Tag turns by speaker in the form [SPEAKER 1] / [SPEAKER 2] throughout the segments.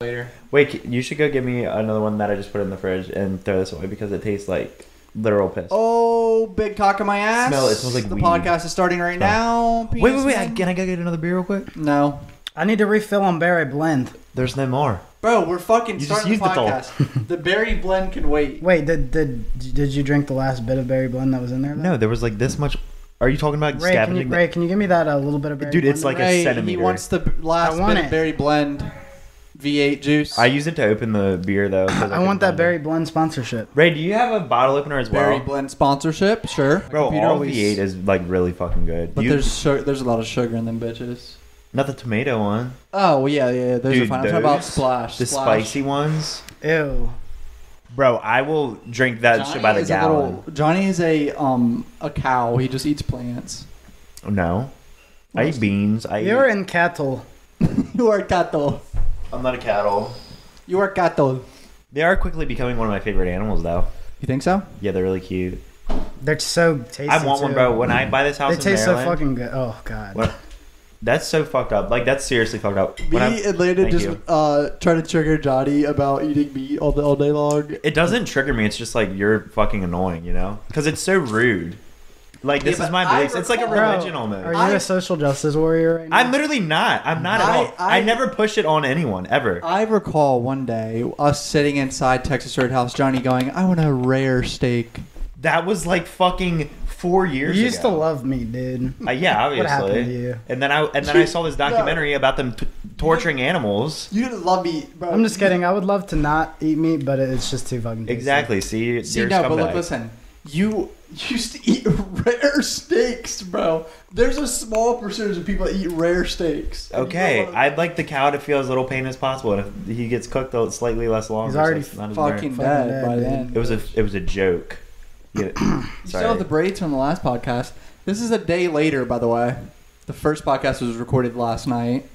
[SPEAKER 1] later.
[SPEAKER 2] Wait, you should go give me another one that I just put in the fridge and throw this away because it tastes like literal piss.
[SPEAKER 3] Oh, big cock in my ass.
[SPEAKER 2] Smell it, it smells like
[SPEAKER 3] The
[SPEAKER 2] weed.
[SPEAKER 3] podcast is starting right now.
[SPEAKER 2] wait, wait,
[SPEAKER 3] penis
[SPEAKER 2] wait! I,
[SPEAKER 3] man.
[SPEAKER 2] can I go get another beer real quick?
[SPEAKER 3] No.
[SPEAKER 4] I need to refill on berry blend.
[SPEAKER 2] There's no more.
[SPEAKER 3] Bro, we're fucking
[SPEAKER 2] You just
[SPEAKER 3] starting the
[SPEAKER 2] used it all.
[SPEAKER 3] podcast. the berry blend can wait.
[SPEAKER 4] Wait, did did did you drink the last bit of berry blend that was in there? though?
[SPEAKER 2] No, there was like this much. Are you talking about
[SPEAKER 4] Ray, can you,
[SPEAKER 2] scavenging? the-
[SPEAKER 4] Ray, can you give me that a little bit of berry?
[SPEAKER 2] Dude,
[SPEAKER 4] blend?
[SPEAKER 2] it's like a
[SPEAKER 3] Ray, He
[SPEAKER 2] centimeter.
[SPEAKER 3] wants the b- last
[SPEAKER 4] I want
[SPEAKER 3] bit of
[SPEAKER 4] it.
[SPEAKER 3] berry blend V8 juice.
[SPEAKER 2] I use it to open the beer though. 'cause
[SPEAKER 4] I
[SPEAKER 2] couldn't
[SPEAKER 4] want that
[SPEAKER 2] find it.
[SPEAKER 4] berry blend sponsorship.
[SPEAKER 2] Ray, do you have a bottle opener as well?
[SPEAKER 3] berry blend sponsorship, sure.
[SPEAKER 2] Bro,
[SPEAKER 3] Computer
[SPEAKER 2] all
[SPEAKER 3] always-
[SPEAKER 2] V8 is like really fucking good.
[SPEAKER 3] But
[SPEAKER 2] You-
[SPEAKER 3] there's su- there's a lot of sugar in them bitches.
[SPEAKER 2] not the tomato one,
[SPEAKER 3] Oh well, yeah, yeah. yeah. Those
[SPEAKER 2] Dude,
[SPEAKER 3] are fine. I'm talking about
[SPEAKER 2] those-
[SPEAKER 3] splash.
[SPEAKER 2] the
[SPEAKER 3] splash.
[SPEAKER 2] spicy ones.
[SPEAKER 4] Ew.
[SPEAKER 2] Bro, I will drink that shit by the
[SPEAKER 3] is a little-
[SPEAKER 2] gallon.
[SPEAKER 3] Johnny is a um a cow. He just eats plants.
[SPEAKER 2] No, I eat beans. I
[SPEAKER 4] You're
[SPEAKER 2] eat...
[SPEAKER 4] in cattle.
[SPEAKER 3] You are cattle.
[SPEAKER 2] I'm not a cattle.
[SPEAKER 3] You are cattle.
[SPEAKER 2] They are quickly becoming one of my favorite animals, though.
[SPEAKER 3] You think so?
[SPEAKER 2] Yeah, they're really cute.
[SPEAKER 4] They're so tasty.
[SPEAKER 2] I want one,
[SPEAKER 4] too.
[SPEAKER 2] bro. When I buy this house
[SPEAKER 4] They
[SPEAKER 2] in
[SPEAKER 4] taste so
[SPEAKER 2] Maryland,
[SPEAKER 4] fucking good. Oh god.
[SPEAKER 2] What- that's so fucked up. Like that's seriously fucked up.
[SPEAKER 3] Me
[SPEAKER 2] When I-
[SPEAKER 3] and Landon
[SPEAKER 2] Thank
[SPEAKER 3] just
[SPEAKER 2] you.
[SPEAKER 3] uh trying to trigger Johnny about eating meat all the all day long.
[SPEAKER 2] it doesn't trigger me. It's just like you're fucking annoying, you know? Because it's so rude. Like this
[SPEAKER 3] Yeah,
[SPEAKER 2] is
[SPEAKER 3] but
[SPEAKER 2] my
[SPEAKER 3] I
[SPEAKER 2] beliefs. It's like a
[SPEAKER 3] recall-
[SPEAKER 2] religion almost.
[SPEAKER 4] Are you
[SPEAKER 3] I-
[SPEAKER 4] a social justice warrior right now?
[SPEAKER 2] I'm literally not. I'm not at
[SPEAKER 3] I-
[SPEAKER 2] all. I,
[SPEAKER 3] I-
[SPEAKER 2] never push it on anyone ever.
[SPEAKER 3] I recall one day us sitting inside Texas Roadhouse, Johnny going, "I want a rare steak."
[SPEAKER 2] that was like fucking four
[SPEAKER 4] You
[SPEAKER 2] years.
[SPEAKER 4] used
[SPEAKER 2] ago.
[SPEAKER 4] to love me, dude.
[SPEAKER 2] Uh, yeah, obviously.
[SPEAKER 4] What happened to you?
[SPEAKER 2] And then I and then I saw this
[SPEAKER 3] No.
[SPEAKER 2] documentary about them t- torturing animals.
[SPEAKER 3] You didn't love meat, bro.
[SPEAKER 4] I'm just kidding. I would love to not eat meat, but it's just too fucking tasty.
[SPEAKER 2] Exactly. See, you're
[SPEAKER 3] See,
[SPEAKER 2] a
[SPEAKER 3] no, but
[SPEAKER 2] scumbag.
[SPEAKER 3] look, listen. You used to eat rare steaks, bro. There's a small percentage of people that eat rare steaks. And you
[SPEAKER 2] Okay,
[SPEAKER 3] don't
[SPEAKER 2] I'd like the cow to feel as little pain as possible, and if he gets cooked a- slightly less long,
[SPEAKER 4] He's already
[SPEAKER 3] wanna- fucking dead,
[SPEAKER 4] dead,
[SPEAKER 3] by
[SPEAKER 4] dude.
[SPEAKER 3] then.
[SPEAKER 2] It was a it was a joke. You,
[SPEAKER 3] You still
[SPEAKER 2] sorry.
[SPEAKER 3] have the braids from the last podcast. This is a day later, by the way. The first podcast was recorded last night.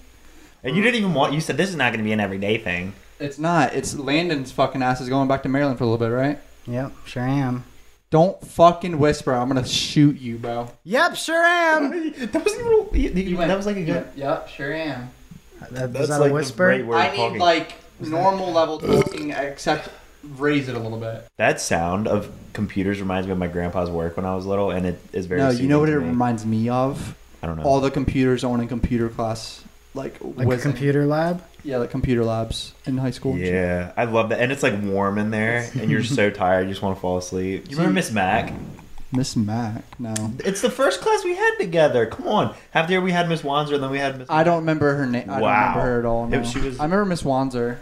[SPEAKER 2] and you didn't even want. You said this is not going to be an everyday thing.
[SPEAKER 3] It's not. It's Landon's fucking ass is going back to Maryland for a little bit, right?
[SPEAKER 4] Yep, sure am.
[SPEAKER 3] Don't fucking whisper. I'm gonna shoot you, bro.
[SPEAKER 4] Yep, sure
[SPEAKER 3] Um,
[SPEAKER 4] am.
[SPEAKER 2] that was that was like a good.
[SPEAKER 3] Yep, yep sure am.
[SPEAKER 4] That,
[SPEAKER 2] That's
[SPEAKER 4] was that
[SPEAKER 2] like
[SPEAKER 4] a
[SPEAKER 2] the
[SPEAKER 4] whisper?
[SPEAKER 2] great word
[SPEAKER 3] I need
[SPEAKER 2] talking.
[SPEAKER 3] like normal level talking, except raise it a little bit.
[SPEAKER 2] that sound of computers reminds me of my grandpa's work when I was little, and it is very.
[SPEAKER 3] no, you know what
[SPEAKER 2] soothing
[SPEAKER 3] it
[SPEAKER 2] to me.
[SPEAKER 3] reminds me of?
[SPEAKER 2] I don't know.
[SPEAKER 3] All the computers on in computer class, like,
[SPEAKER 4] Like a
[SPEAKER 3] whizzing.
[SPEAKER 4] computer lab?
[SPEAKER 3] Yeah, like computer labs in high school. and shit.
[SPEAKER 2] yeah, I love that, and it's like warm in there, and you're so tired, you just want to fall asleep. You remember Miss Mac?
[SPEAKER 3] Miss Mac. No,
[SPEAKER 2] It's the first class we had together. Come on, half the year we had Miss Wanzer, and then we had Miss.
[SPEAKER 3] I don't remember her name. I
[SPEAKER 2] Wow.
[SPEAKER 3] don't remember her at all.
[SPEAKER 2] It-
[SPEAKER 3] no.
[SPEAKER 2] she was-
[SPEAKER 3] I remember Miss Wanzer,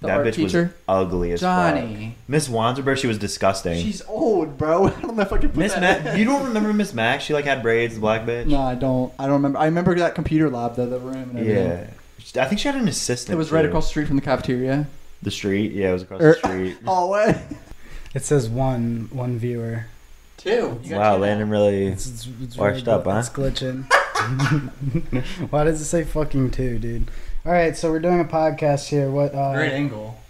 [SPEAKER 3] the
[SPEAKER 2] that
[SPEAKER 3] art
[SPEAKER 2] bitch was
[SPEAKER 3] teacher.
[SPEAKER 2] ugly as fuck.
[SPEAKER 3] Johnny.
[SPEAKER 2] Miss Wanzerberg, she was disgusting.
[SPEAKER 3] She's old, bro. I don't know if I can put
[SPEAKER 2] Miss
[SPEAKER 3] that
[SPEAKER 2] Mac,
[SPEAKER 3] in.
[SPEAKER 2] you don't remember Miss Mac? She like had braids, the black bitch.
[SPEAKER 3] No, I don't. I don't remember. I remember that computer lab, though, the room. And everything.
[SPEAKER 2] yeah, I think she had an assistant.
[SPEAKER 3] It was right
[SPEAKER 2] too.
[SPEAKER 3] across the street from the cafeteria.
[SPEAKER 2] the street. Yeah, it was across
[SPEAKER 3] Or-
[SPEAKER 2] the street.
[SPEAKER 3] Oh, what?
[SPEAKER 4] It says one one viewer.
[SPEAKER 3] Two.
[SPEAKER 2] wow, Landon really.
[SPEAKER 4] It's, it's, it's
[SPEAKER 2] Washed
[SPEAKER 4] really
[SPEAKER 2] up,
[SPEAKER 4] gl-
[SPEAKER 2] huh?
[SPEAKER 4] It's glitching. Why does it say fucking two, dude? All right, so we're doing a podcast here. What? Uh,
[SPEAKER 3] angle.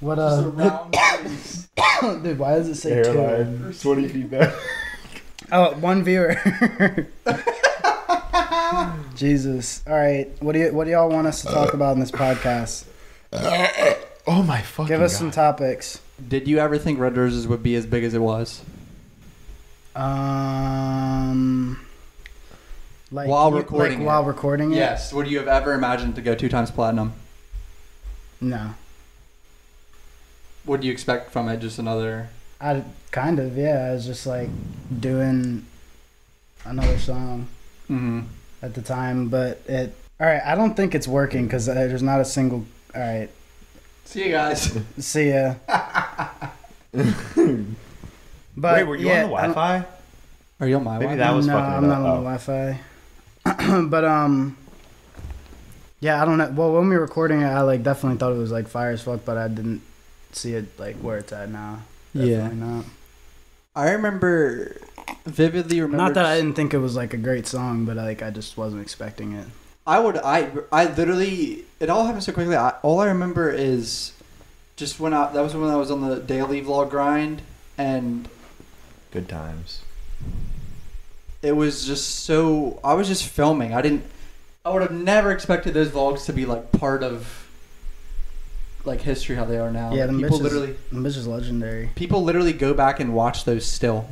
[SPEAKER 4] What?
[SPEAKER 3] Just a
[SPEAKER 4] Uh,
[SPEAKER 3] round face.
[SPEAKER 4] dude, why does it say two?
[SPEAKER 2] twenty feet back.
[SPEAKER 4] Oh, one viewer. Jesus. All right, what do you what do y'all want us to talk about in this podcast?
[SPEAKER 2] Oh my fucking
[SPEAKER 4] Give us
[SPEAKER 2] God.
[SPEAKER 4] some topics.
[SPEAKER 3] Did you ever think Red Roses would be as big as it was?
[SPEAKER 4] Um. Like,
[SPEAKER 3] While
[SPEAKER 4] you-
[SPEAKER 3] recording it.
[SPEAKER 4] like while recording it.
[SPEAKER 3] Yes. Would you have ever imagined to go two times platinum?
[SPEAKER 4] No.
[SPEAKER 3] What do you expect from it? Just another.
[SPEAKER 4] I kind of yeah. I was just like doing another song
[SPEAKER 3] Mm-hmm.
[SPEAKER 4] at the time, but it. All right, I don't think it's working because there's not a single. All right,
[SPEAKER 3] See you guys.
[SPEAKER 4] see ya. but
[SPEAKER 2] Wait, were you
[SPEAKER 4] yeah,
[SPEAKER 2] on the
[SPEAKER 4] I don't-
[SPEAKER 2] Wi-Fi?
[SPEAKER 3] Are you on my
[SPEAKER 2] Maybe
[SPEAKER 3] Maybe
[SPEAKER 2] that was
[SPEAKER 4] no,
[SPEAKER 2] fucking.
[SPEAKER 4] I'm
[SPEAKER 2] it
[SPEAKER 4] not
[SPEAKER 2] up. Oh.
[SPEAKER 4] on the Wi-Fi. but um, yeah, I don't know. Well, when we were recording it, I like definitely thought it was like fire as fuck, but I didn't see it like where it's at now.
[SPEAKER 3] Yeah.
[SPEAKER 4] Definitely not.
[SPEAKER 3] I remember vividly remember.
[SPEAKER 4] Not that I didn't think it was like a great song, but like I just wasn't expecting it.
[SPEAKER 3] I would. I. I literally. It all happened so quickly. I, all I remember is, just when I. That was when I was on the daily vlog grind, and
[SPEAKER 2] Good times.
[SPEAKER 3] it was just so. I was just filming. I didn't. I would have never expected those vlogs to be like part of like history how they are now.
[SPEAKER 4] Yeah,
[SPEAKER 3] Like,
[SPEAKER 4] them
[SPEAKER 3] people
[SPEAKER 4] bitches-
[SPEAKER 3] literally
[SPEAKER 4] Them bitches legendary.
[SPEAKER 3] people literally go back and watch those still.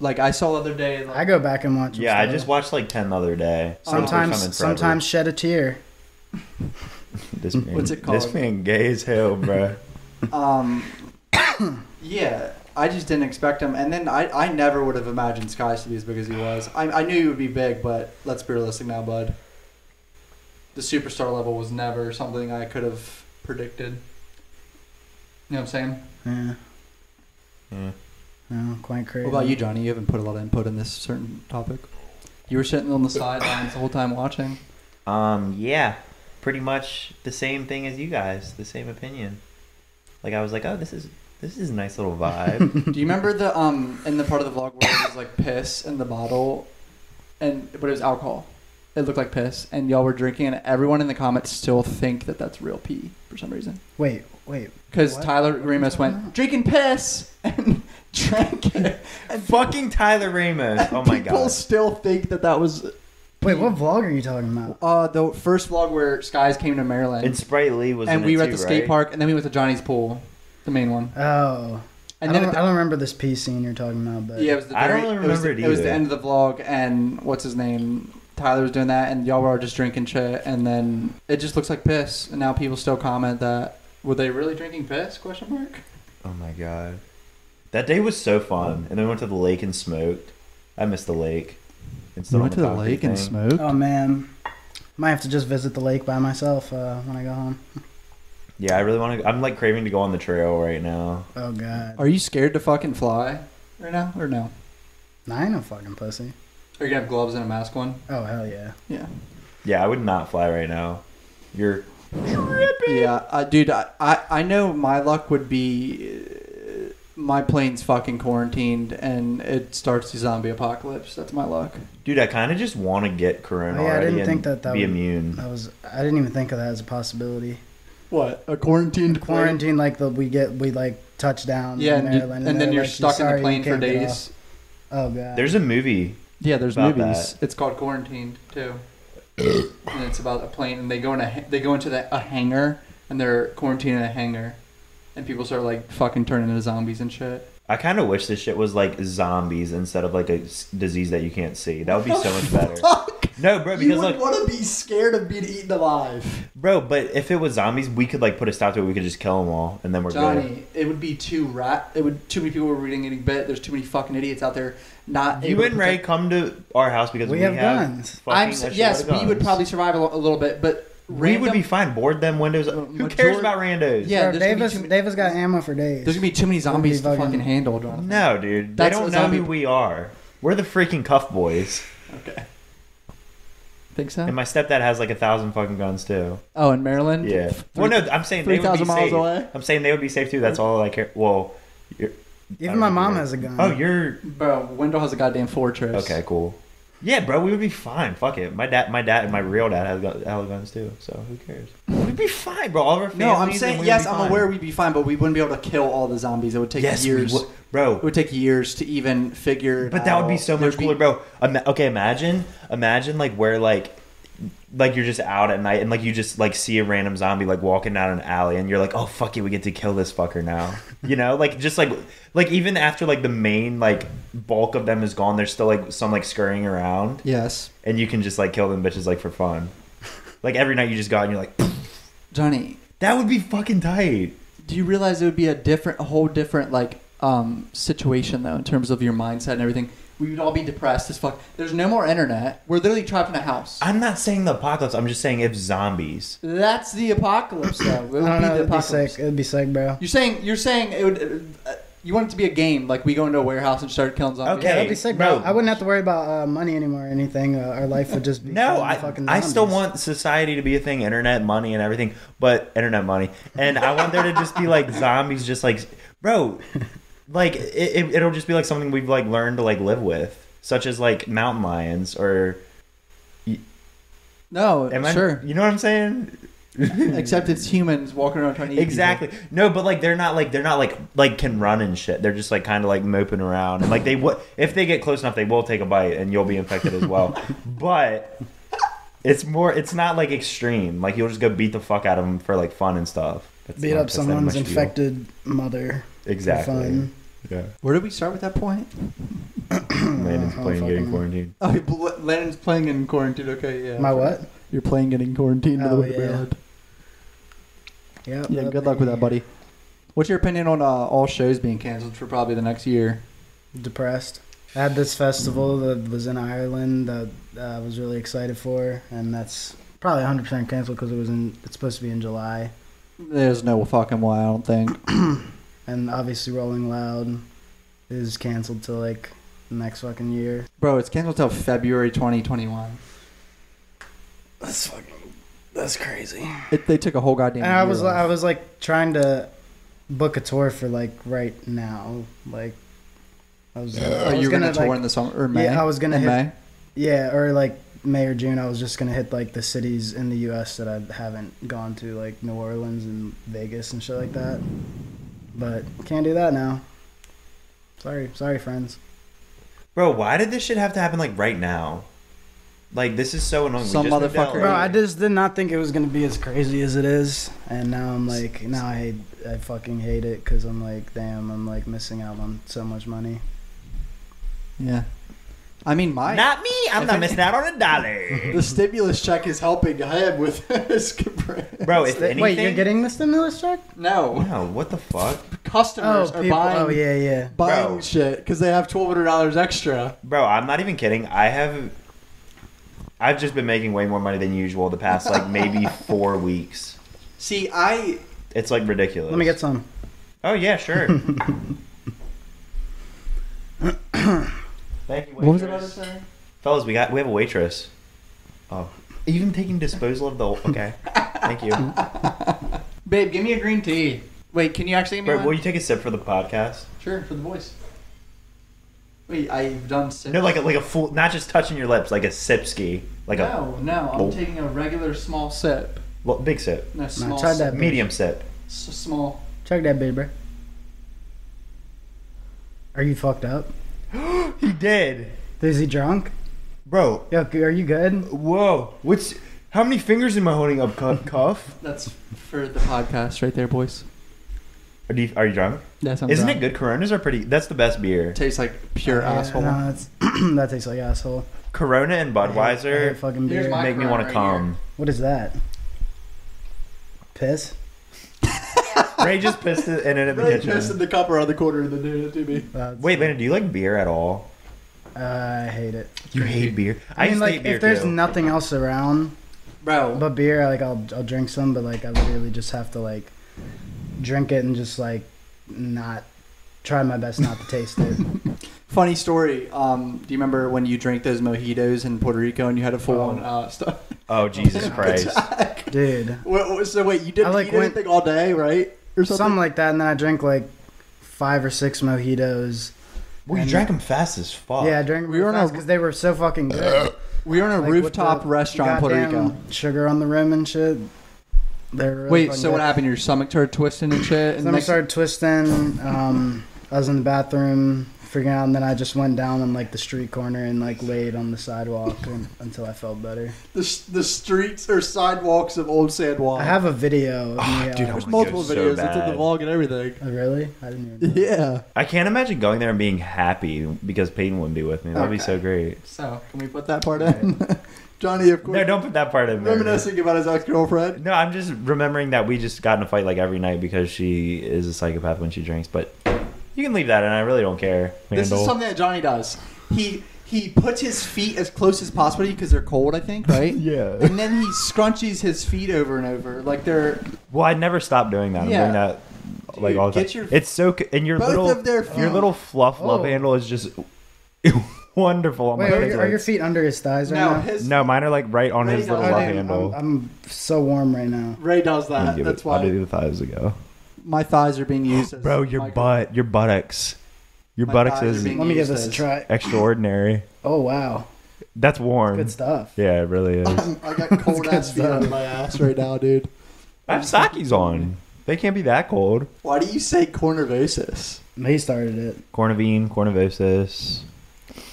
[SPEAKER 3] Like I saw the other day. Like,
[SPEAKER 4] I go back and watch. them
[SPEAKER 2] Yeah, I
[SPEAKER 4] still.
[SPEAKER 2] just watched like ten the other day. for the first time in forever.
[SPEAKER 4] Sometimes, sometimes shed a tear.
[SPEAKER 2] This man,
[SPEAKER 3] What's it
[SPEAKER 2] This
[SPEAKER 3] called?
[SPEAKER 2] man gay as hell, bro.
[SPEAKER 3] Um, yeah, I just didn't expect him, and then I, I never would have imagined Skies to be as big as he was. I, I knew he would be big, but let's be realistic now, bud. The superstar level was never something I could have predicted. You know what I'm saying?
[SPEAKER 4] Yeah,
[SPEAKER 2] Yeah.
[SPEAKER 4] no, quite crazy.
[SPEAKER 3] What about you, Johnny? You haven't put a lot of input in this certain topic. You were sitting on the sidelines the whole time watching.
[SPEAKER 2] Um, yeah, pretty much the same thing as you guys. The same opinion. Like I was like, oh, this is this is a nice little vibe.
[SPEAKER 3] Do you remember the um in the part of the vlog where it was like piss in the bottle, and but it was alcohol. It looked like piss, and y'all were drinking, and everyone in the comments still think that that's real pee for some reason.
[SPEAKER 4] Wait, wait.
[SPEAKER 3] Because
[SPEAKER 4] What?
[SPEAKER 3] Tyler
[SPEAKER 4] What are you
[SPEAKER 3] Remus
[SPEAKER 4] talking
[SPEAKER 3] went
[SPEAKER 4] about?
[SPEAKER 3] drinking piss and drank it. And
[SPEAKER 2] Fucking Tyler Ramos. Oh my
[SPEAKER 3] people
[SPEAKER 2] god.
[SPEAKER 3] still think that that was
[SPEAKER 4] Wait, what vlog are you talking about?
[SPEAKER 3] uh the first vlog where Skies came to Maryland,
[SPEAKER 2] And Sprite Lee was.
[SPEAKER 3] and
[SPEAKER 2] in
[SPEAKER 3] we
[SPEAKER 2] it
[SPEAKER 3] were at
[SPEAKER 2] too,
[SPEAKER 3] the skate
[SPEAKER 2] right?
[SPEAKER 3] park, and then we went to Johnny's pool, the main one,
[SPEAKER 4] Oh,
[SPEAKER 3] and
[SPEAKER 4] I
[SPEAKER 3] then
[SPEAKER 4] don't,
[SPEAKER 3] at the
[SPEAKER 4] I don't remember this pee scene you're talking about, but
[SPEAKER 3] Yeah, it was the
[SPEAKER 2] I
[SPEAKER 3] very-
[SPEAKER 2] don't really
[SPEAKER 3] it was the-
[SPEAKER 2] remember it
[SPEAKER 3] It was the
[SPEAKER 2] either.
[SPEAKER 3] end of the vlog, and what's his name? Tyler was doing that, and y'all were all just drinking shit, and then it just looks like piss. And now people still comment that were they really drinking piss? Question mark.
[SPEAKER 2] Oh my god. That day was so fun. And then we went to the lake and smoked. I missed the lake. And still on concrete thing.
[SPEAKER 3] smoked.
[SPEAKER 4] Oh man, might have to just visit the lake by myself uh, when I go home.
[SPEAKER 2] Yeah, I really want to. I'm like craving to go on the trail right now.
[SPEAKER 4] Oh god,
[SPEAKER 3] Are you scared to fucking fly right now, or no?
[SPEAKER 4] Nah, I ain't no fucking pussy.
[SPEAKER 3] Are you gonna have gloves and a mask on?
[SPEAKER 4] Oh hell yeah.
[SPEAKER 3] Yeah.
[SPEAKER 2] Yeah, I would not fly right now. You're.
[SPEAKER 3] Yeah, I, dude, I, I, I know my luck would be uh, my plane's fucking quarantined and it starts the zombie apocalypse. That's my luck.
[SPEAKER 2] Dude, I kind of just want to get corona
[SPEAKER 4] Oh, yeah, I
[SPEAKER 2] already
[SPEAKER 4] didn't
[SPEAKER 2] and
[SPEAKER 4] think that that
[SPEAKER 2] be
[SPEAKER 4] would-
[SPEAKER 2] immune.
[SPEAKER 4] That was I didn't even think of that as a possibility.
[SPEAKER 3] What? A quarantined plane?
[SPEAKER 4] Quarantine, like the we get we like touch down.
[SPEAKER 3] Yeah,
[SPEAKER 4] in
[SPEAKER 3] and, you-
[SPEAKER 4] Maryland,
[SPEAKER 3] and then
[SPEAKER 4] they're
[SPEAKER 3] you're
[SPEAKER 4] like,
[SPEAKER 3] stuck in
[SPEAKER 4] sorry,
[SPEAKER 3] the
[SPEAKER 4] you
[SPEAKER 3] plane for
[SPEAKER 4] can't get
[SPEAKER 3] days.
[SPEAKER 4] off. Oh god.
[SPEAKER 2] There's a movie.
[SPEAKER 3] Yeah, there's
[SPEAKER 2] About
[SPEAKER 3] movies. It's called Quarantined too, and it's about a plane, and they go in a ha- they go into the, a hangar, and they're quarantined in a hangar, and people start like fucking turning into zombies and shit.
[SPEAKER 2] I kind of wish this shit was like zombies instead of like a s- disease that you can't see. That would be so much better.
[SPEAKER 3] Fuck!
[SPEAKER 2] No, bro, because like,
[SPEAKER 3] want to be scared of being eaten alive,
[SPEAKER 2] bro, but if it was zombies, we could like put a stop to it. We could just kill them all, and then we're good.
[SPEAKER 3] Johnny. It would be too rat. It would too many people were reading getting bit. There's too many fucking idiots out there. Not
[SPEAKER 2] You
[SPEAKER 3] able to
[SPEAKER 2] and Ray
[SPEAKER 3] protect-
[SPEAKER 2] come to our house because
[SPEAKER 4] we, have, guns.
[SPEAKER 2] fucking
[SPEAKER 3] I'm
[SPEAKER 2] a
[SPEAKER 3] s-
[SPEAKER 2] shitload
[SPEAKER 3] yes,
[SPEAKER 2] of
[SPEAKER 3] we would
[SPEAKER 2] guns.
[SPEAKER 3] probably survive a, lo- a little bit, but
[SPEAKER 2] We would
[SPEAKER 3] random-
[SPEAKER 2] be fine. Board them windows.
[SPEAKER 3] Uh,
[SPEAKER 2] Who cares
[SPEAKER 3] majority-
[SPEAKER 2] about randos?
[SPEAKER 3] Yeah, there's gonna
[SPEAKER 4] Bro,
[SPEAKER 3] be
[SPEAKER 4] Davis,
[SPEAKER 3] too many-
[SPEAKER 4] Davis got ammo for days.
[SPEAKER 3] There's gonna be too many zombies to
[SPEAKER 4] fucking-
[SPEAKER 3] fucking handle, Jonathan.
[SPEAKER 2] No, dude. They
[SPEAKER 3] That's
[SPEAKER 2] don't
[SPEAKER 3] a
[SPEAKER 2] know
[SPEAKER 3] zombie-
[SPEAKER 2] who we are. We're the freaking cuff boys.
[SPEAKER 3] Okay. Think so?
[SPEAKER 2] And my stepdad has like a thousand fucking guns too.
[SPEAKER 3] oh, in Maryland?
[SPEAKER 2] Yeah.
[SPEAKER 3] Three-
[SPEAKER 2] Well, no, I'm saying they would be
[SPEAKER 3] 3,000 miles
[SPEAKER 2] safe.
[SPEAKER 3] away?
[SPEAKER 2] I'm saying they would be safe too. That's all I care. Well, you're, I
[SPEAKER 4] Even
[SPEAKER 2] don't
[SPEAKER 4] my
[SPEAKER 2] know.
[SPEAKER 4] mom has a gun.
[SPEAKER 2] oh,
[SPEAKER 3] Mm.
[SPEAKER 2] you're
[SPEAKER 3] Bro, Wendell has a goddamn fortress.
[SPEAKER 2] okay. Cool. Yeah, bro, we would be fine. Fuck it. My dad, my dad, and my real dad has gun, has guns too. So who cares? We'd be fine, bro. All of our families.
[SPEAKER 3] No, I'm
[SPEAKER 2] and we
[SPEAKER 3] saying
[SPEAKER 2] would
[SPEAKER 3] yes.
[SPEAKER 2] be
[SPEAKER 3] I'm
[SPEAKER 2] fine.
[SPEAKER 3] aware we'd be fine, but we wouldn't be able to kill all the zombies. It would take
[SPEAKER 2] yes, we
[SPEAKER 3] years.
[SPEAKER 2] would- bro.
[SPEAKER 3] It would take years to even figure. it
[SPEAKER 2] But that would be
[SPEAKER 3] out.
[SPEAKER 2] so much
[SPEAKER 3] There'd be-
[SPEAKER 2] cooler, bro. Ima- okay, imagine, imagine like where like, like you're just out at night and like you just like see a random zombie like walking down an alley and you're like, oh fuck it, we get to kill this fucker now. you know, like just like like even after like the main like bulk of them is gone, there's still like some like scurrying around
[SPEAKER 3] Yes,
[SPEAKER 2] and you can just like kill them bitches like for fun. like every night you just go out and you're like,
[SPEAKER 3] Johnny.
[SPEAKER 2] that would be fucking tight.
[SPEAKER 3] Do you realize it would be a different, a whole different like um situation though in terms of your mindset and everything? We would all be depressed as fuck. There's no more internet. We're literally trapped in a house.
[SPEAKER 2] I'm not saying the apocalypse. I'm just saying if zombies.
[SPEAKER 3] That's the apocalypse, though. It would
[SPEAKER 4] I don't
[SPEAKER 3] be
[SPEAKER 4] know.
[SPEAKER 3] the
[SPEAKER 4] It'd be
[SPEAKER 3] apocalypse.
[SPEAKER 4] sick. It'd be sick, bro.
[SPEAKER 3] You're saying you're saying it would. Uh, you want it to be a game, like we go into a warehouse and start killing zombies.
[SPEAKER 2] Okay.
[SPEAKER 4] Yeah, that'd be sick, bro.
[SPEAKER 2] bro.
[SPEAKER 4] I wouldn't have to worry about uh, money anymore or anything. Uh, our life would just be
[SPEAKER 2] No,
[SPEAKER 4] full of
[SPEAKER 2] I,
[SPEAKER 4] fucking
[SPEAKER 2] I still
[SPEAKER 4] zombies.
[SPEAKER 2] want society to be a thing, internet money and everything, but internet money. And I want there to just be like zombies, just like, bro, like it, it, it'll just be like something we've like learned to like live with, such as like mountain lions or.
[SPEAKER 3] No,
[SPEAKER 2] Am I,
[SPEAKER 3] sure.
[SPEAKER 2] You know what I'm saying?
[SPEAKER 3] Except it's humans walking around trying to eat
[SPEAKER 2] Exactly. No, but like they're not like they're not like like can run and shit. They're just like kind of like moping around and like they would if they get close enough they will take a bite and you'll be infected as well. but It's more. It's not like extreme. Like you'll just go beat the fuck out of them for like fun and stuff. That's
[SPEAKER 4] Beat
[SPEAKER 2] not-
[SPEAKER 4] up
[SPEAKER 2] that's not
[SPEAKER 4] someone's
[SPEAKER 2] much deal.
[SPEAKER 4] infected mother. For
[SPEAKER 2] Exactly.
[SPEAKER 4] fun.
[SPEAKER 2] Yeah.
[SPEAKER 3] Where did we start with that point?
[SPEAKER 2] Landon's
[SPEAKER 4] I don't
[SPEAKER 2] playing getting
[SPEAKER 4] fucking know.
[SPEAKER 2] quarantined.
[SPEAKER 3] Oh, Bl- Landon's playing in quarantine. Okay, yeah.
[SPEAKER 4] My what?
[SPEAKER 3] You're playing getting quarantined. by the
[SPEAKER 4] Oh,
[SPEAKER 3] way,
[SPEAKER 4] yeah.
[SPEAKER 3] Bernard.
[SPEAKER 4] Yep,
[SPEAKER 3] Yeah.
[SPEAKER 4] that'd
[SPEAKER 3] Good luck
[SPEAKER 4] be
[SPEAKER 3] with that, buddy. What's your opinion on uh, all shows being canceled for probably the next year?
[SPEAKER 4] Depressed. I had this festival that was in Ireland that uh, I was really excited for, and that's probably 100% canceled because it was in. It's supposed to be in July,
[SPEAKER 3] There's no fucking way. I don't think.
[SPEAKER 4] and obviously Rolling Loud is canceled till like next fucking year.
[SPEAKER 3] Bro, it's canceled till February 2021.
[SPEAKER 4] That's fucking. That's crazy.
[SPEAKER 3] It, they took a whole goddamn.
[SPEAKER 4] And I
[SPEAKER 3] year
[SPEAKER 4] was
[SPEAKER 3] off.
[SPEAKER 4] I was like trying to book a tour for like right now, like I was. I
[SPEAKER 3] Are
[SPEAKER 4] was
[SPEAKER 3] you gonna, tour
[SPEAKER 4] like,
[SPEAKER 3] in the summer or May?
[SPEAKER 4] Yeah, I was gonna
[SPEAKER 3] in
[SPEAKER 4] hit-
[SPEAKER 3] May.
[SPEAKER 4] Yeah, or like May or June, I was just gonna hit like the cities in the U.S. that I haven't gone to, like New Orleans and Vegas and shit like that. But can't do that now. Sorry, sorry, friends.
[SPEAKER 2] Bro, why did this shit have to happen like right now? Like this is so annoying. We
[SPEAKER 3] Some
[SPEAKER 2] just moved out,
[SPEAKER 3] motherfucker-
[SPEAKER 2] like-
[SPEAKER 4] Bro, I just did not think it was gonna be as crazy as it is, and now I'm like, now I hate, I fucking hate it because I'm like, damn, I'm like missing out on so much money.
[SPEAKER 3] Yeah. I mean, my
[SPEAKER 2] Not me. I'm
[SPEAKER 3] If
[SPEAKER 2] not
[SPEAKER 3] any-
[SPEAKER 2] missing out on a dollar.
[SPEAKER 3] the stimulus check is helping him with his compress.
[SPEAKER 2] Bro, Oh, if anything.
[SPEAKER 4] Wait, you're getting the stimulus check?
[SPEAKER 3] No,
[SPEAKER 2] No, what the fuck,
[SPEAKER 3] customers are buying
[SPEAKER 4] oh yeah, yeah.
[SPEAKER 3] buying
[SPEAKER 2] Bro.
[SPEAKER 3] shit because they have twelve hundred dollars extra.
[SPEAKER 2] bro? I'm not even kidding. I have. I've just been making way more money than usual the past like maybe four weeks.
[SPEAKER 3] See, I
[SPEAKER 2] It's like ridiculous.
[SPEAKER 4] Let me get some.
[SPEAKER 2] Oh yeah, sure. Thank you. Waitress.
[SPEAKER 3] what was I about to say?
[SPEAKER 2] Fellas, we got we have a waitress. Oh, even taking disposal of the okay. Thank you,
[SPEAKER 3] Babe, give me a green tea. Wait, can you actually give me
[SPEAKER 2] Bert.
[SPEAKER 3] one?
[SPEAKER 2] Will you take a sip for the podcast?
[SPEAKER 3] Sure, for the voice. Wait, I've done six.
[SPEAKER 2] No, like a, like a full, not just touching your lips, like a sip ski, like a
[SPEAKER 3] no, no. I'm
[SPEAKER 2] Oh.
[SPEAKER 3] taking a regular small sip.
[SPEAKER 2] well, big sip,
[SPEAKER 3] No, small.
[SPEAKER 4] tried
[SPEAKER 3] sip.
[SPEAKER 4] that.
[SPEAKER 2] medium sip.
[SPEAKER 3] S- small.
[SPEAKER 4] Check that, baby. bro. Are you fucked up?
[SPEAKER 2] He did,
[SPEAKER 4] Is he drunk?
[SPEAKER 2] bro.
[SPEAKER 4] Yo, are you good?
[SPEAKER 2] Whoa, what's how many fingers am I holding up cuff?
[SPEAKER 3] That's for the podcast right there, boys.
[SPEAKER 2] Are you, are you drunk?
[SPEAKER 3] Yes, I'm
[SPEAKER 2] Isn't
[SPEAKER 3] done.
[SPEAKER 2] it good? Coronas are pretty. That's the best beer.
[SPEAKER 3] Tastes like pure
[SPEAKER 4] Yeah,
[SPEAKER 3] asshole.
[SPEAKER 4] No, that's, that tastes like asshole.
[SPEAKER 2] Corona and
[SPEAKER 4] I hate- I hate
[SPEAKER 2] Budweiser
[SPEAKER 4] fucking
[SPEAKER 3] Here's
[SPEAKER 4] beer.
[SPEAKER 3] my-
[SPEAKER 2] make me want to
[SPEAKER 3] Corona right
[SPEAKER 2] come.
[SPEAKER 4] what is that? Piss?
[SPEAKER 2] Ray just pissed it and ended up in the kitchen.
[SPEAKER 3] the cup around the corner and then did it to me.
[SPEAKER 4] That's-
[SPEAKER 2] Wait, Landon, do you like beer at all?
[SPEAKER 4] Uh, I hate it.
[SPEAKER 2] You hate beer.
[SPEAKER 4] I, mean,
[SPEAKER 2] used to
[SPEAKER 4] like,
[SPEAKER 2] hate beer
[SPEAKER 4] if there's
[SPEAKER 2] too.
[SPEAKER 4] nothing else around
[SPEAKER 3] Bro,
[SPEAKER 4] but beer, like, I'll, I'll drink some, but, like, I literally just have to, like, drink it and just, like, not try my best not to taste it.
[SPEAKER 3] funny story. Um, do you remember when you drank those mojitos in Puerto Rico and you had a full on uh, stuff?
[SPEAKER 2] Oh Jesus
[SPEAKER 4] Yeah.
[SPEAKER 2] Christ!
[SPEAKER 4] Dude.
[SPEAKER 3] Wait, wait, so wait, you
[SPEAKER 4] I,
[SPEAKER 3] didn't
[SPEAKER 4] like,
[SPEAKER 3] eat
[SPEAKER 4] went-
[SPEAKER 3] anything all day, right? Or something?
[SPEAKER 4] something like that. And then I drank like five or six mojitos.
[SPEAKER 2] Well, you
[SPEAKER 4] And-
[SPEAKER 2] drank them fast as fuck.
[SPEAKER 4] Yeah, I drank
[SPEAKER 3] We were on a-
[SPEAKER 4] because they were so fucking good.
[SPEAKER 3] we were in a
[SPEAKER 4] Like, with
[SPEAKER 3] rooftop
[SPEAKER 4] the
[SPEAKER 3] restaurant in Puerto
[SPEAKER 4] goddamn
[SPEAKER 3] Rico.
[SPEAKER 4] Sugar on the rim and shit. They were really
[SPEAKER 3] Wait,
[SPEAKER 4] fucking
[SPEAKER 3] so what
[SPEAKER 4] good.
[SPEAKER 3] happened? Your stomach started twisting and shit. And
[SPEAKER 4] Then I
[SPEAKER 3] next,
[SPEAKER 4] started twisting. Um, I was in the bathroom freaking out, and then I just went down on like the street corner and like laid on the sidewalk and, until I felt better.
[SPEAKER 3] the, the streets or sidewalks of Old San Juan.
[SPEAKER 4] I have a video. Of
[SPEAKER 2] dude,
[SPEAKER 4] me, uh,
[SPEAKER 2] I was-
[SPEAKER 3] There's multiple
[SPEAKER 2] It so
[SPEAKER 3] videos. it's in
[SPEAKER 2] bad.
[SPEAKER 3] the vlog and everything.
[SPEAKER 4] oh, really? I didn't even.
[SPEAKER 3] Yeah.
[SPEAKER 2] I can't imagine going there and being happy because Peyton wouldn't be with me. That'd be
[SPEAKER 3] Okay.
[SPEAKER 2] so great.
[SPEAKER 3] So can we put that part in? Johnny, of course.
[SPEAKER 2] No, don't put that part in there.
[SPEAKER 3] Reminiscing about his ex girlfriend.
[SPEAKER 2] No, I'm just remembering that we just got in a fight like every night because she is a psychopath when she drinks. But you can leave that, and I really don't care.
[SPEAKER 3] This is
[SPEAKER 2] Randall.
[SPEAKER 3] something that Johnny does. He he puts his feet as close as possible because they're cold, I think, right?
[SPEAKER 2] Yeah.
[SPEAKER 3] And then he scrunches his feet over and over, like they're
[SPEAKER 2] Well, I never stop doing that.
[SPEAKER 3] Yeah.
[SPEAKER 2] I'm doing that like
[SPEAKER 3] Dude,
[SPEAKER 2] all the
[SPEAKER 3] get
[SPEAKER 2] time.
[SPEAKER 3] your-
[SPEAKER 2] it's so c- and your
[SPEAKER 3] both
[SPEAKER 2] little
[SPEAKER 3] of their
[SPEAKER 2] your
[SPEAKER 3] feet.
[SPEAKER 2] little fluff love
[SPEAKER 4] Oh.
[SPEAKER 2] handle is just wonderful. On
[SPEAKER 4] Wait,
[SPEAKER 2] my
[SPEAKER 4] are, your- are your
[SPEAKER 2] piglets.
[SPEAKER 4] feet under his thighs right
[SPEAKER 3] no,
[SPEAKER 4] now?
[SPEAKER 3] his
[SPEAKER 2] no, mine are like right on his
[SPEAKER 3] Raised
[SPEAKER 2] little
[SPEAKER 3] on-
[SPEAKER 2] love
[SPEAKER 3] I didn't-
[SPEAKER 2] handle.
[SPEAKER 4] I'm, I'm so warm right now.
[SPEAKER 3] Ray does
[SPEAKER 2] I'll
[SPEAKER 3] that.
[SPEAKER 2] give
[SPEAKER 3] That's
[SPEAKER 2] it- I'll
[SPEAKER 3] why
[SPEAKER 2] do the thighs ago.
[SPEAKER 3] my thighs are being used. As
[SPEAKER 2] Bro, your
[SPEAKER 3] micro-
[SPEAKER 2] butt, your buttocks, your
[SPEAKER 3] My
[SPEAKER 2] buttocks
[SPEAKER 3] thighs are
[SPEAKER 2] is
[SPEAKER 3] being-
[SPEAKER 4] Let me
[SPEAKER 3] Use
[SPEAKER 4] give this a
[SPEAKER 3] those.
[SPEAKER 4] try.
[SPEAKER 2] extraordinary.
[SPEAKER 4] Oh wow,
[SPEAKER 2] That's warm.
[SPEAKER 4] good stuff.
[SPEAKER 2] Yeah, it really is.
[SPEAKER 3] I got cold ass feet
[SPEAKER 4] stuff.
[SPEAKER 3] on my ass right now, dude.
[SPEAKER 2] I have sockies on. They can't be that cold.
[SPEAKER 3] Why do you say cornervosis?
[SPEAKER 4] He started it.
[SPEAKER 2] Cornavine, cornivosis.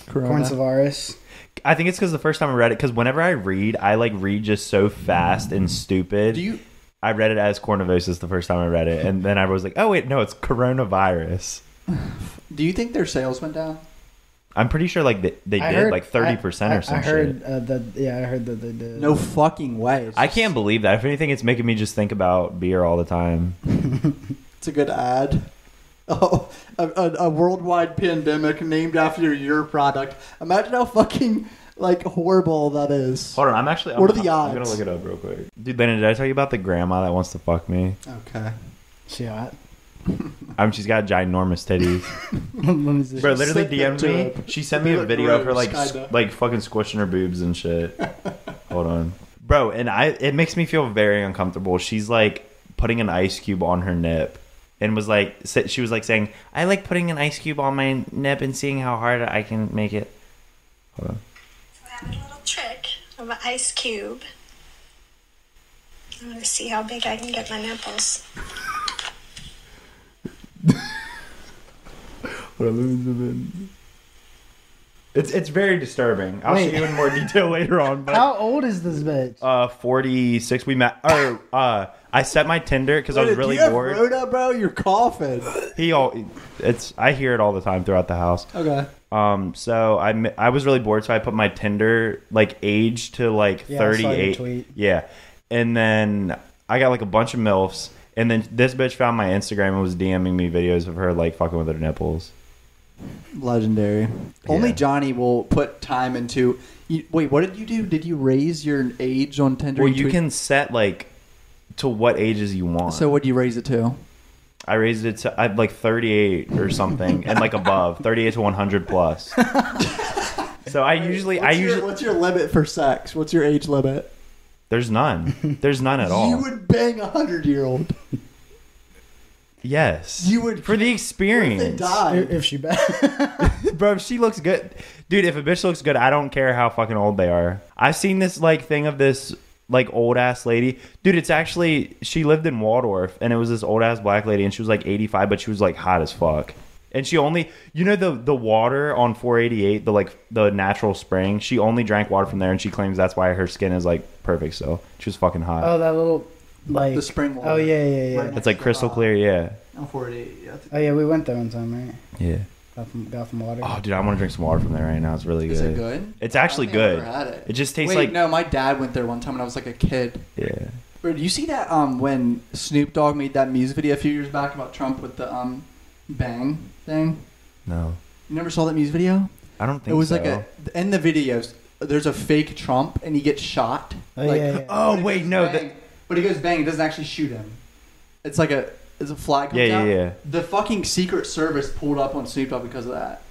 [SPEAKER 4] Corn Savaris.
[SPEAKER 2] I think it's because the first time I read it, because whenever I read, I like read just so fast and stupid.
[SPEAKER 3] Do you?
[SPEAKER 2] I read it as cornovirus the first time I read it, and then I was like, oh wait, no, it's coronavirus.
[SPEAKER 3] Do you think their sales went down?
[SPEAKER 2] I'm pretty sure like they, they
[SPEAKER 4] I
[SPEAKER 2] did
[SPEAKER 4] heard-
[SPEAKER 2] like thirty percent
[SPEAKER 4] I-
[SPEAKER 2] or some
[SPEAKER 4] I heard
[SPEAKER 2] shit.
[SPEAKER 4] uh, that. Yeah, I heard that they did.
[SPEAKER 3] No fucking way. It's
[SPEAKER 2] I
[SPEAKER 3] just-
[SPEAKER 2] can't believe that. If anything, it's making me just think about beer all the time.
[SPEAKER 3] It's a good ad. Oh, a, a, a worldwide pandemic named after your product. Imagine how fucking like horrible that is.
[SPEAKER 2] Hold on, I'm actually.
[SPEAKER 3] What
[SPEAKER 2] I'm,
[SPEAKER 3] are the
[SPEAKER 2] I'm gonna
[SPEAKER 3] odds?
[SPEAKER 2] look it up real quick, dude. Lennon, did I tell you about the grandma that wants to fuck me?
[SPEAKER 3] Okay.
[SPEAKER 4] She hot.
[SPEAKER 2] I mean, she's got ginormous titties.
[SPEAKER 4] Let me see.
[SPEAKER 2] Bro, literally
[SPEAKER 3] Send them
[SPEAKER 2] DM'd me.
[SPEAKER 3] to her.
[SPEAKER 2] She sent me a
[SPEAKER 3] Look,
[SPEAKER 2] video of her
[SPEAKER 3] Rose,
[SPEAKER 2] like s-
[SPEAKER 3] kinda.
[SPEAKER 2] like fucking squishing her boobs and shit. Hold on, bro. And I it makes me feel very uncomfortable. She's like putting an ice cube on her nip, and was like sa- she was like saying, "I like putting an ice cube on my nip and seeing how hard I can make it." Hold on.
[SPEAKER 5] So I have a little trick of an ice cube. I'm gonna see how big I can get my nipples.
[SPEAKER 2] It's it's very disturbing. I'll
[SPEAKER 4] Wait.
[SPEAKER 2] show you in more detail later on. But
[SPEAKER 4] How old is this bitch?
[SPEAKER 2] uh, forty six. We met. Or uh, I set my Tinder because I was
[SPEAKER 3] Dude,
[SPEAKER 2] really
[SPEAKER 3] do you
[SPEAKER 2] bored.
[SPEAKER 3] Have Rhoda, bro, you're coughing.
[SPEAKER 2] He all it's I hear it all the time throughout the house.
[SPEAKER 3] Okay.
[SPEAKER 2] Um, so I m- I was really bored, so I put my Tinder like age to like
[SPEAKER 4] Yeah, I saw your
[SPEAKER 2] thirty eight.
[SPEAKER 4] tweet.
[SPEAKER 2] Yeah, and then I got like a bunch of milfs, and then this bitch found my Instagram and was DMing me videos of her like fucking with her nipples.
[SPEAKER 3] Legendary.
[SPEAKER 2] Yeah.
[SPEAKER 3] Only Johnny will put time into. You, wait, what did you do? Did you raise your age on Tinder?
[SPEAKER 2] Well,
[SPEAKER 3] and
[SPEAKER 2] you
[SPEAKER 3] tweet-
[SPEAKER 2] can set like to what ages you want.
[SPEAKER 3] So what do you raise it to?
[SPEAKER 2] I raised it to I'd like 38 or something, and like above 38 to 100 plus. so I usually I
[SPEAKER 3] What's your-
[SPEAKER 2] usually
[SPEAKER 3] What's your limit for sex? What's your age limit?
[SPEAKER 2] there's none there's none at all.
[SPEAKER 3] You would bang a hundred year old.
[SPEAKER 2] Yes.
[SPEAKER 3] You would-
[SPEAKER 2] for the experience.
[SPEAKER 3] They die.
[SPEAKER 4] If if she bad.
[SPEAKER 2] Bro, if she looks good. Dude, if a bitch looks good, I don't care how fucking old they are. I've seen this like thing of this like old ass lady. Dude, it's actually she lived in Waldorf and it was this old ass black lady and she was like 85 but she was like hot as fuck. And she only you know the the water on 488, the like the natural spring, she only drank water from there and she claims that's why her skin is like perfect so. She was fucking hot.
[SPEAKER 4] Oh, that little like
[SPEAKER 3] The spring water.
[SPEAKER 4] Oh yeah, yeah, yeah.
[SPEAKER 3] Right.
[SPEAKER 2] it's like crystal clear, yeah.
[SPEAKER 3] I'm 48. Yeah, I think
[SPEAKER 4] Oh yeah, we went there one time, right?
[SPEAKER 2] Yeah.
[SPEAKER 4] Gotham, Gotham Water.
[SPEAKER 2] Oh, dude, I want to drink some water from there right now. It's really
[SPEAKER 3] Is it good?
[SPEAKER 2] It's actually
[SPEAKER 3] I don't think
[SPEAKER 2] good.
[SPEAKER 3] I've ever had it.
[SPEAKER 2] It just tastes
[SPEAKER 3] Wait,
[SPEAKER 2] like
[SPEAKER 3] no, my dad went there one time when I was like a kid.
[SPEAKER 2] yeah.
[SPEAKER 3] Bro, do you see that um when Snoop Dogg made that music video a few years back about Trump with the um bang thing?
[SPEAKER 2] No,
[SPEAKER 3] You never saw that music video?
[SPEAKER 2] I don't think
[SPEAKER 3] It was
[SPEAKER 2] so.
[SPEAKER 3] like a in the videos. There's a fake Trump and he gets shot.
[SPEAKER 4] Oh,
[SPEAKER 3] like, uh,
[SPEAKER 4] yeah, yeah.
[SPEAKER 2] Oh,
[SPEAKER 3] but he
[SPEAKER 2] wait,
[SPEAKER 3] goes
[SPEAKER 2] no,
[SPEAKER 3] bang,
[SPEAKER 2] that-
[SPEAKER 3] but he goes bang. It doesn't actually shoot him. It's like a it's a flag. Comes
[SPEAKER 2] Yeah, yeah,
[SPEAKER 3] out.
[SPEAKER 2] yeah.
[SPEAKER 3] The fucking Secret Service pulled up on Snoop Dogg because of that,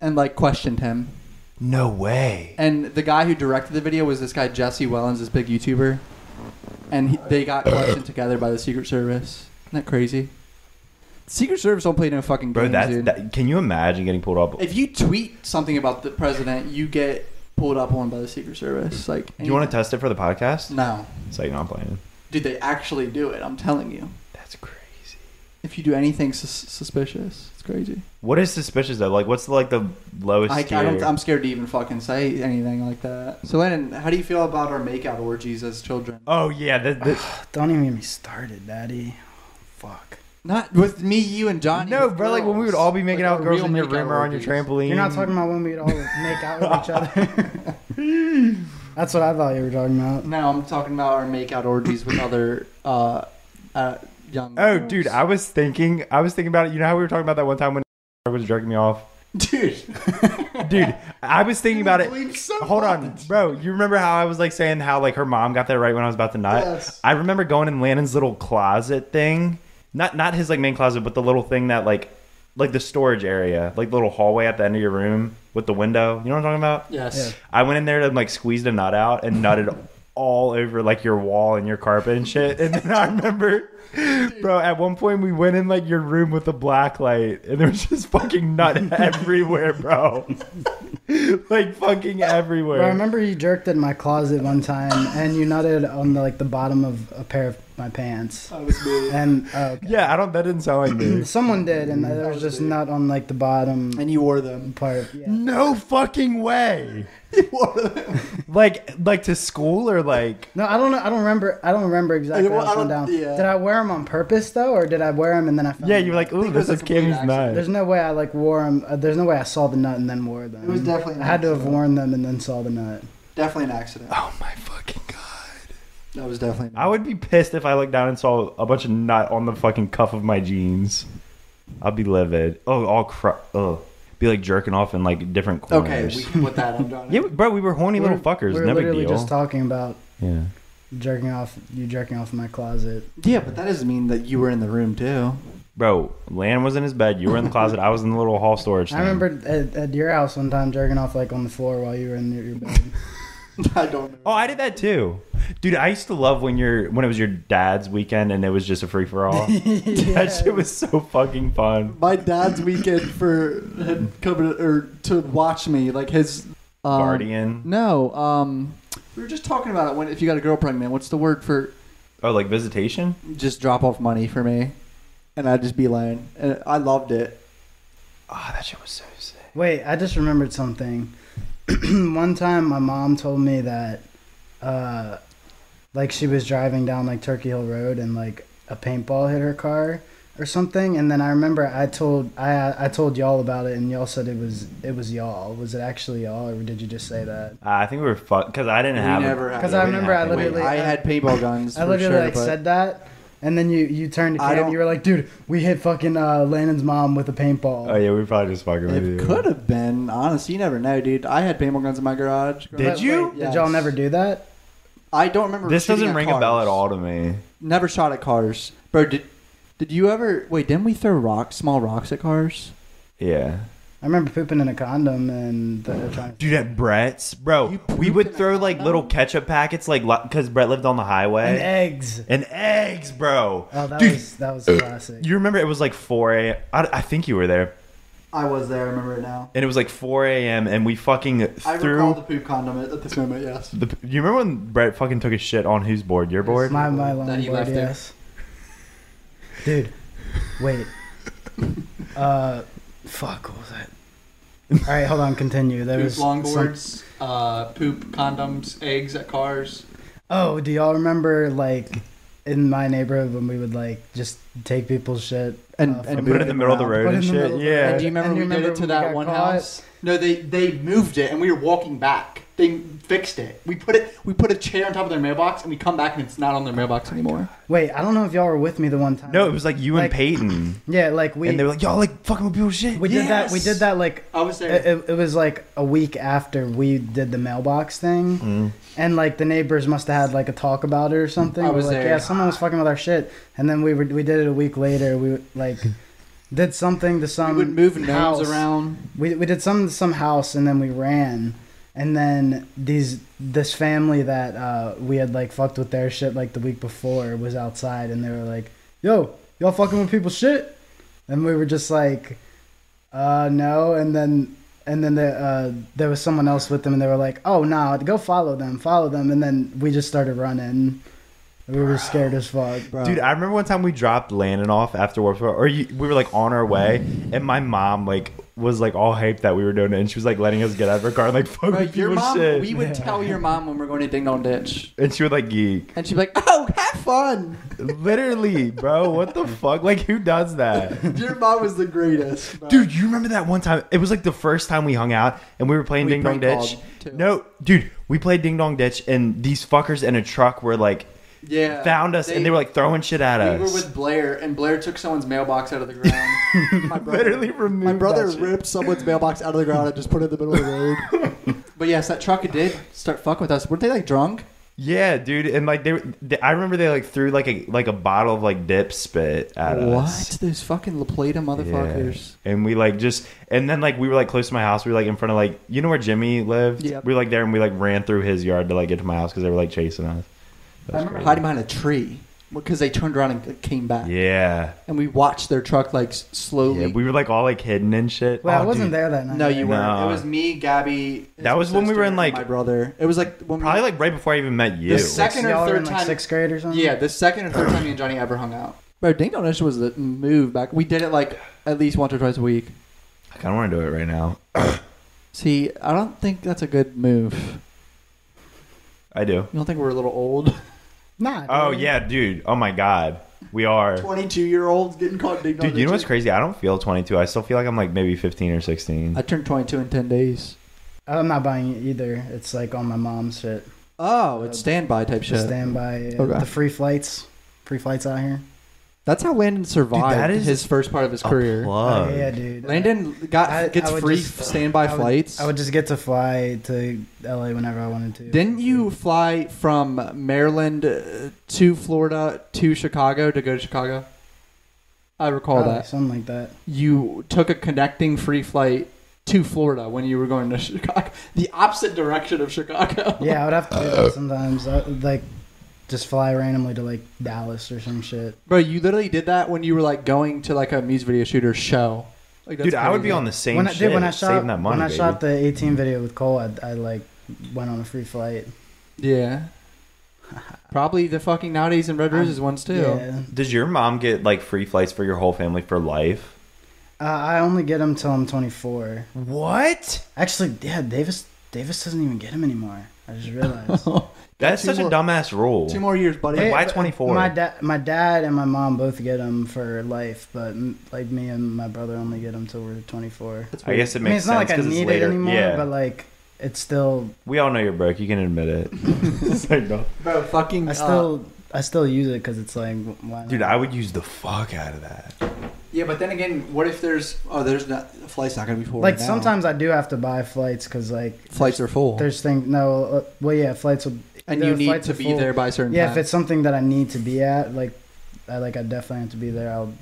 [SPEAKER 3] and like questioned him.
[SPEAKER 2] no way.
[SPEAKER 3] And the guy who directed the video was this guy Jesse Wellens, this big YouTuber, and he, they got questioned together by the Secret Service. Isn't that crazy? Secret Service don't play no fucking
[SPEAKER 2] Bro,
[SPEAKER 3] games,
[SPEAKER 2] that's
[SPEAKER 3] dude.
[SPEAKER 2] that. Can you imagine getting pulled up?
[SPEAKER 3] If you tweet something about the president, you get pulled up on by the Secret Service. Like,
[SPEAKER 2] Do you want to test it for the podcast?
[SPEAKER 3] No,
[SPEAKER 2] It's like no, I'm playing.
[SPEAKER 3] dude, they actually do it. I'm telling you.
[SPEAKER 2] That's crazy.
[SPEAKER 3] If you do anything sus- suspicious, it's crazy.
[SPEAKER 2] What is suspicious though? Like, what's the, like the lowest
[SPEAKER 3] I, I
[SPEAKER 2] tier?
[SPEAKER 3] don't, I'm scared to even fucking say anything like that. So, Lennon, how do you feel about our makeout orgies as children?
[SPEAKER 2] oh yeah, that, that-
[SPEAKER 4] Don't even get me started, Daddy. Fuck.
[SPEAKER 3] Not with me, you, and Johnny.
[SPEAKER 2] no,
[SPEAKER 3] with
[SPEAKER 2] bro. Like when we would
[SPEAKER 3] girls.
[SPEAKER 2] all be making out
[SPEAKER 3] Like, our
[SPEAKER 2] with girls
[SPEAKER 3] real
[SPEAKER 2] in your
[SPEAKER 3] makeout
[SPEAKER 2] room or on your
[SPEAKER 3] orgies.
[SPEAKER 2] trampoline.
[SPEAKER 4] You're not talking about when we'd all make out with each other. That's what I thought you were talking about.
[SPEAKER 3] No, I'm talking about our makeout orgies with other uh, uh, young.
[SPEAKER 2] Oh,
[SPEAKER 3] girls.
[SPEAKER 2] dude, I was thinking. I was thinking about it. You know how we were talking about that one time when was jerking me off,
[SPEAKER 3] dude,
[SPEAKER 2] dude. I was thinking about it.
[SPEAKER 3] Bleep so
[SPEAKER 2] Hold on,
[SPEAKER 3] much.
[SPEAKER 2] bro. You remember how I was like saying how like her mom got that right when I was about to nut?
[SPEAKER 3] Yes.
[SPEAKER 2] I remember going in Lannon's little closet thing, not not his like main closet, but the little thing that like like the storage area, like the little hallway at the end of your room with the window. You know what I'm talking about?
[SPEAKER 3] Yes.
[SPEAKER 2] I went in there and like squeezed a nut out and nutted all over like your wall and your carpet and shit. And then I remember, bro, at one point we went in like your room with a black light and there was just fucking nut everywhere, bro. like fucking everywhere.
[SPEAKER 4] Bro, I remember you jerked in my closet one time, and you nutted on the, like the bottom of a pair of my pants.
[SPEAKER 3] That was me.
[SPEAKER 4] And oh, okay.
[SPEAKER 2] Yeah, I don't. That didn't sound like me.
[SPEAKER 4] someone did, and there was just not on like the bottom
[SPEAKER 3] And you wore them.
[SPEAKER 4] part. Yeah.
[SPEAKER 2] No fucking way.
[SPEAKER 3] You wore them.
[SPEAKER 2] Like like to school or like
[SPEAKER 4] No, I don't know. I don't remember. I don't remember exactly
[SPEAKER 3] well,
[SPEAKER 4] how I
[SPEAKER 3] I
[SPEAKER 4] fell
[SPEAKER 3] don't-
[SPEAKER 4] down.
[SPEAKER 3] yeah.
[SPEAKER 4] Did I wear them on purpose though, or did I wear them and then I fell?
[SPEAKER 2] yeah.
[SPEAKER 4] down?
[SPEAKER 2] You're like ooh,
[SPEAKER 3] it
[SPEAKER 2] this
[SPEAKER 3] was a
[SPEAKER 2] is
[SPEAKER 3] complete
[SPEAKER 2] Cam's
[SPEAKER 3] accident.
[SPEAKER 2] night.
[SPEAKER 4] There's no way I like wore them. Uh, there's no way I saw the nut and then wore them.
[SPEAKER 3] It was definitely an
[SPEAKER 4] I had to have
[SPEAKER 3] accident.
[SPEAKER 4] worn them and then saw the nut.
[SPEAKER 3] Definitely an accident.
[SPEAKER 2] Oh my fucking god.
[SPEAKER 3] That was definitely. An
[SPEAKER 2] I would be pissed if I looked down and saw a bunch of nut on the fucking cuff of my jeans. I'd be livid. Oh, all cr- Ugh. Be like jerking off in like different
[SPEAKER 3] okay,
[SPEAKER 2] corners.
[SPEAKER 3] we can put that on John.
[SPEAKER 2] yeah, bro, we were horny little fuckers.
[SPEAKER 4] We were
[SPEAKER 2] no big
[SPEAKER 4] literally
[SPEAKER 2] deal.
[SPEAKER 4] just talking about
[SPEAKER 2] yeah.
[SPEAKER 4] jerking off. You jerking off in my closet.
[SPEAKER 3] yeah, but that doesn't mean that you were in the room too.
[SPEAKER 2] Bro, Lan was in his bed. You were in the closet. I was in the little hall storage.
[SPEAKER 4] I
[SPEAKER 2] thing.
[SPEAKER 4] remember at, at your house one time jerking off like on the floor while you were in your, your bed.
[SPEAKER 3] I don't. Know.
[SPEAKER 2] Oh, I did that too, dude. I used to love when your when it was your dad's weekend and it was just a free for all. That shit was so fucking fun.
[SPEAKER 3] my dad's weekend for had come to, or to watch me like his um,
[SPEAKER 2] Guardian.
[SPEAKER 3] No, um, we were just talking about it when if you got a girl pregnant, what's the word for
[SPEAKER 2] Oh, like visitation.
[SPEAKER 3] just drop off money for me? And I'd just be laying, and I loved it.
[SPEAKER 2] Oh, that shit was so sick.
[SPEAKER 4] Wait, I just remembered something. One time, my mom told me that, uh, like she was driving down like Turkey Hill Road and like a paintball hit her car or something. And then I remember I told I I told y'all about it, and y'all said it was it was y'all. Was it actually y'all, or did you just say that?
[SPEAKER 2] Uh, I think we were fucked because I didn't
[SPEAKER 3] We
[SPEAKER 2] have.
[SPEAKER 3] never had- 'Cause
[SPEAKER 4] I
[SPEAKER 2] we didn't
[SPEAKER 4] remember
[SPEAKER 2] have
[SPEAKER 4] I
[SPEAKER 2] it.
[SPEAKER 3] Wait,
[SPEAKER 4] literally-
[SPEAKER 3] I had paintball guns.
[SPEAKER 4] I
[SPEAKER 3] for
[SPEAKER 4] literally
[SPEAKER 3] sure,
[SPEAKER 4] like
[SPEAKER 3] but-
[SPEAKER 4] said that. And then you, you turned to
[SPEAKER 3] I
[SPEAKER 4] Cam and
[SPEAKER 3] don't-
[SPEAKER 4] you were like, dude, we hit fucking uh, Landon's mom with a paintball.
[SPEAKER 2] Oh yeah, we were probably just fucking with you.
[SPEAKER 3] It could have been. Honestly, you never know, dude. I had paintball guns in my garage.
[SPEAKER 2] Did you?
[SPEAKER 4] Did y'all
[SPEAKER 3] Yes.
[SPEAKER 4] never do that?
[SPEAKER 3] I don't remember.
[SPEAKER 2] This
[SPEAKER 3] shooting
[SPEAKER 2] doesn't
[SPEAKER 3] at
[SPEAKER 2] ring a
[SPEAKER 3] cars.
[SPEAKER 2] bell at all to me.
[SPEAKER 3] Never shot at cars, bro. Did did you ever? Wait, didn't we throw rocks, small rocks at cars?
[SPEAKER 2] Yeah.
[SPEAKER 4] I remember pooping in a condom and the, trying to
[SPEAKER 2] Dude, at Brett's, bro,
[SPEAKER 3] You
[SPEAKER 2] we
[SPEAKER 3] pooped
[SPEAKER 2] would
[SPEAKER 3] in a
[SPEAKER 2] throw like
[SPEAKER 3] condom?
[SPEAKER 2] little ketchup packets, like because Brett lived on the
[SPEAKER 4] and
[SPEAKER 2] highway,
[SPEAKER 4] eggs.
[SPEAKER 2] and, eggs, bro.
[SPEAKER 4] Oh, that
[SPEAKER 2] Dude,
[SPEAKER 4] was that was classic.
[SPEAKER 2] you remember it was like 4 a. I, I think you were there,
[SPEAKER 3] I was there. I remember it now.
[SPEAKER 2] and it was like 4 a.m. and we fucking
[SPEAKER 3] I recall the
[SPEAKER 2] threw.
[SPEAKER 3] poop condom at, at this moment. Yes.
[SPEAKER 2] The, you remember when Brett fucking took a shit on whose board? Your board?
[SPEAKER 4] my my
[SPEAKER 3] That he
[SPEAKER 4] longboard,
[SPEAKER 3] left there.
[SPEAKER 4] yes. Dude, wait. uh, fuck, what was that? All right, hold on. Continue. There
[SPEAKER 6] poop
[SPEAKER 4] was some-
[SPEAKER 6] longboards, uh, poop condoms, eggs at cars.
[SPEAKER 4] oh, do y'all remember like in my neighborhood when we would like just take people's shit
[SPEAKER 3] And-
[SPEAKER 4] uh,
[SPEAKER 3] and
[SPEAKER 4] from-
[SPEAKER 2] and put it in the middle of the
[SPEAKER 4] Put it
[SPEAKER 2] road
[SPEAKER 4] in
[SPEAKER 2] and
[SPEAKER 4] the
[SPEAKER 2] shit.
[SPEAKER 4] middle of the
[SPEAKER 2] yeah.
[SPEAKER 4] road.
[SPEAKER 6] Do you remember
[SPEAKER 4] And you
[SPEAKER 6] we
[SPEAKER 4] remember
[SPEAKER 6] did it to
[SPEAKER 4] when we got
[SPEAKER 6] that one
[SPEAKER 4] caught?
[SPEAKER 6] house? No, they they moved it and we were walking back. They fixed it. We put it. We put a chair on top of their mailbox and we come back and it's not on their mailbox anymore.
[SPEAKER 4] Wait, I don't know if y'all were with me the one time.
[SPEAKER 2] No, it was like you
[SPEAKER 4] Like-
[SPEAKER 2] and Peyton,
[SPEAKER 4] yeah, like we
[SPEAKER 2] and they were like, "Y'all like fucking with people's shit."
[SPEAKER 4] we did that. We did
[SPEAKER 6] Yes!
[SPEAKER 4] that like
[SPEAKER 6] I was there.
[SPEAKER 4] it, it, it was like a week after we did the mailbox thing,
[SPEAKER 2] Mm.
[SPEAKER 4] and like the neighbors must have had like a talk about it or something.
[SPEAKER 6] I
[SPEAKER 4] We're
[SPEAKER 6] was
[SPEAKER 4] like,
[SPEAKER 6] there.
[SPEAKER 4] Yeah, someone was fucking with our shit, and then we were, we did it a week later. We like did something to some
[SPEAKER 3] we
[SPEAKER 2] um,
[SPEAKER 3] would move gnomes
[SPEAKER 4] house.
[SPEAKER 3] around.
[SPEAKER 4] We we did some some house, and then we ran. And then these this family that uh, we had like fucked with their shit like the week before was outside, and they were like, "Yo, y'all fucking with people's shit," and we were just like, "Uh, no." And then and then the, uh, there was someone else with them, and they were like, "Oh no, go follow them, follow them." And then we just started running. We were scared as fuck, bro.
[SPEAKER 2] Dude, I remember one time we dropped Landon off after Warped Tour, or you, we were like on our way, and my mom like was like all hyped that we were doing it, and she was like letting us get out of her car and like fuck
[SPEAKER 3] Bro,
[SPEAKER 2] with
[SPEAKER 3] your
[SPEAKER 2] people's
[SPEAKER 3] mom.
[SPEAKER 2] shit,
[SPEAKER 3] We would tell your mom when we're going to Ding Dong Ditch,
[SPEAKER 2] and she would like geek.
[SPEAKER 3] and she'd be like, "Oh, have fun."
[SPEAKER 2] Literally, bro, what the fuck? Like, who does that?
[SPEAKER 3] Your mom was the greatest, bro.
[SPEAKER 2] Dude, you remember that one time? It was like the first time we hung out, and we were playing
[SPEAKER 3] We
[SPEAKER 2] Ding Dong
[SPEAKER 3] prank
[SPEAKER 2] Ditch.
[SPEAKER 3] called, too.
[SPEAKER 2] No, dude, we played Ding Dong Ditch, and these fuckers in a truck were like
[SPEAKER 3] Yeah,
[SPEAKER 2] found us, and they were like throwing shit at
[SPEAKER 3] "We
[SPEAKER 2] us.
[SPEAKER 3] were with Blair, and Blair took someone's mailbox out of the ground." my brother,
[SPEAKER 2] Literally removed
[SPEAKER 3] my brother
[SPEAKER 2] that shit.
[SPEAKER 3] ripped someone's mailbox out of the ground and just put it in the middle of the road. but yes, that truck did start fucking with us. Weren't they like drunk?
[SPEAKER 2] Yeah, dude, and like they, were- they I remember they like threw like a like a bottle of like dip spit at us.
[SPEAKER 3] What those fucking La Plata motherfuckers?
[SPEAKER 2] Yeah. And we like just and then like we were like close to my house. We were like in front of like you know where Jimmy lived.
[SPEAKER 3] Yep.
[SPEAKER 2] We were like there and we like ran through his yard to like get to my house because they were like chasing us. That
[SPEAKER 3] I
[SPEAKER 2] was
[SPEAKER 3] remember
[SPEAKER 2] crazy.
[SPEAKER 3] hiding behind a tree. because they turned around and came back,
[SPEAKER 2] Yeah.
[SPEAKER 3] and we watched their truck like s- slowly.
[SPEAKER 2] Yeah, we were like all like hidden and shit.
[SPEAKER 4] Well,
[SPEAKER 2] Oh,
[SPEAKER 4] I wasn't
[SPEAKER 2] dude.
[SPEAKER 4] there that night.
[SPEAKER 3] no, you weren't.
[SPEAKER 2] Nah.
[SPEAKER 3] It was me, Gabby. his
[SPEAKER 2] That was when we were
[SPEAKER 3] sister,
[SPEAKER 2] in,
[SPEAKER 3] and
[SPEAKER 2] like-
[SPEAKER 3] my brother. It was like when we-
[SPEAKER 2] Probably like right before I even met you.
[SPEAKER 3] The sec- second or
[SPEAKER 4] Y'all were
[SPEAKER 3] third
[SPEAKER 4] in, like,
[SPEAKER 3] time-
[SPEAKER 4] sixth grade or something.
[SPEAKER 3] yeah, the second or third time me and Johnny ever hung out. Bro, Ding Dong Dish was the move back. We did it like at least once or twice a week.
[SPEAKER 2] I kind of want to do it right now.
[SPEAKER 3] See, I don't think that's a good move. You
[SPEAKER 2] I do.
[SPEAKER 3] don't think we're a little old?
[SPEAKER 4] Nah. dude.
[SPEAKER 2] Oh yeah, dude. Oh my god, we are.
[SPEAKER 3] Twenty-two year olds getting caught Ding Dong
[SPEAKER 2] Dude, you know what's
[SPEAKER 3] Ditches.
[SPEAKER 2] crazy? I don't feel 22. I still feel like I'm like maybe 15 or 16.
[SPEAKER 3] I turned twenty-two in ten days.
[SPEAKER 4] I'm not buying it either. It's like on my mom's shit.
[SPEAKER 3] Oh, it's standby type shit.
[SPEAKER 4] Standby. uh,
[SPEAKER 3] Okay.
[SPEAKER 4] The free flights. Free flights out here.
[SPEAKER 3] That's how Landon survived
[SPEAKER 2] Dude, that is
[SPEAKER 3] his first part of his career.
[SPEAKER 2] Plug.
[SPEAKER 4] Oh, yeah, dude.
[SPEAKER 3] Landon got
[SPEAKER 4] I-
[SPEAKER 3] gets
[SPEAKER 4] I would
[SPEAKER 3] free
[SPEAKER 4] just-
[SPEAKER 3] standby
[SPEAKER 4] I would-
[SPEAKER 3] flights.
[SPEAKER 4] I would just get to fly to LA whenever I wanted to.
[SPEAKER 3] Didn't you fly from Maryland uh, to Florida to Chicago to go to Chicago? I recall
[SPEAKER 4] Probably,
[SPEAKER 3] that
[SPEAKER 4] Oh, Something like that.
[SPEAKER 3] you took a connecting free flight to Florida when you were going to Chicago, the opposite direction of Chicago.
[SPEAKER 4] Yeah, I would have to do that sometimes. I, like, just fly randomly to like Dallas or some shit.
[SPEAKER 3] bro, you literally did that when you were like going to like a music video shooter show. Like, that's
[SPEAKER 2] Dude, I would be
[SPEAKER 3] crazy.
[SPEAKER 2] on the same
[SPEAKER 4] when I,
[SPEAKER 2] shit.
[SPEAKER 4] Dude, when I shot
[SPEAKER 2] saving that money,
[SPEAKER 4] when I
[SPEAKER 2] baby.
[SPEAKER 4] shot the 18 video with Cole, I, I like went on a free flight.
[SPEAKER 3] Yeah. Probably the fucking nowadays in Red Roses ones too.
[SPEAKER 4] Yeah,
[SPEAKER 2] Does your mom get like free flights for your whole family for life?
[SPEAKER 4] uh, I only get them till I'm 24.
[SPEAKER 2] What?
[SPEAKER 4] Actually, yeah, Davis Davis doesn't even get them anymore. I just realized.
[SPEAKER 2] That's
[SPEAKER 3] Two
[SPEAKER 2] such
[SPEAKER 3] more-
[SPEAKER 2] a dumbass rule.
[SPEAKER 3] Two more years, buddy.
[SPEAKER 4] Hey,
[SPEAKER 2] Why
[SPEAKER 4] but
[SPEAKER 2] 24?
[SPEAKER 4] My dad, my dad, and my mom both get them for life, but m- like me and my brother only get them till we're 24.
[SPEAKER 3] That's
[SPEAKER 2] I
[SPEAKER 3] weird.
[SPEAKER 2] guess it
[SPEAKER 4] I mean,
[SPEAKER 2] makes
[SPEAKER 4] it's not
[SPEAKER 2] sense
[SPEAKER 4] like I
[SPEAKER 2] 'cause
[SPEAKER 4] need
[SPEAKER 2] it's later.
[SPEAKER 4] it anymore,
[SPEAKER 2] yeah,
[SPEAKER 4] but like it's still,
[SPEAKER 2] we all know you're broke. You can admit it. It's like, no.
[SPEAKER 3] Bro, fucking.
[SPEAKER 4] I still, I still use it because it's like, why not?
[SPEAKER 2] Dude, I would use the fuck out of that.
[SPEAKER 3] uh, yeah, but then again, what if there's? Oh, there's not. The flight's not gonna be full.
[SPEAKER 4] like
[SPEAKER 3] right now.
[SPEAKER 4] sometimes I do have to buy flights because like
[SPEAKER 3] flights are full,
[SPEAKER 4] there's things. No, uh, well, yeah, flights will.
[SPEAKER 3] and
[SPEAKER 4] the
[SPEAKER 3] you need
[SPEAKER 4] flights
[SPEAKER 3] to
[SPEAKER 4] are
[SPEAKER 3] be
[SPEAKER 4] full.
[SPEAKER 3] there by a certain.
[SPEAKER 4] Yeah,
[SPEAKER 3] time.
[SPEAKER 4] if it's something that I need to be at, like, I like I definitely have to be there. I'll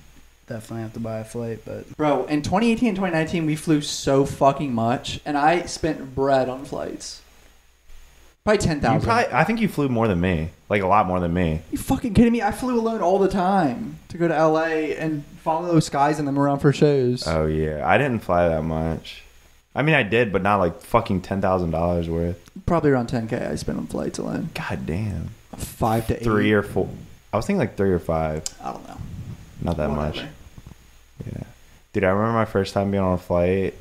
[SPEAKER 4] definitely have to buy a flight, but
[SPEAKER 3] bro. In 2018 and 2019, we flew so fucking much, and I spent bread on flights. Probably ten
[SPEAKER 2] You
[SPEAKER 3] thousand.
[SPEAKER 2] probably, I think you flew more than me, like a lot more than me.
[SPEAKER 3] You fucking kidding me? I flew alone all the time to go to LA and follow those guys and them around for shows.
[SPEAKER 2] Oh yeah, I didn't fly that much. I mean, I did, but not like fucking ten thousand dollars worth.
[SPEAKER 3] Probably around 10k I spent on flights alone.
[SPEAKER 2] God damn,
[SPEAKER 3] Five to eight.
[SPEAKER 2] three or four. I was thinking like three or five,
[SPEAKER 3] I don't know.
[SPEAKER 2] not that much.
[SPEAKER 3] Whatever.
[SPEAKER 2] Yeah, dude, I remember my first time being on a flight.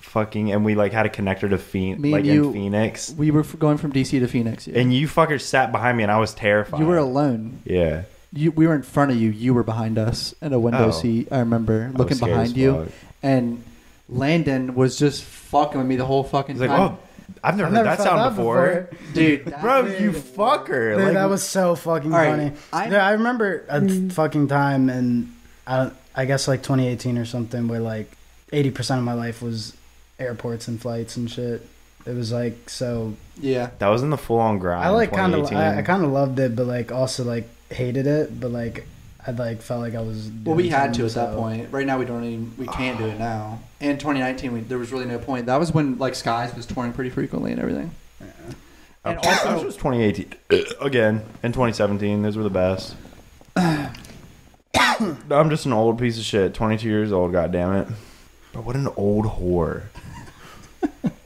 [SPEAKER 2] Fucking, and we like had a connector to Phoenix,
[SPEAKER 3] Me and
[SPEAKER 2] like
[SPEAKER 3] you-
[SPEAKER 2] in Phoenix,
[SPEAKER 3] We were f- going from DC to Phoenix. Yeah.
[SPEAKER 2] and you fuckers sat behind me, and I was terrified.
[SPEAKER 3] you were alone.
[SPEAKER 2] yeah,
[SPEAKER 3] You, we were in front of you. You were behind us in a window
[SPEAKER 2] Oh.
[SPEAKER 3] seat. I remember
[SPEAKER 2] I was
[SPEAKER 3] looking
[SPEAKER 2] scared
[SPEAKER 3] behind
[SPEAKER 2] as
[SPEAKER 3] you,
[SPEAKER 2] fuck.
[SPEAKER 3] and Landon was just fucking with me the whole fucking
[SPEAKER 2] He's like,
[SPEAKER 3] time.
[SPEAKER 2] oh, I've never heard
[SPEAKER 4] I've never
[SPEAKER 2] that
[SPEAKER 4] felt
[SPEAKER 2] sound
[SPEAKER 4] that
[SPEAKER 2] before,
[SPEAKER 3] dude, that-
[SPEAKER 2] bro. You fucker.
[SPEAKER 4] Dude,
[SPEAKER 2] like,
[SPEAKER 4] that was so fucking
[SPEAKER 3] All right,
[SPEAKER 4] funny.
[SPEAKER 3] I- Hmm.
[SPEAKER 4] Dude, I remember a fucking time, and I, I guess like 2018 or something, where like 80 percent of my life was airports and flights and shit. It was like so.
[SPEAKER 3] yeah.
[SPEAKER 2] that was in the full on grind.
[SPEAKER 4] I like kind of,
[SPEAKER 2] 2018.
[SPEAKER 4] I, I kind of loved it, but like also like hated it, but like I like felt like I was.
[SPEAKER 3] Well,
[SPEAKER 4] doing
[SPEAKER 3] we had to
[SPEAKER 4] something,
[SPEAKER 3] at that
[SPEAKER 4] so-
[SPEAKER 3] point. Right now, we don't even we can't do it now. In 2019, we, there was really no point. That was when like Skies was touring pretty frequently and everything.
[SPEAKER 2] And
[SPEAKER 3] And
[SPEAKER 2] also,
[SPEAKER 3] also-
[SPEAKER 2] was 2018 again and 2017. Those were the best. I'm just an old piece of shit. 22 years old. God damn it. But what an old whore.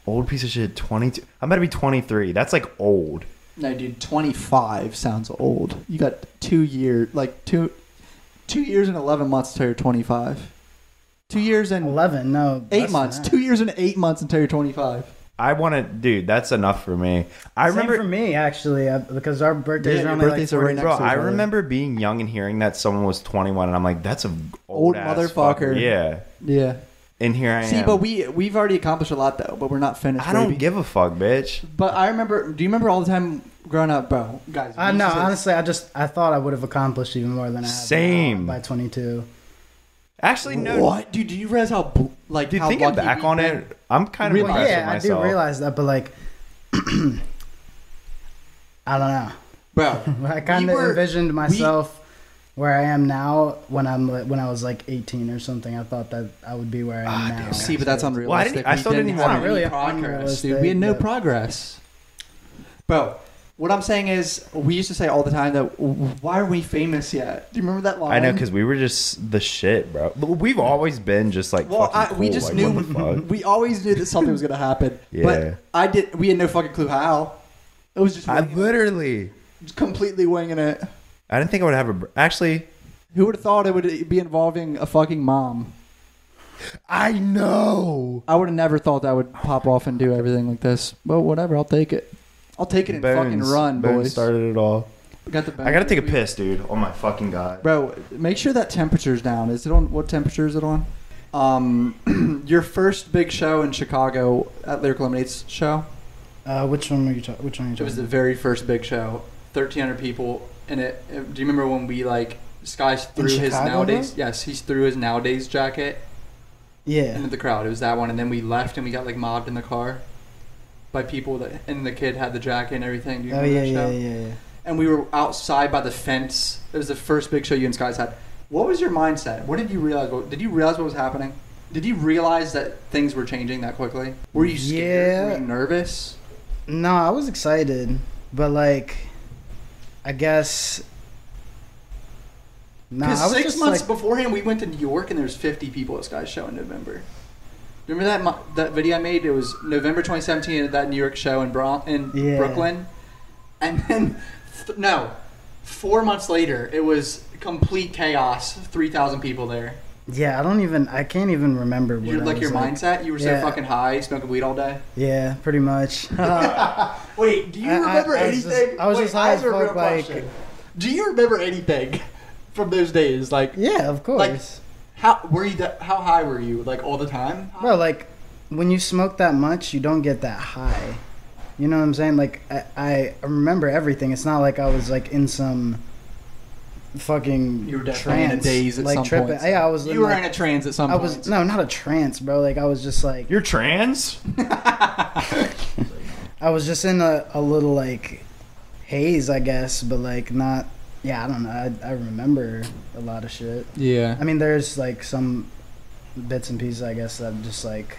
[SPEAKER 2] old piece of shit. 22. I'm about to be 23. That's like old.
[SPEAKER 3] No, dude, 25 sounds old. You got two year, like two, two years and 11 months until you're 25. Two years and
[SPEAKER 4] Eleven, no,
[SPEAKER 3] eight
[SPEAKER 4] less
[SPEAKER 3] months.
[SPEAKER 4] than that.
[SPEAKER 3] Two years and eight months until you're 25.
[SPEAKER 2] I want to, dude. That's enough for me. I
[SPEAKER 4] Same
[SPEAKER 2] remember,
[SPEAKER 4] for me actually, I, because our birthdays
[SPEAKER 3] Yeah,
[SPEAKER 4] are
[SPEAKER 3] your
[SPEAKER 4] only
[SPEAKER 3] birthdays
[SPEAKER 4] like
[SPEAKER 3] are right
[SPEAKER 4] 40
[SPEAKER 3] next
[SPEAKER 2] bro.
[SPEAKER 3] to each
[SPEAKER 2] I
[SPEAKER 3] other.
[SPEAKER 2] remember being young and hearing that someone was 21, and I'm like, that's a old,
[SPEAKER 3] Old
[SPEAKER 2] ass
[SPEAKER 3] motherfucker.
[SPEAKER 2] fucker. Yeah.
[SPEAKER 3] Yeah.
[SPEAKER 2] And here I
[SPEAKER 3] See,
[SPEAKER 2] am.
[SPEAKER 3] but we we've already accomplished a lot though. But we're not finished.
[SPEAKER 2] I don't
[SPEAKER 3] baby.
[SPEAKER 2] give a fuck, bitch.
[SPEAKER 3] But I remember. Do you remember all the time growing up, bro? Guys,
[SPEAKER 4] I
[SPEAKER 3] we
[SPEAKER 4] know.
[SPEAKER 3] used to say-
[SPEAKER 4] uh, Honestly, I just I thought I would have accomplished even more than I have now
[SPEAKER 2] Same.
[SPEAKER 4] by 22.
[SPEAKER 2] Actually, no.
[SPEAKER 3] What, dude? Do you realize how bl- like
[SPEAKER 2] Dude,
[SPEAKER 3] how
[SPEAKER 2] thinking
[SPEAKER 3] lucky
[SPEAKER 2] back
[SPEAKER 3] we've
[SPEAKER 2] on
[SPEAKER 3] been?
[SPEAKER 2] it, I'm kind of
[SPEAKER 4] Well,
[SPEAKER 2] impressed
[SPEAKER 4] yeah, I
[SPEAKER 2] with
[SPEAKER 4] do
[SPEAKER 2] myself.
[SPEAKER 4] realize that, but like, I don't know.
[SPEAKER 3] bro?
[SPEAKER 4] I kind of
[SPEAKER 3] were-
[SPEAKER 4] envisioned myself where I am now when I'm li- when I was like 18 or something. I thought that I would be where I am now.
[SPEAKER 3] See, but that's unrealistic.
[SPEAKER 2] Well, I didn't- I
[SPEAKER 3] We
[SPEAKER 2] still didn't even
[SPEAKER 3] have
[SPEAKER 2] want
[SPEAKER 4] to-
[SPEAKER 3] any
[SPEAKER 4] Really
[SPEAKER 3] progress,
[SPEAKER 4] unrealistic,
[SPEAKER 3] dude. We had no
[SPEAKER 4] but-
[SPEAKER 3] progress, bro. What I'm saying is, we used to say all the time that "W- why are we famous yet? Do you remember that line?
[SPEAKER 7] I know because we were just the shit, bro. But We've always been just like
[SPEAKER 3] well, I,
[SPEAKER 7] fucking
[SPEAKER 3] we
[SPEAKER 7] cool,
[SPEAKER 3] just
[SPEAKER 7] like,
[SPEAKER 3] knew
[SPEAKER 7] what the fuck?
[SPEAKER 3] we always knew that something was gonna happen.
[SPEAKER 7] Yeah.
[SPEAKER 3] But I did. We had no fucking clue how. It was just
[SPEAKER 7] I
[SPEAKER 3] winging-
[SPEAKER 7] literally,
[SPEAKER 3] just completely winging it.
[SPEAKER 7] I didn't think I would have a. br- Actually,
[SPEAKER 3] Who would have thought it would be involving a fucking mom?
[SPEAKER 7] I know.
[SPEAKER 3] I would have never thought that would pop off and do everything like this. But whatever, I'll take it. I'll take it and fucking
[SPEAKER 7] Bones.
[SPEAKER 3] run,
[SPEAKER 7] Bones
[SPEAKER 3] boys.
[SPEAKER 7] started it all.
[SPEAKER 3] Got the
[SPEAKER 7] I gotta take a piss, dude. Oh my fucking god.
[SPEAKER 3] Bro, make sure that temperature's down. Is it on? What temperature is it on? Um, your first big show in Chicago at Lyrical Lemonade's show.
[SPEAKER 4] Uh, which one were you talking? Which one are you
[SPEAKER 3] It was the
[SPEAKER 4] talking? about?
[SPEAKER 3] very first big show. Thirteen hundred people, and it, it- Do you remember when we like Sky's threw his
[SPEAKER 4] Chicago,
[SPEAKER 3] nowadays? Yes, he threw his nowadays jacket into
[SPEAKER 4] Yeah.
[SPEAKER 3] the crowd. It was that one, and then we left and we got like mobbed in the car by people that, and the kid had the jacket and everything. Do you
[SPEAKER 4] Oh
[SPEAKER 3] remember
[SPEAKER 4] yeah,
[SPEAKER 3] that
[SPEAKER 4] yeah,
[SPEAKER 3] show?
[SPEAKER 4] yeah, yeah.
[SPEAKER 3] and we were outside by the fence. It was the first big show you and Skies had. What was your mindset? What did you realize? What, did you realize what was happening? Did you realize that things were changing that quickly? Were you scared?
[SPEAKER 4] Yeah.
[SPEAKER 3] Were you nervous?
[SPEAKER 4] No, I was excited, but like, I guess. Nah,
[SPEAKER 3] Because
[SPEAKER 4] I was
[SPEAKER 3] six
[SPEAKER 4] just
[SPEAKER 3] months
[SPEAKER 4] like,
[SPEAKER 3] beforehand, we went to New York and there's 50 people at Skies show in November. Remember that mo- that video I made? It was November 2017 at that New York show in Bron- in
[SPEAKER 4] Yeah.
[SPEAKER 3] Brooklyn, and then th- no, four months later it was complete chaos. Three thousand people there.
[SPEAKER 4] yeah, I don't even. I can't even remember what.
[SPEAKER 3] Your,
[SPEAKER 4] I
[SPEAKER 3] like your
[SPEAKER 4] was, like-
[SPEAKER 3] mindset, you were
[SPEAKER 4] yeah.
[SPEAKER 3] so fucking high, smoking weed all day.
[SPEAKER 4] Yeah, pretty much.
[SPEAKER 3] Wait, do you
[SPEAKER 4] I- I-
[SPEAKER 3] remember
[SPEAKER 4] I was
[SPEAKER 3] anything?
[SPEAKER 4] just- I was
[SPEAKER 3] Wait,
[SPEAKER 4] just high
[SPEAKER 3] have
[SPEAKER 4] as
[SPEAKER 3] a
[SPEAKER 4] fuck,
[SPEAKER 3] real
[SPEAKER 4] like-
[SPEAKER 3] question. do you remember anything from those days? Like,
[SPEAKER 4] yeah, of course.
[SPEAKER 3] how were you? The, how high were you? Like all the time?
[SPEAKER 4] Bro, like when you smoke that much, you don't get that high. You know what I'm saying? Like I, I remember everything. It's not like I was like in some fucking
[SPEAKER 3] You were definitely in a
[SPEAKER 4] trance,
[SPEAKER 3] daze at
[SPEAKER 4] like
[SPEAKER 3] some
[SPEAKER 4] tripping.
[SPEAKER 3] points.
[SPEAKER 4] Yeah, I was.
[SPEAKER 3] you were
[SPEAKER 4] like,
[SPEAKER 3] in a trance at some
[SPEAKER 4] I
[SPEAKER 3] point.
[SPEAKER 4] was no, not a trance, bro. Like I was just like
[SPEAKER 7] You're trans?
[SPEAKER 4] I was just in a, a little like haze, I guess, but like not. Yeah, I don't know. I, I remember a lot of shit.
[SPEAKER 3] Yeah.
[SPEAKER 4] I mean, there's like some bits and pieces, I guess, that just like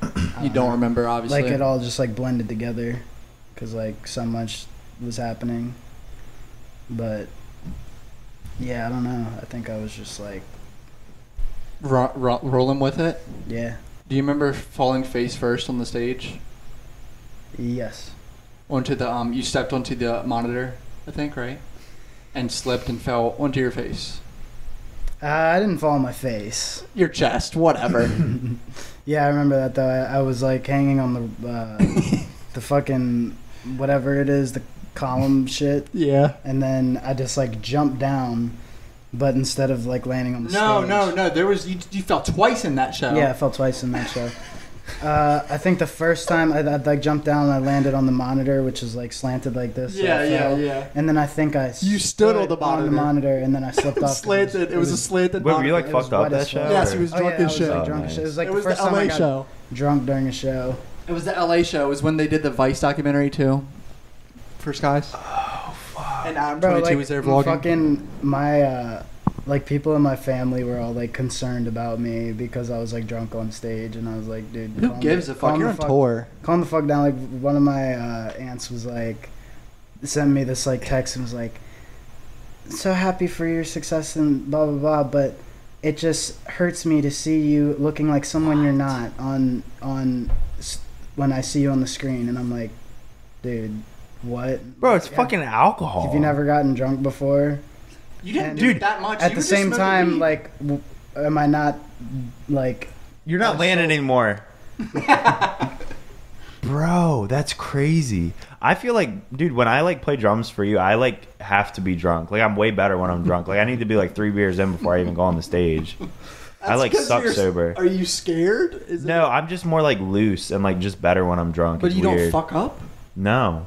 [SPEAKER 4] I
[SPEAKER 3] You don't remember, obviously.
[SPEAKER 4] like it all just like blended together because like so much was happening but yeah i don't know i think i was just like
[SPEAKER 3] Ro- ro- rolling with it.
[SPEAKER 4] yeah
[SPEAKER 3] Do you remember falling face first on the stage?
[SPEAKER 4] yes
[SPEAKER 3] Onto the um, you stepped onto the monitor, I think, right? And slipped and fell onto your face,
[SPEAKER 4] uh, i didn't fall on my face
[SPEAKER 3] your chest, whatever.
[SPEAKER 4] yeah i remember that though i, I was like hanging on the uh, the fucking whatever it is the column shit
[SPEAKER 3] yeah.
[SPEAKER 4] and then i just like jumped down but instead of like landing on the
[SPEAKER 3] No,
[SPEAKER 4] stage-
[SPEAKER 3] no, no. There was you, you fell twice in that show.
[SPEAKER 4] Yeah, I fell twice in that show. Uh, I think the first time I, I like jumped down and I landed on the monitor, which is like slanted like this. so
[SPEAKER 3] yeah,
[SPEAKER 4] I
[SPEAKER 3] yeah,
[SPEAKER 4] fell.
[SPEAKER 3] yeah.
[SPEAKER 4] And then I think I
[SPEAKER 3] You stood on the monitor.
[SPEAKER 4] monitor, and then I slipped off.
[SPEAKER 3] Slanted. It was a
[SPEAKER 7] Wait,
[SPEAKER 3] slanted.
[SPEAKER 7] were you
[SPEAKER 3] monitor.
[SPEAKER 7] like
[SPEAKER 4] it was
[SPEAKER 7] fucked up
[SPEAKER 4] wet
[SPEAKER 7] that
[SPEAKER 4] as
[SPEAKER 7] show?
[SPEAKER 4] fuck.
[SPEAKER 3] Yes,
[SPEAKER 7] or-
[SPEAKER 3] he was
[SPEAKER 4] Oh,
[SPEAKER 3] drunk
[SPEAKER 4] yeah,
[SPEAKER 3] as
[SPEAKER 4] I was
[SPEAKER 3] shit.
[SPEAKER 4] like
[SPEAKER 7] Oh,
[SPEAKER 4] drunk as
[SPEAKER 7] nice.
[SPEAKER 4] shit. It was like
[SPEAKER 3] it
[SPEAKER 4] the
[SPEAKER 3] was
[SPEAKER 4] first
[SPEAKER 3] the
[SPEAKER 4] time
[SPEAKER 3] LA
[SPEAKER 4] I got
[SPEAKER 3] show.
[SPEAKER 4] drunk during a show.
[SPEAKER 3] It was the LA show. It was when they did the Vice documentary too, for Skies. Oh fuck. And Adam
[SPEAKER 4] Bro,
[SPEAKER 3] Twenty Two
[SPEAKER 4] like
[SPEAKER 3] was there
[SPEAKER 4] my
[SPEAKER 3] vlogging.
[SPEAKER 4] fucking my uh, like people in my family were all like concerned about me because I was like drunk on stage, and I was like, dude,
[SPEAKER 3] Who
[SPEAKER 4] calm
[SPEAKER 3] gives
[SPEAKER 4] the-
[SPEAKER 3] a fuck?
[SPEAKER 4] calm
[SPEAKER 3] You're
[SPEAKER 4] the
[SPEAKER 3] on tour.
[SPEAKER 4] calm the fuck down. Like one of my uh, aunts was like, sent me this like text and was like, so happy for your success and blah blah blah, but it just hurts me to see you looking like someone you're not on on s- when I see you on the screen, and I'm like, dude, what?
[SPEAKER 7] Bro, it's
[SPEAKER 4] Yeah.
[SPEAKER 7] fucking alcohol.
[SPEAKER 4] Have you never gotten drunk before?
[SPEAKER 3] You didn't
[SPEAKER 4] And-
[SPEAKER 3] do
[SPEAKER 4] Dude,
[SPEAKER 3] that much.
[SPEAKER 4] At
[SPEAKER 3] You
[SPEAKER 4] the
[SPEAKER 3] were just
[SPEAKER 4] same
[SPEAKER 3] smoking
[SPEAKER 4] time,
[SPEAKER 3] weed.
[SPEAKER 4] like, w- am I not like?
[SPEAKER 7] You're not landing anymore. Bro, that's crazy. I feel like, dude, when I like play drums for you, I like have to be drunk. Like I'm way better when I'm drunk. Like I need to be like three beers in before I even go on the stage. I
[SPEAKER 3] That's
[SPEAKER 7] like
[SPEAKER 3] 'cause
[SPEAKER 7] suck
[SPEAKER 3] you're-
[SPEAKER 7] sober.
[SPEAKER 3] Are you scared? Is it-
[SPEAKER 7] No, I'm just more like loose and like just better when I'm drunk.
[SPEAKER 3] But
[SPEAKER 7] It's
[SPEAKER 3] you don't
[SPEAKER 7] weird.
[SPEAKER 3] fuck up.
[SPEAKER 7] No,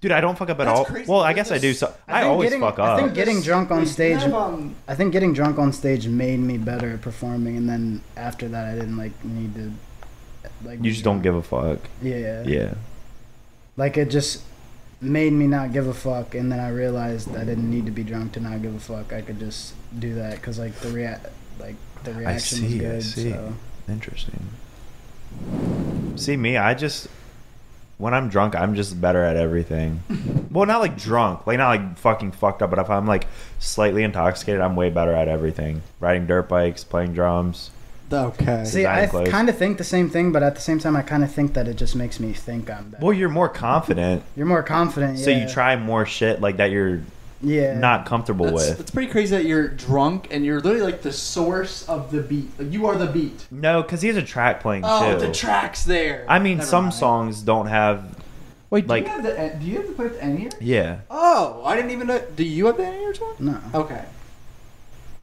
[SPEAKER 7] dude, I don't fuck up at
[SPEAKER 3] That's
[SPEAKER 7] all.
[SPEAKER 3] crazy.
[SPEAKER 7] Well, I
[SPEAKER 3] There's
[SPEAKER 7] guess I
[SPEAKER 3] this-
[SPEAKER 7] do. So
[SPEAKER 4] I
[SPEAKER 7] I,
[SPEAKER 4] think
[SPEAKER 7] always
[SPEAKER 4] getting-
[SPEAKER 7] fuck
[SPEAKER 4] I
[SPEAKER 2] Uh,
[SPEAKER 7] up.
[SPEAKER 4] think Getting drunk on
[SPEAKER 3] We
[SPEAKER 4] stage-
[SPEAKER 3] have, um,
[SPEAKER 4] I think getting drunk on stage made me better at performing, and then after that, I didn't like need to. Like
[SPEAKER 7] you just don't give a fuck.
[SPEAKER 4] Yeah.
[SPEAKER 7] Yeah.
[SPEAKER 4] Like it just made me not give a fuck, and then I realized I didn't need to be drunk to not give a fuck. I could just do that because like the rea- like the reaction
[SPEAKER 7] see, I
[SPEAKER 4] was good.
[SPEAKER 7] see.
[SPEAKER 4] So
[SPEAKER 7] Interesting. See me, I just
[SPEAKER 2] when I'm drunk, I'm just better at everything. well, not like drunk, like not like fucking fucked up, but if I'm like slightly intoxicated, I'm way better at everything. Riding dirt bikes, playing drums.
[SPEAKER 8] Okay.
[SPEAKER 4] See,
[SPEAKER 2] Design
[SPEAKER 4] I
[SPEAKER 2] clothes.
[SPEAKER 4] kind of think the same thing, but at the same time, I kind of think that it just makes me think I'm better.
[SPEAKER 2] Well, you're more confident,
[SPEAKER 4] You're more confident.
[SPEAKER 2] so
[SPEAKER 4] yeah.
[SPEAKER 2] you try more shit like that you're
[SPEAKER 4] Yeah.
[SPEAKER 2] not comfortable
[SPEAKER 3] That's,
[SPEAKER 2] with.
[SPEAKER 3] that's pretty crazy that you're drunk and you're literally like the source of the beat. Like you are the beat.
[SPEAKER 2] No, because he has a track playing
[SPEAKER 3] Oh,
[SPEAKER 2] too.
[SPEAKER 3] the track's there.
[SPEAKER 2] I mean,
[SPEAKER 3] Never
[SPEAKER 2] some
[SPEAKER 3] mind.
[SPEAKER 2] songs don't have
[SPEAKER 3] Wait, do
[SPEAKER 2] like-
[SPEAKER 3] you have the en- do you have the play with the N ear?
[SPEAKER 2] yeah.
[SPEAKER 3] Oh, I didn't even know. Do you have the N ears one?
[SPEAKER 4] No.
[SPEAKER 3] Okay.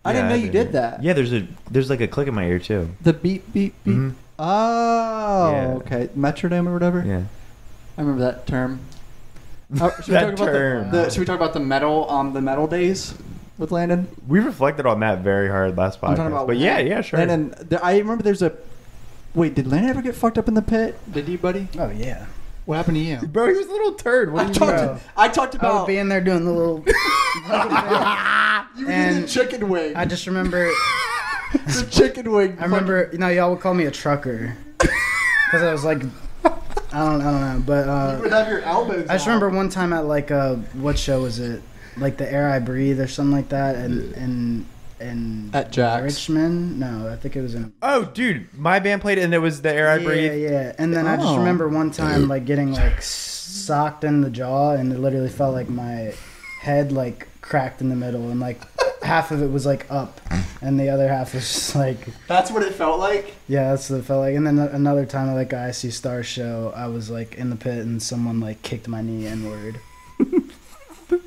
[SPEAKER 3] I
[SPEAKER 2] Yeah,
[SPEAKER 3] didn't know you did that.
[SPEAKER 2] Yeah, there's a there's like a click in my ear too.
[SPEAKER 3] The beat, beat, beat.
[SPEAKER 2] Mhm.
[SPEAKER 3] Oh,
[SPEAKER 2] Yeah.
[SPEAKER 3] okay. Metronome or whatever.
[SPEAKER 2] Yeah.
[SPEAKER 3] I remember that term. Uh, should we
[SPEAKER 2] That
[SPEAKER 3] talk about the-
[SPEAKER 2] term.
[SPEAKER 3] the- should we talk about the metal um, the metal days with Landon?
[SPEAKER 2] We reflected on that very hard last
[SPEAKER 3] I'm
[SPEAKER 2] podcast.
[SPEAKER 3] talking about
[SPEAKER 2] but yeah,
[SPEAKER 3] Landon.
[SPEAKER 2] yeah, sure.
[SPEAKER 3] Landon, the, I remember there's a. Wait, did Landon ever get fucked up in the pit? Did he, buddy?
[SPEAKER 4] Oh yeah.
[SPEAKER 3] What happened to you?
[SPEAKER 2] Bro, he was a little turd.
[SPEAKER 3] I
[SPEAKER 2] What do you
[SPEAKER 3] talked.
[SPEAKER 4] know?
[SPEAKER 3] I talked
[SPEAKER 4] I would
[SPEAKER 3] about
[SPEAKER 4] be in there doing the little.
[SPEAKER 3] you
[SPEAKER 4] and
[SPEAKER 3] and the chicken wing.
[SPEAKER 4] I just remember.
[SPEAKER 3] the chicken wing.
[SPEAKER 4] I remember. You know, y'all would call me a trucker because I was like, I don't, I don't know, but
[SPEAKER 3] You would
[SPEAKER 4] uh,
[SPEAKER 3] have your elbows.
[SPEAKER 4] I just
[SPEAKER 3] out.
[SPEAKER 4] remember one time at like uh, what show was it? Like the air I breathe or something like that, and and and
[SPEAKER 3] At Jack's.
[SPEAKER 4] Richmond. No, I think it was in.
[SPEAKER 2] Oh, dude, my band played, and it was the air I
[SPEAKER 4] yeah,
[SPEAKER 2] breathe.
[SPEAKER 4] yeah. And then I just
[SPEAKER 3] Oh.
[SPEAKER 4] remember one time like getting like socked in the jaw, and it literally felt like my head like cracked in the middle, and like half of it was like up, and the other half was just like
[SPEAKER 3] That's what it felt like.
[SPEAKER 4] yeah, that's what it felt like. And then another time at like a IC Star show, I was like in the pit, and someone like kicked my knee inward.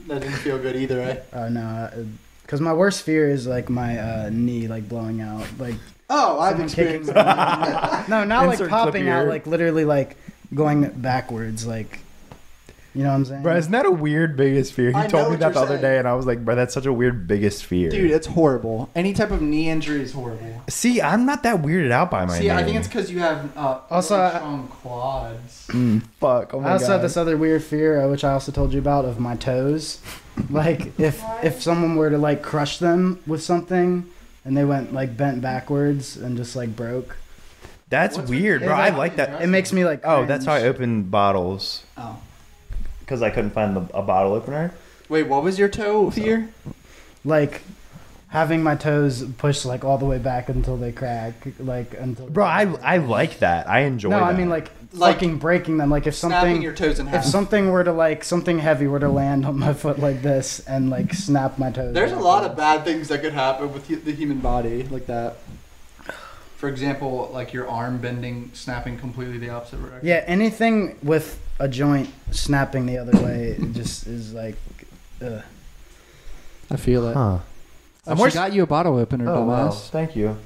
[SPEAKER 3] That didn't feel good either, right?
[SPEAKER 4] Oh no. Because my worst fear is like my uh, knee like blowing out, like
[SPEAKER 3] Oh, I've
[SPEAKER 4] Someone
[SPEAKER 3] experienced
[SPEAKER 4] kicking
[SPEAKER 3] that.
[SPEAKER 4] no, not like
[SPEAKER 2] Insert clip
[SPEAKER 4] popping out,
[SPEAKER 2] here.
[SPEAKER 4] like literally like going backwards, like you know what I'm saying?
[SPEAKER 2] Bro, isn't that a weird biggest fear? He
[SPEAKER 3] I know
[SPEAKER 2] told me
[SPEAKER 3] what
[SPEAKER 2] that the
[SPEAKER 3] you're
[SPEAKER 2] other
[SPEAKER 3] saying.
[SPEAKER 2] day, and I was like, bro, that's such a weird biggest fear.
[SPEAKER 3] Dude, it's horrible. Any type of knee injury is horrible.
[SPEAKER 2] See, I'm not that weirded out by my
[SPEAKER 3] See, I
[SPEAKER 2] name.
[SPEAKER 3] think it's because you have uh,
[SPEAKER 4] Also,
[SPEAKER 3] really
[SPEAKER 4] I-
[SPEAKER 2] oh,
[SPEAKER 3] strong quads.
[SPEAKER 2] fuck. Oh my
[SPEAKER 4] I also
[SPEAKER 2] god.
[SPEAKER 4] have this other weird fear, uh, which I also told you about, of my toes. Like if if someone were to like crush them with something, and they went like bent backwards and just like broke,
[SPEAKER 2] that's
[SPEAKER 3] What's-
[SPEAKER 2] weird,
[SPEAKER 4] It
[SPEAKER 2] bro. I
[SPEAKER 4] like-
[SPEAKER 2] like that.
[SPEAKER 4] it makes me like.
[SPEAKER 2] Oh, that's how I
[SPEAKER 4] cringe.
[SPEAKER 2] opened bottles
[SPEAKER 3] Oh,
[SPEAKER 2] because I couldn't find the, a bottle opener.
[SPEAKER 3] wait, what was your toe fear?
[SPEAKER 4] like having my toes pushed like all the way back until they crack, like until.
[SPEAKER 2] Bro, I I like that. I enjoy.
[SPEAKER 4] no, I
[SPEAKER 2] that.
[SPEAKER 4] mean like,
[SPEAKER 3] Like,
[SPEAKER 4] fucking breaking them. Like if
[SPEAKER 3] Snapping
[SPEAKER 4] something
[SPEAKER 3] your toes in half.
[SPEAKER 4] if something were to like something heavy were to land on my foot like this and like snap my toes.
[SPEAKER 3] There's a lot of bad things that could happen with hu- the human body like that. For example, like your arm bending, snapping completely the opposite direction.
[SPEAKER 4] Yeah, anything with a joint snapping the other way it just is like. Ugh.
[SPEAKER 3] I feel it.
[SPEAKER 2] Huh. I'm more
[SPEAKER 3] got you a bottle opener,
[SPEAKER 2] Oh, wow. Thank you.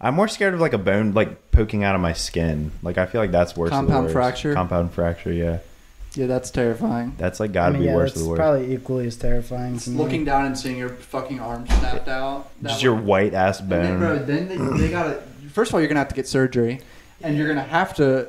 [SPEAKER 2] I'm more scared of like a bone like poking out of my skin. Like I feel like that's worse. of the
[SPEAKER 3] Compound
[SPEAKER 2] worst.
[SPEAKER 3] fracture?
[SPEAKER 2] Compound fracture. Yeah,
[SPEAKER 3] Yeah, that's terrifying.
[SPEAKER 2] that's like
[SPEAKER 4] I
[SPEAKER 2] gotta
[SPEAKER 4] mean,
[SPEAKER 2] be
[SPEAKER 4] yeah,
[SPEAKER 2] worse
[SPEAKER 4] that's
[SPEAKER 2] of the worst.
[SPEAKER 4] probably equally as terrifying. To me.
[SPEAKER 3] Looking down and seeing your fucking arm snapped out. That
[SPEAKER 2] Just your
[SPEAKER 3] would-
[SPEAKER 2] white ass
[SPEAKER 3] And then, bro,
[SPEAKER 2] bone.
[SPEAKER 3] then they, they gotta. First of all, you're gonna have to get surgery, and you're gonna have to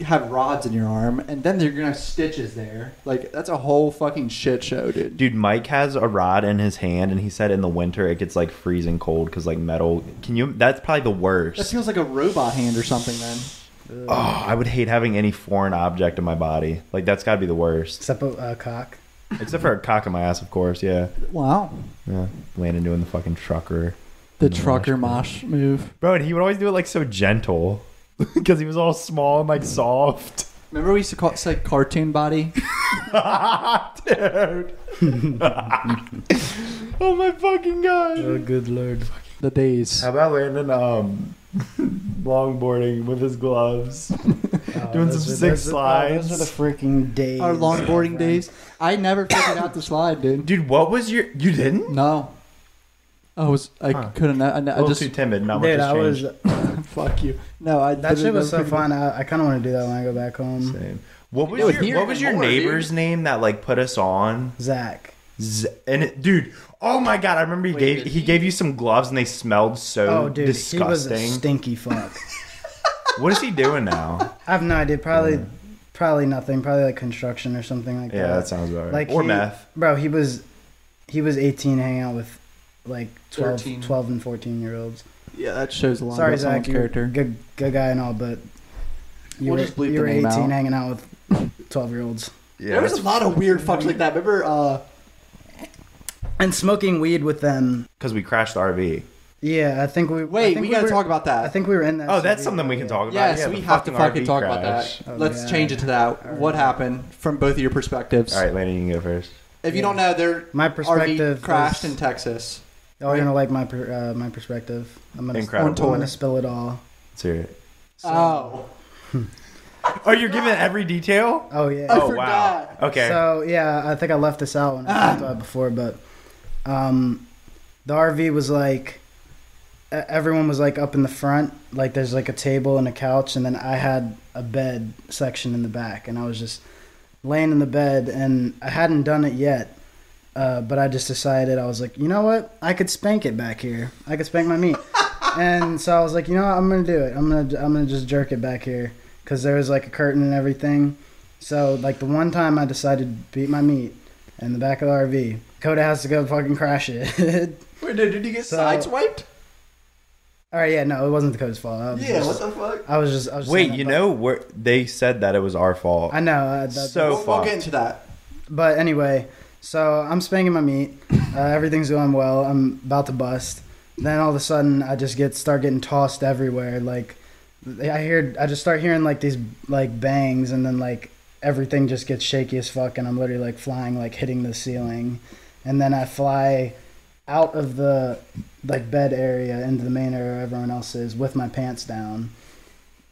[SPEAKER 3] have rods in your arm, and then they're gonna have stitches there. Like that's a whole fucking shit show, dude.
[SPEAKER 2] Dude, Mike has a rod in his hand, and he said in the winter it gets like freezing cold because like metal. Can you? That's probably the
[SPEAKER 3] That
[SPEAKER 2] worst.
[SPEAKER 3] feels like a robot hand or something. Then
[SPEAKER 2] Oh, I would hate having any foreign object in my body. Like that's gotta be the worst.
[SPEAKER 4] Except a uh, cock.
[SPEAKER 2] Except for a cock in my ass, of course. Yeah,
[SPEAKER 3] wow,
[SPEAKER 2] yeah. Landon doing the fucking trucker.
[SPEAKER 3] the trucker mosh move.
[SPEAKER 2] Bro, and he would always do it like so gentle because he was all small and like soft.
[SPEAKER 3] Remember we used to call it like cartoon body.
[SPEAKER 2] Dude. oh my fucking god.
[SPEAKER 4] good lord.
[SPEAKER 3] The days.
[SPEAKER 2] How about Landon um longboarding with his gloves? Doing some sick
[SPEAKER 4] Uh, Oh, Those are the
[SPEAKER 2] slides.
[SPEAKER 4] freaking days.
[SPEAKER 3] Our longboarding
[SPEAKER 4] Right.
[SPEAKER 3] days. I never figured out the slide, dude.
[SPEAKER 2] Dude, what was your you didn't?
[SPEAKER 3] No. I was I
[SPEAKER 2] Huh.
[SPEAKER 3] couldn't I,
[SPEAKER 2] A
[SPEAKER 3] I
[SPEAKER 2] little
[SPEAKER 3] just
[SPEAKER 2] too timid, not much
[SPEAKER 4] Dude,
[SPEAKER 2] has
[SPEAKER 4] I was
[SPEAKER 2] changed.
[SPEAKER 3] fuck you. No, I
[SPEAKER 4] that shit was so
[SPEAKER 3] never figured-
[SPEAKER 4] fun. I, I kind of want to do that when I go back home.
[SPEAKER 2] Same. What was
[SPEAKER 3] Dude,
[SPEAKER 2] your
[SPEAKER 3] here
[SPEAKER 2] what was your
[SPEAKER 3] more, dude.
[SPEAKER 2] neighbor's name that like put us on?
[SPEAKER 4] Zach.
[SPEAKER 2] Z- and it, dude, oh my god, I remember he
[SPEAKER 3] Wait,
[SPEAKER 2] gave
[SPEAKER 3] did
[SPEAKER 2] he gave you some gloves and they smelled so
[SPEAKER 4] Oh, dude, he was a
[SPEAKER 2] disgusting.
[SPEAKER 4] stinky fuck.
[SPEAKER 2] what is he doing now?
[SPEAKER 4] I have no idea. Probably, probably nothing. Probably like construction or something like
[SPEAKER 2] Yeah,
[SPEAKER 4] that.
[SPEAKER 2] that sounds about right.
[SPEAKER 4] Like
[SPEAKER 2] or
[SPEAKER 4] he-
[SPEAKER 2] meth.
[SPEAKER 4] Bro, he was, he was 18, hanging out with like 12,
[SPEAKER 3] 13.
[SPEAKER 4] 12 and 14 year olds.
[SPEAKER 3] Yeah, that shows a lot
[SPEAKER 4] Sorry,
[SPEAKER 3] about someone's
[SPEAKER 4] Zach, you're
[SPEAKER 3] character.
[SPEAKER 4] good, good guy and all, but you
[SPEAKER 3] We'll
[SPEAKER 4] were,
[SPEAKER 3] just bleep
[SPEAKER 4] you
[SPEAKER 3] the
[SPEAKER 4] were
[SPEAKER 3] name
[SPEAKER 4] 18,
[SPEAKER 3] out.
[SPEAKER 4] hanging out with twelve year olds.
[SPEAKER 2] Yeah,
[SPEAKER 3] there was a lot of weird fucks like that. Remember, uh,
[SPEAKER 4] And smoking weed with them.
[SPEAKER 2] because we crashed the RV.
[SPEAKER 4] Yeah, I think we. I
[SPEAKER 3] wait,
[SPEAKER 4] think
[SPEAKER 3] we gotta
[SPEAKER 4] were-
[SPEAKER 3] talk about that.
[SPEAKER 4] I think we were in that.
[SPEAKER 2] Oh, that's
[SPEAKER 4] SUV.
[SPEAKER 2] something we can talk about.
[SPEAKER 3] yes,
[SPEAKER 2] Yeah,
[SPEAKER 3] we
[SPEAKER 2] the
[SPEAKER 3] have to fucking
[SPEAKER 2] RV
[SPEAKER 3] talk about
[SPEAKER 2] crash.
[SPEAKER 3] that.
[SPEAKER 4] Oh,
[SPEAKER 3] Let's
[SPEAKER 4] yeah.
[SPEAKER 3] change it to that. What happened from both of your perspectives?
[SPEAKER 2] All right, Landon, you can go first.
[SPEAKER 3] If you
[SPEAKER 4] Yeah.
[SPEAKER 3] don't know, their
[SPEAKER 4] My
[SPEAKER 3] RV
[SPEAKER 4] perspective
[SPEAKER 3] crashed
[SPEAKER 4] was-
[SPEAKER 3] in Texas.
[SPEAKER 4] Oh, you're gonna like my per, uh, my perspective. I'm gonna
[SPEAKER 2] Incredible.
[SPEAKER 4] I'm gonna spill it all.
[SPEAKER 2] Let's hear it.
[SPEAKER 3] oh,
[SPEAKER 2] Oh, you're giving every detail.
[SPEAKER 4] Oh yeah.
[SPEAKER 3] I
[SPEAKER 2] Oh wow.
[SPEAKER 3] forgot.
[SPEAKER 2] Okay.
[SPEAKER 4] So yeah, I think I left this out when I talked about it before, but um, the RV was like e- everyone was like up in the front, like there's like a table and a couch, and then I had a bed section in the back, and I was just laying in the bed, and I hadn't done it yet. Uh, but I just decided I was like, you know what? I could spank it back here. I could spank my meat, and so I was like, you know what? I'm gonna do it. I'm gonna I'm gonna just jerk it back here because there was like a curtain and everything. So like the one time I decided to beat my meat in the back of the RV, Coda has to go fucking crash it.
[SPEAKER 3] wait, no, did you get
[SPEAKER 4] So-
[SPEAKER 3] sideswiped?
[SPEAKER 4] All right, yeah, no, it wasn't the Coda's fault. I was
[SPEAKER 3] Yeah, what
[SPEAKER 4] just,
[SPEAKER 3] the fuck?
[SPEAKER 4] I was just I was
[SPEAKER 2] Wait,
[SPEAKER 4] saying
[SPEAKER 2] you
[SPEAKER 4] that,
[SPEAKER 2] know where they said that it was our
[SPEAKER 4] but-
[SPEAKER 2] fault.
[SPEAKER 4] I know. Uh, that,
[SPEAKER 2] So
[SPEAKER 3] we'll, we'll
[SPEAKER 2] fucked.
[SPEAKER 3] get into that.
[SPEAKER 4] but anyway, so I'm spanking my meat. Uh, everything's going well. I'm about to bust. Then all of a sudden, I just get start getting tossed everywhere. Like I hear, I just start hearing like these like bangs, and then like everything just gets shaky as fuck, and I'm literally like flying, like hitting the ceiling, and then I fly out of the like bed area into the main area where everyone else is with my pants down,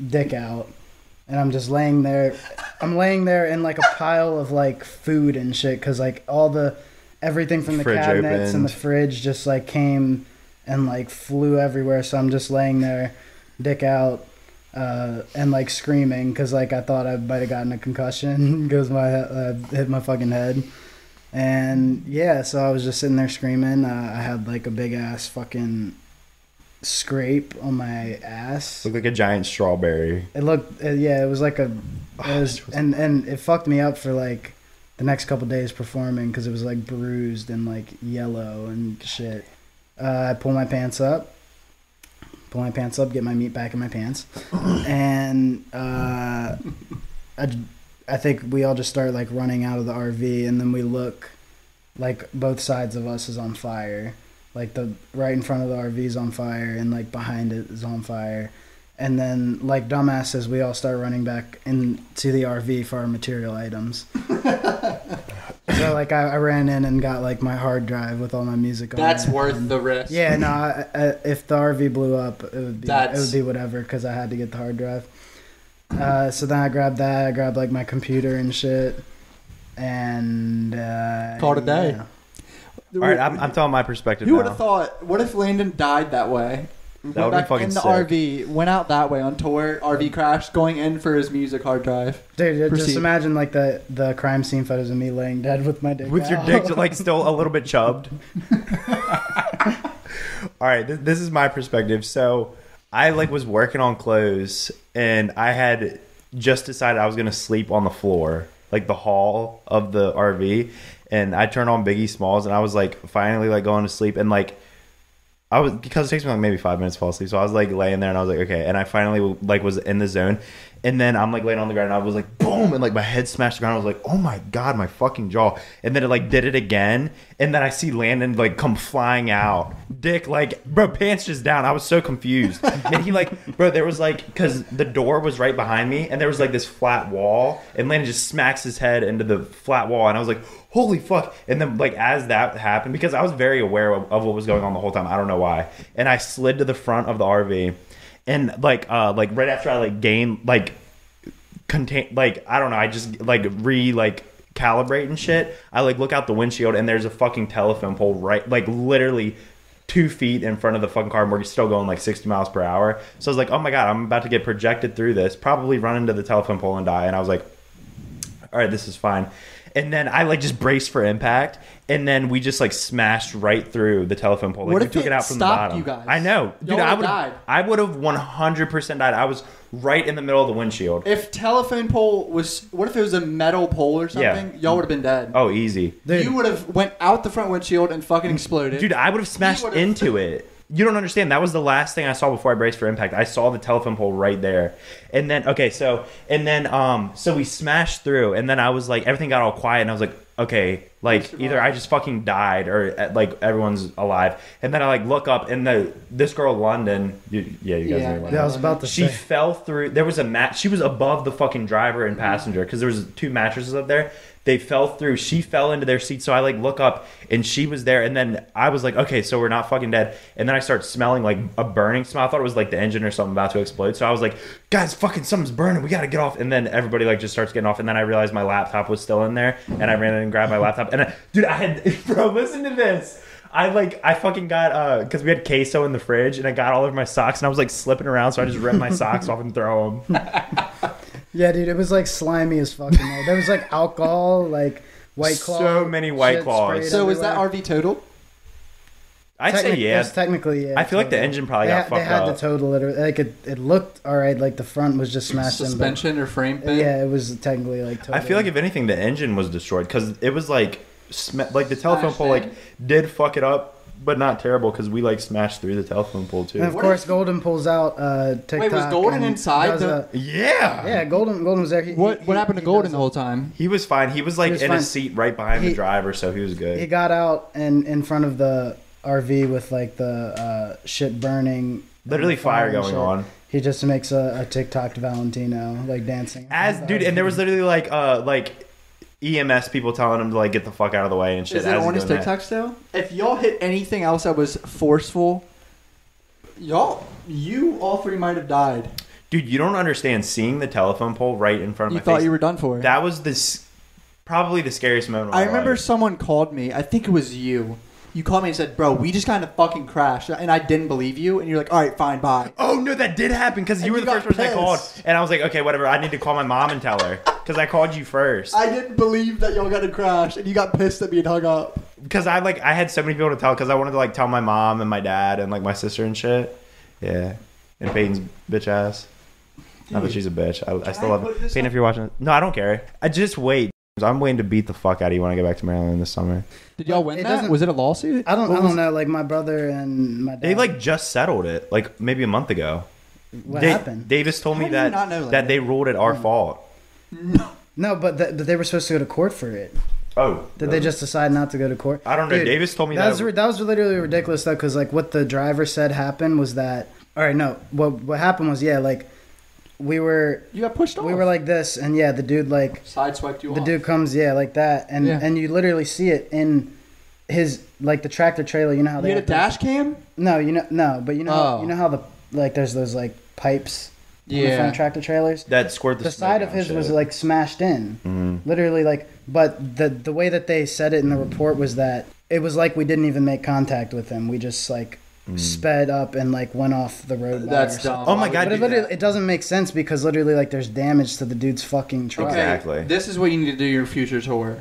[SPEAKER 4] dick out, and I'm just laying there. I'm laying there in like a pile of like food and shit because like all the everything from the
[SPEAKER 2] Fridge
[SPEAKER 4] cabinets
[SPEAKER 2] opened.
[SPEAKER 4] and the fridge just like came and like flew everywhere. So I'm just laying there, dick out. Uh, and like screaming because like I thought I might have gotten a concussion because my uh, hit my fucking head. And yeah, so I was just sitting there screaming. Uh, I had like a big ass fucking scrape on my ass.
[SPEAKER 2] Looked like a giant strawberry.
[SPEAKER 4] It looked, uh, yeah, it was like a, Ah, it was, and and it fucked me up for like the next couple days performing because it was like bruised and like yellow and shit. Uh, I pull my pants up, pull my pants up, get my meat back in my pants, and uh, I, I think we all just start like running out of the RV, and then we look, like both sides of us is on fire, like the right in front of the RV is on fire, and like behind it is on fire. And then, like dumbasses, we all start running back into the RV for our material items. so, like, I, I ran in and got like my hard drive with all my music on.
[SPEAKER 3] That's
[SPEAKER 4] it,
[SPEAKER 3] worth
[SPEAKER 4] and-
[SPEAKER 3] the risk.
[SPEAKER 4] yeah, no. I, I, if the RV blew up, it would be it
[SPEAKER 3] That's-
[SPEAKER 4] would be whatever because I had to get the hard drive. Uh, so then I grabbed that. I grabbed like my computer and shit, and uh,
[SPEAKER 3] Called it a day.
[SPEAKER 4] yeah.
[SPEAKER 2] All right, I'm, I'm telling my perspective
[SPEAKER 3] Who would
[SPEAKER 2] now.
[SPEAKER 3] have thought? What if Landon died that way?
[SPEAKER 2] that would be
[SPEAKER 3] Back
[SPEAKER 2] fucking
[SPEAKER 3] in the
[SPEAKER 2] sick.
[SPEAKER 3] RV, went out that way on tour. RV crashed, going in for his music hard drive.
[SPEAKER 4] Dude,
[SPEAKER 3] Proceed.
[SPEAKER 4] just imagine like the the crime scene photos of me laying dead with my dick
[SPEAKER 2] With your
[SPEAKER 4] out.
[SPEAKER 2] dick like still a little bit chubbed. All right, th- this is my perspective. So I like was working on clothes, and I had just decided I was gonna sleep on the floor, like the hall of the RV. And I turned on Biggie Smalls, and I was like finally like going to sleep, and like I was because it takes me like maybe five minutes to fall asleep. So I was like laying there and I was like, okay. And I finally like was in the zone. And then I'm like laying on the ground and I was like, boom. And like my head smashed the ground. I was like, oh my God, my fucking jaw. And then it like did it again. And then I see Landon like come flying out. Dick, like, bro, pants just down. I was so confused. and he like, bro, there was like, cause the door was right behind me and there was like this flat wall. And Landon just smacks his head into the flat wall. And I was like, holy fuck and then like as that happened because i was very aware of, of what was going on the whole time i don't know why and i slid to the front of the rv and like uh like right after i like gained like contain like i don't know i just like re like calibrate and shit i like look out the windshield and there's a fucking telephone pole right like literally two feet in front of the fucking car and we're still going like 60 miles per hour so i was like oh my god i'm about to get projected through this probably run into the telephone pole and die and i was like all right, this is fine. And then I like just braced for impact, and then we just like smashed right through the telephone pole. Like,
[SPEAKER 3] What
[SPEAKER 2] we
[SPEAKER 3] if
[SPEAKER 2] took
[SPEAKER 3] it
[SPEAKER 2] it out from the
[SPEAKER 3] stopped
[SPEAKER 2] bottom.
[SPEAKER 3] you guys?
[SPEAKER 2] I know, dude.
[SPEAKER 3] Y'all
[SPEAKER 2] I
[SPEAKER 3] would've
[SPEAKER 2] would.
[SPEAKER 3] died.
[SPEAKER 2] I would have one hundred percent died. I was right in the middle of the windshield.
[SPEAKER 3] If telephone pole was, what if it was a metal pole or
[SPEAKER 2] Yeah.
[SPEAKER 3] something? Y'all would have been dead.
[SPEAKER 2] oh, easy,
[SPEAKER 4] Dude.
[SPEAKER 3] You would have went out the front windshield and fucking exploded.
[SPEAKER 2] dude. I would have smashed
[SPEAKER 3] would've-
[SPEAKER 2] into it. You don't understand. That was the last thing I saw before I braced for impact. I saw the telephone pole right there, and then okay, so and then um, so we smashed through, and then I was like, everything got all quiet, and I was like, okay, like either I just fucking died or uh, like everyone's alive, and then I like look up, and the this girl London, you, yeah, you guys
[SPEAKER 3] Yeah.
[SPEAKER 2] know London.
[SPEAKER 4] Yeah, I was about to
[SPEAKER 2] She
[SPEAKER 4] say.
[SPEAKER 2] fell through. There was a mat. She was above the fucking driver and passenger because there was two mattresses up there. They fell through. She fell into their seat. So I like look up and she was there. And then I was like, okay, so we're not fucking dead. And then I start smelling like a burning smell. I thought it was like the engine or something about to explode. So I was like, guys, fucking something's burning. We gotta get off. And then everybody like just starts getting off. And then I realized my laptop was still in there. And I ran in and grabbed my laptop. And I, dude, I had bro, listen to this. I like I fucking got uh because we had queso in the fridge and I got all over my socks and I was like slipping around so I just ripped my socks off and throw them.
[SPEAKER 4] Yeah, dude, it was like slimy as fucking. There, there was like alcohol, like white claw.
[SPEAKER 2] So many White
[SPEAKER 4] shit
[SPEAKER 2] Claws.
[SPEAKER 4] sprayed
[SPEAKER 3] So is that
[SPEAKER 4] everywhere.
[SPEAKER 3] RV total?
[SPEAKER 2] I'd say
[SPEAKER 4] Technic- it
[SPEAKER 2] yeah.
[SPEAKER 4] was technically, yeah.
[SPEAKER 2] I feel like the
[SPEAKER 4] total.
[SPEAKER 2] engine probably
[SPEAKER 4] they,
[SPEAKER 2] got
[SPEAKER 4] had-
[SPEAKER 2] fucked
[SPEAKER 4] they had
[SPEAKER 2] up.
[SPEAKER 4] to total it. or- Like it, it looked all right. Like the front was just smashed in. but-
[SPEAKER 3] Suspension or frame thing?
[SPEAKER 4] Yeah, it was technically like. Total.
[SPEAKER 2] I feel like if anything, the engine was destroyed because it was like sm- like the
[SPEAKER 4] Oh,
[SPEAKER 2] telephone pole like did fuck it up, but not terrible because we like smashed through the telephone pole
[SPEAKER 4] And
[SPEAKER 2] too.
[SPEAKER 4] of
[SPEAKER 3] What
[SPEAKER 4] course,
[SPEAKER 3] if-
[SPEAKER 4] Golden pulls out uh, TikTok.
[SPEAKER 3] Golden
[SPEAKER 4] and
[SPEAKER 3] inside
[SPEAKER 4] does
[SPEAKER 3] the-
[SPEAKER 4] a-
[SPEAKER 2] Yeah.
[SPEAKER 4] yeah, Golden. Golden was there. He,
[SPEAKER 3] What
[SPEAKER 4] he-
[SPEAKER 3] what happened to
[SPEAKER 4] he
[SPEAKER 3] Golden
[SPEAKER 4] does
[SPEAKER 3] the
[SPEAKER 4] a-
[SPEAKER 3] whole time?
[SPEAKER 2] He was fine. He was like
[SPEAKER 4] He was
[SPEAKER 2] in
[SPEAKER 4] fine.
[SPEAKER 2] his seat right behind
[SPEAKER 4] He-
[SPEAKER 2] the driver, so he was good.
[SPEAKER 4] He got out and in front of the RV with like the uh, shit burning.
[SPEAKER 2] Literally
[SPEAKER 4] and the fire
[SPEAKER 2] fire
[SPEAKER 4] and
[SPEAKER 2] going
[SPEAKER 4] shit.
[SPEAKER 2] on.
[SPEAKER 4] He just makes a, a TikTok to Valentino, like dancing.
[SPEAKER 2] As dude, and there was literally like uh like EMS people telling him to like get the fuck out of the way and shit.
[SPEAKER 3] Is it
[SPEAKER 2] as he's
[SPEAKER 3] on his
[SPEAKER 2] doing that.
[SPEAKER 3] TikTok still? If y'all hit anything else that was forceful, y'all you all three might have died.
[SPEAKER 2] Dude, you don't understand seeing the telephone pole right in front of
[SPEAKER 3] You
[SPEAKER 2] my
[SPEAKER 3] thought
[SPEAKER 2] face.
[SPEAKER 3] you were done for.
[SPEAKER 2] that was this probably the scariest moment. of
[SPEAKER 3] I
[SPEAKER 2] my
[SPEAKER 3] remember
[SPEAKER 2] life.
[SPEAKER 3] someone called me. I think it was you. You called me and said, "Bro, we just kind of fucking crashed," and I didn't believe you. And you're like, "All right, fine, bye."
[SPEAKER 2] Oh no, that did happen because you
[SPEAKER 3] And
[SPEAKER 2] were
[SPEAKER 3] you
[SPEAKER 2] the first
[SPEAKER 3] got
[SPEAKER 2] person I called,
[SPEAKER 3] pissed.
[SPEAKER 2] and I was like, okay, whatever. I need to call my mom and tell her because I called you first.
[SPEAKER 3] I didn't believe that y'all got a crash, and you got pissed at me and hung up.
[SPEAKER 2] Because I like I had so many people to tell because I wanted to like tell my mom and my dad and like my sister and shit. Yeah, and Peyton's bitch ass. Not that she's a bitch. I, I still love it. Peyton, if you're watching, no, I don't care. I just wait. I'm waiting to beat the fuck out of you when I get back to Maryland this summer.
[SPEAKER 3] Did y'all win
[SPEAKER 4] It
[SPEAKER 3] that?
[SPEAKER 4] doesn't-
[SPEAKER 3] Was it a lawsuit?
[SPEAKER 4] I don't.
[SPEAKER 3] What
[SPEAKER 4] I
[SPEAKER 3] was-
[SPEAKER 4] don't know. Like my brother and my dad.
[SPEAKER 2] They like just settled it, like maybe a month ago.
[SPEAKER 4] what
[SPEAKER 2] Da-
[SPEAKER 4] happened?
[SPEAKER 2] Davis told
[SPEAKER 3] How
[SPEAKER 2] me
[SPEAKER 3] do you
[SPEAKER 2] that
[SPEAKER 3] not know that?
[SPEAKER 2] that they ruled it
[SPEAKER 4] Hmm.
[SPEAKER 2] our fault.
[SPEAKER 4] no, but th- but they were supposed to go to court for it.
[SPEAKER 2] Oh,
[SPEAKER 4] Did they just decide not to go to court?
[SPEAKER 2] I don't know. Davis told me
[SPEAKER 4] that
[SPEAKER 2] that-
[SPEAKER 4] was, ri- that was literally ridiculous though, because like what the driver said happened was that. All right, no. What what happened was yeah, like we were
[SPEAKER 3] You got pushed off.
[SPEAKER 4] we were like this, and yeah, the dude like
[SPEAKER 3] sideswiped you
[SPEAKER 4] the
[SPEAKER 3] off.
[SPEAKER 4] dude comes yeah like that, and
[SPEAKER 3] Yeah.
[SPEAKER 4] and you literally see it in his like the tractor trailer. You know how
[SPEAKER 3] You
[SPEAKER 4] they
[SPEAKER 3] had a
[SPEAKER 4] have those-
[SPEAKER 3] dash cam?
[SPEAKER 4] No, you know no, but you know how
[SPEAKER 3] Oh.
[SPEAKER 4] you know how the like there's those like pipes on the
[SPEAKER 3] Yeah.
[SPEAKER 4] front of tractor trailers.
[SPEAKER 2] that squirt the,
[SPEAKER 4] The
[SPEAKER 2] smoke
[SPEAKER 4] side
[SPEAKER 2] out
[SPEAKER 4] of his
[SPEAKER 2] shit. Mm-hmm.
[SPEAKER 4] was like smashed in, literally like. But the the way that they said it in the report was that it was like we didn't even make contact with him. We just like
[SPEAKER 2] Mm.
[SPEAKER 4] sped up and like went off the road. by or
[SPEAKER 3] That's
[SPEAKER 4] something.
[SPEAKER 3] dumb.
[SPEAKER 2] Oh my
[SPEAKER 3] Why
[SPEAKER 2] God,
[SPEAKER 3] would you
[SPEAKER 4] But it
[SPEAKER 3] do
[SPEAKER 4] literally
[SPEAKER 3] that?
[SPEAKER 4] it doesn't make sense because literally like there's damage to the dude's fucking truck.
[SPEAKER 3] Okay,
[SPEAKER 2] Exactly.
[SPEAKER 3] This is what you need to do your future tour.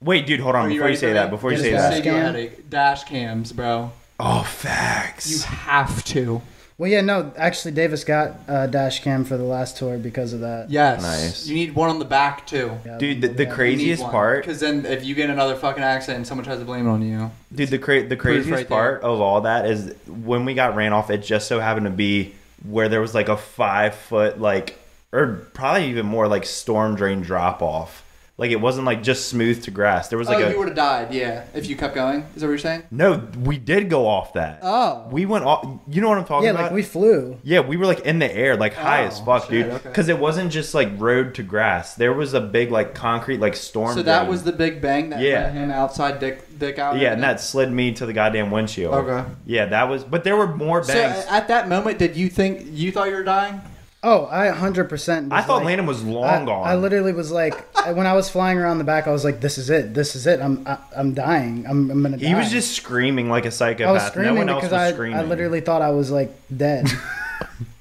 [SPEAKER 2] Wait, dude, hold on.
[SPEAKER 3] Are
[SPEAKER 2] Before you,
[SPEAKER 3] ready
[SPEAKER 2] say
[SPEAKER 3] for
[SPEAKER 2] that, before you
[SPEAKER 4] Get
[SPEAKER 2] say
[SPEAKER 4] us
[SPEAKER 2] that,
[SPEAKER 4] back. Cam?
[SPEAKER 3] dash cams, bro.
[SPEAKER 2] oh
[SPEAKER 3] You
[SPEAKER 2] facts.
[SPEAKER 3] have to.
[SPEAKER 4] Well, yeah, no, actually, Davis got a dash cam for the last tour because of that.
[SPEAKER 3] Yes.
[SPEAKER 2] Nice.
[SPEAKER 3] You need one on the back too.
[SPEAKER 4] Yeah,
[SPEAKER 2] Dude, the, the
[SPEAKER 4] yeah.
[SPEAKER 2] craziest part,
[SPEAKER 3] Because then if you get another fucking accident, someone tries to blame it on you.
[SPEAKER 2] dude, the cra- the craziest
[SPEAKER 3] right there.
[SPEAKER 2] part of all that is when we got ran off. It just so happened to be where there was like a five foot, like, or probably even more, like storm drain drop off. Like it wasn't like just smooth to grass. There was like
[SPEAKER 3] oh,
[SPEAKER 2] a
[SPEAKER 3] you would have died, yeah. If you kept going, is that what you're saying?
[SPEAKER 2] no. We did go off that.
[SPEAKER 3] Oh.
[SPEAKER 2] we went off. You know what I'm talking
[SPEAKER 4] Yeah,
[SPEAKER 2] about?
[SPEAKER 4] like we flew.
[SPEAKER 2] Yeah, we were like in the air, like high
[SPEAKER 3] Oh,
[SPEAKER 2] as fuck,
[SPEAKER 3] shit,
[SPEAKER 2] dude.
[SPEAKER 3] okay.
[SPEAKER 2] Because it wasn't just like road to grass. There was a big like concrete like storm.
[SPEAKER 3] So that
[SPEAKER 2] drain.
[SPEAKER 3] was the big bang that
[SPEAKER 2] Yeah.
[SPEAKER 3] let him outside dick dick out.
[SPEAKER 2] yeah, and that slid me to the goddamn windshield.
[SPEAKER 3] Okay.
[SPEAKER 2] Yeah, that was. But there were more
[SPEAKER 3] So
[SPEAKER 2] bangs.
[SPEAKER 3] a- at that moment, did you think you thought you were dying?
[SPEAKER 4] Oh, I 100%. was
[SPEAKER 2] I thought
[SPEAKER 4] like-
[SPEAKER 2] Landon was long
[SPEAKER 4] I,
[SPEAKER 2] gone.
[SPEAKER 4] I literally was like, I- when I was flying around the back, I was like, this is it. This is it. I'm I, I'm dying. I'm, I'm going to die.
[SPEAKER 2] he was just screaming like a
[SPEAKER 4] I was
[SPEAKER 2] psychopath. no
[SPEAKER 4] screaming
[SPEAKER 2] one else
[SPEAKER 4] because
[SPEAKER 2] was
[SPEAKER 4] I,
[SPEAKER 2] screaming.
[SPEAKER 4] I literally thought I was like dead.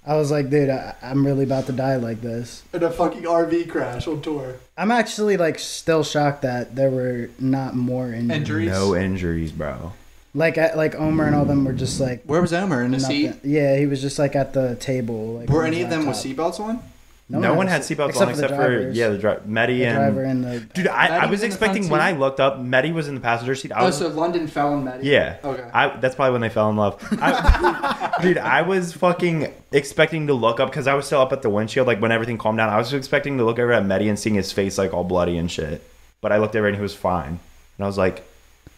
[SPEAKER 4] I was like, dude, I, I'm really about to die like this.
[SPEAKER 3] In a fucking RV crash on tour.
[SPEAKER 4] I'm actually like still shocked that there were not more injuries.
[SPEAKER 3] Injuries.
[SPEAKER 2] no injuries, bro.
[SPEAKER 4] Like I, like Omer and all them were just like
[SPEAKER 3] Where was Omer in the
[SPEAKER 4] nothing.
[SPEAKER 3] seat?
[SPEAKER 4] Yeah, he was just like at the table. Like,
[SPEAKER 3] Were
[SPEAKER 4] on
[SPEAKER 3] any
[SPEAKER 4] his
[SPEAKER 3] of them with
[SPEAKER 4] laptop.
[SPEAKER 3] seatbelts on?
[SPEAKER 2] No, one had seatbelts on except for,
[SPEAKER 4] drivers.
[SPEAKER 2] yeah, the dri- Medi
[SPEAKER 4] the
[SPEAKER 2] and
[SPEAKER 4] driver and the
[SPEAKER 2] dude. I, I
[SPEAKER 3] Medi
[SPEAKER 2] was
[SPEAKER 3] was in the
[SPEAKER 2] expecting
[SPEAKER 3] front
[SPEAKER 2] when I
[SPEAKER 3] seat?
[SPEAKER 2] looked up, Medi was in the passenger seat. I
[SPEAKER 3] Oh,
[SPEAKER 2] was
[SPEAKER 3] so London fell and met.
[SPEAKER 2] yeah.
[SPEAKER 3] Okay.
[SPEAKER 2] I, that's probably when they fell in love. I, dude, I was fucking expecting to look up because I was still up at the windshield. Like when everything calmed down, I was expecting to look over at Medi and seeing his face like all bloody and shit. But I looked over and he was fine, and I was like,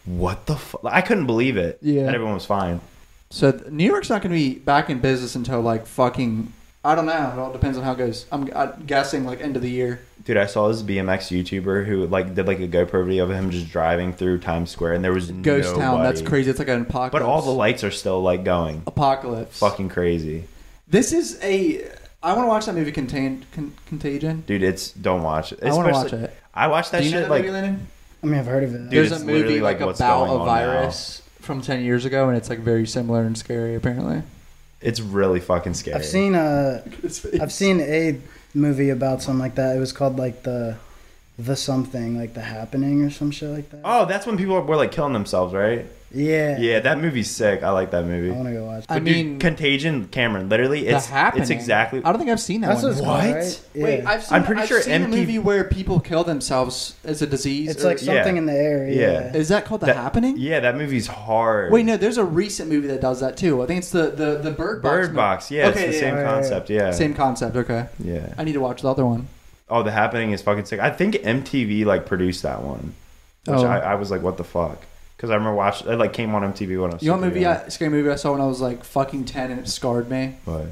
[SPEAKER 2] "What the fuck?" I couldn't believe it.
[SPEAKER 3] Yeah.
[SPEAKER 2] that everyone was fine.
[SPEAKER 3] So th- New York's not going to be back in business until like fucking. I don't know. It all depends on how it goes. I'm, I'm guessing like end of the year.
[SPEAKER 2] Dude, I saw this BMX YouTuber who like did like a GoPro video of him just driving through Times Square, and there was
[SPEAKER 3] Ghost Town. That's
[SPEAKER 2] nobody.
[SPEAKER 3] crazy. It's like an apocalypse.
[SPEAKER 2] But all the lights are still like going.
[SPEAKER 3] apocalypse.
[SPEAKER 2] Fucking crazy,
[SPEAKER 3] This is a. I want to watch that movie. Contain, con, Contagion.
[SPEAKER 2] dude. It's don't watch it.
[SPEAKER 3] I want to watch
[SPEAKER 2] Especially-
[SPEAKER 3] it.
[SPEAKER 2] I watched that
[SPEAKER 3] Do you know
[SPEAKER 2] shit
[SPEAKER 3] that
[SPEAKER 2] like
[SPEAKER 3] movie, Lennon?
[SPEAKER 4] I mean I've heard of it.
[SPEAKER 2] Dude,
[SPEAKER 3] There's
[SPEAKER 2] it's
[SPEAKER 3] a movie
[SPEAKER 2] literally,
[SPEAKER 3] like,
[SPEAKER 2] like, what's
[SPEAKER 3] about
[SPEAKER 2] going
[SPEAKER 3] a
[SPEAKER 2] on now.
[SPEAKER 3] virus from ten years ago, and it's like very similar and scary. Apparently,
[SPEAKER 2] it's really fucking scary.
[SPEAKER 4] I've seen uh I've seen a movie about something like that. It was called like the the something like the happening or some shit like that.
[SPEAKER 2] Oh, that's when people were like killing themselves, right?
[SPEAKER 4] yeah.
[SPEAKER 2] Yeah, that movie's sick. I like that
[SPEAKER 4] I
[SPEAKER 2] movie.
[SPEAKER 4] want to go watch.
[SPEAKER 3] Oh, I
[SPEAKER 2] Dude,
[SPEAKER 3] mean,
[SPEAKER 2] Contagion, Cameron. Literally,
[SPEAKER 3] the
[SPEAKER 2] it's
[SPEAKER 3] happening.
[SPEAKER 2] it's exactly.
[SPEAKER 3] I don't think I've seen that
[SPEAKER 4] That's
[SPEAKER 3] one.
[SPEAKER 4] what it's
[SPEAKER 2] What?
[SPEAKER 4] called, right? Yeah.
[SPEAKER 3] Wait, I've seen,
[SPEAKER 2] I'm pretty
[SPEAKER 3] I've
[SPEAKER 2] sure
[SPEAKER 3] seen a
[SPEAKER 2] MTV
[SPEAKER 3] movie where people kill themselves as a disease.
[SPEAKER 4] it's
[SPEAKER 3] or-
[SPEAKER 4] like something in the air. Yeah.
[SPEAKER 2] Yeah.
[SPEAKER 3] Is that called The
[SPEAKER 2] That-
[SPEAKER 3] Happening?
[SPEAKER 2] Yeah, that movie's hard.
[SPEAKER 3] Wait, no. There's a recent movie that does that too. I think it's the the, the Bird Box.
[SPEAKER 2] Bird
[SPEAKER 3] movie.
[SPEAKER 2] Box. Yeah,
[SPEAKER 3] Okay,
[SPEAKER 2] it's the
[SPEAKER 3] yeah,
[SPEAKER 2] same
[SPEAKER 4] yeah, yeah.
[SPEAKER 2] concept. Yeah,
[SPEAKER 3] Same concept. Okay.
[SPEAKER 2] yeah.
[SPEAKER 3] I need to watch the other one.
[SPEAKER 2] Oh, the happening is fucking sick. I think MTV like produced that one, which
[SPEAKER 3] Oh.
[SPEAKER 2] I, I was like, what the fuck? Because I remember watching it like came on MTV when I was.
[SPEAKER 3] You know what
[SPEAKER 2] super
[SPEAKER 3] movie?
[SPEAKER 2] young.
[SPEAKER 3] I, scary movie I saw when I was like fucking ten and it scarred me.
[SPEAKER 2] But-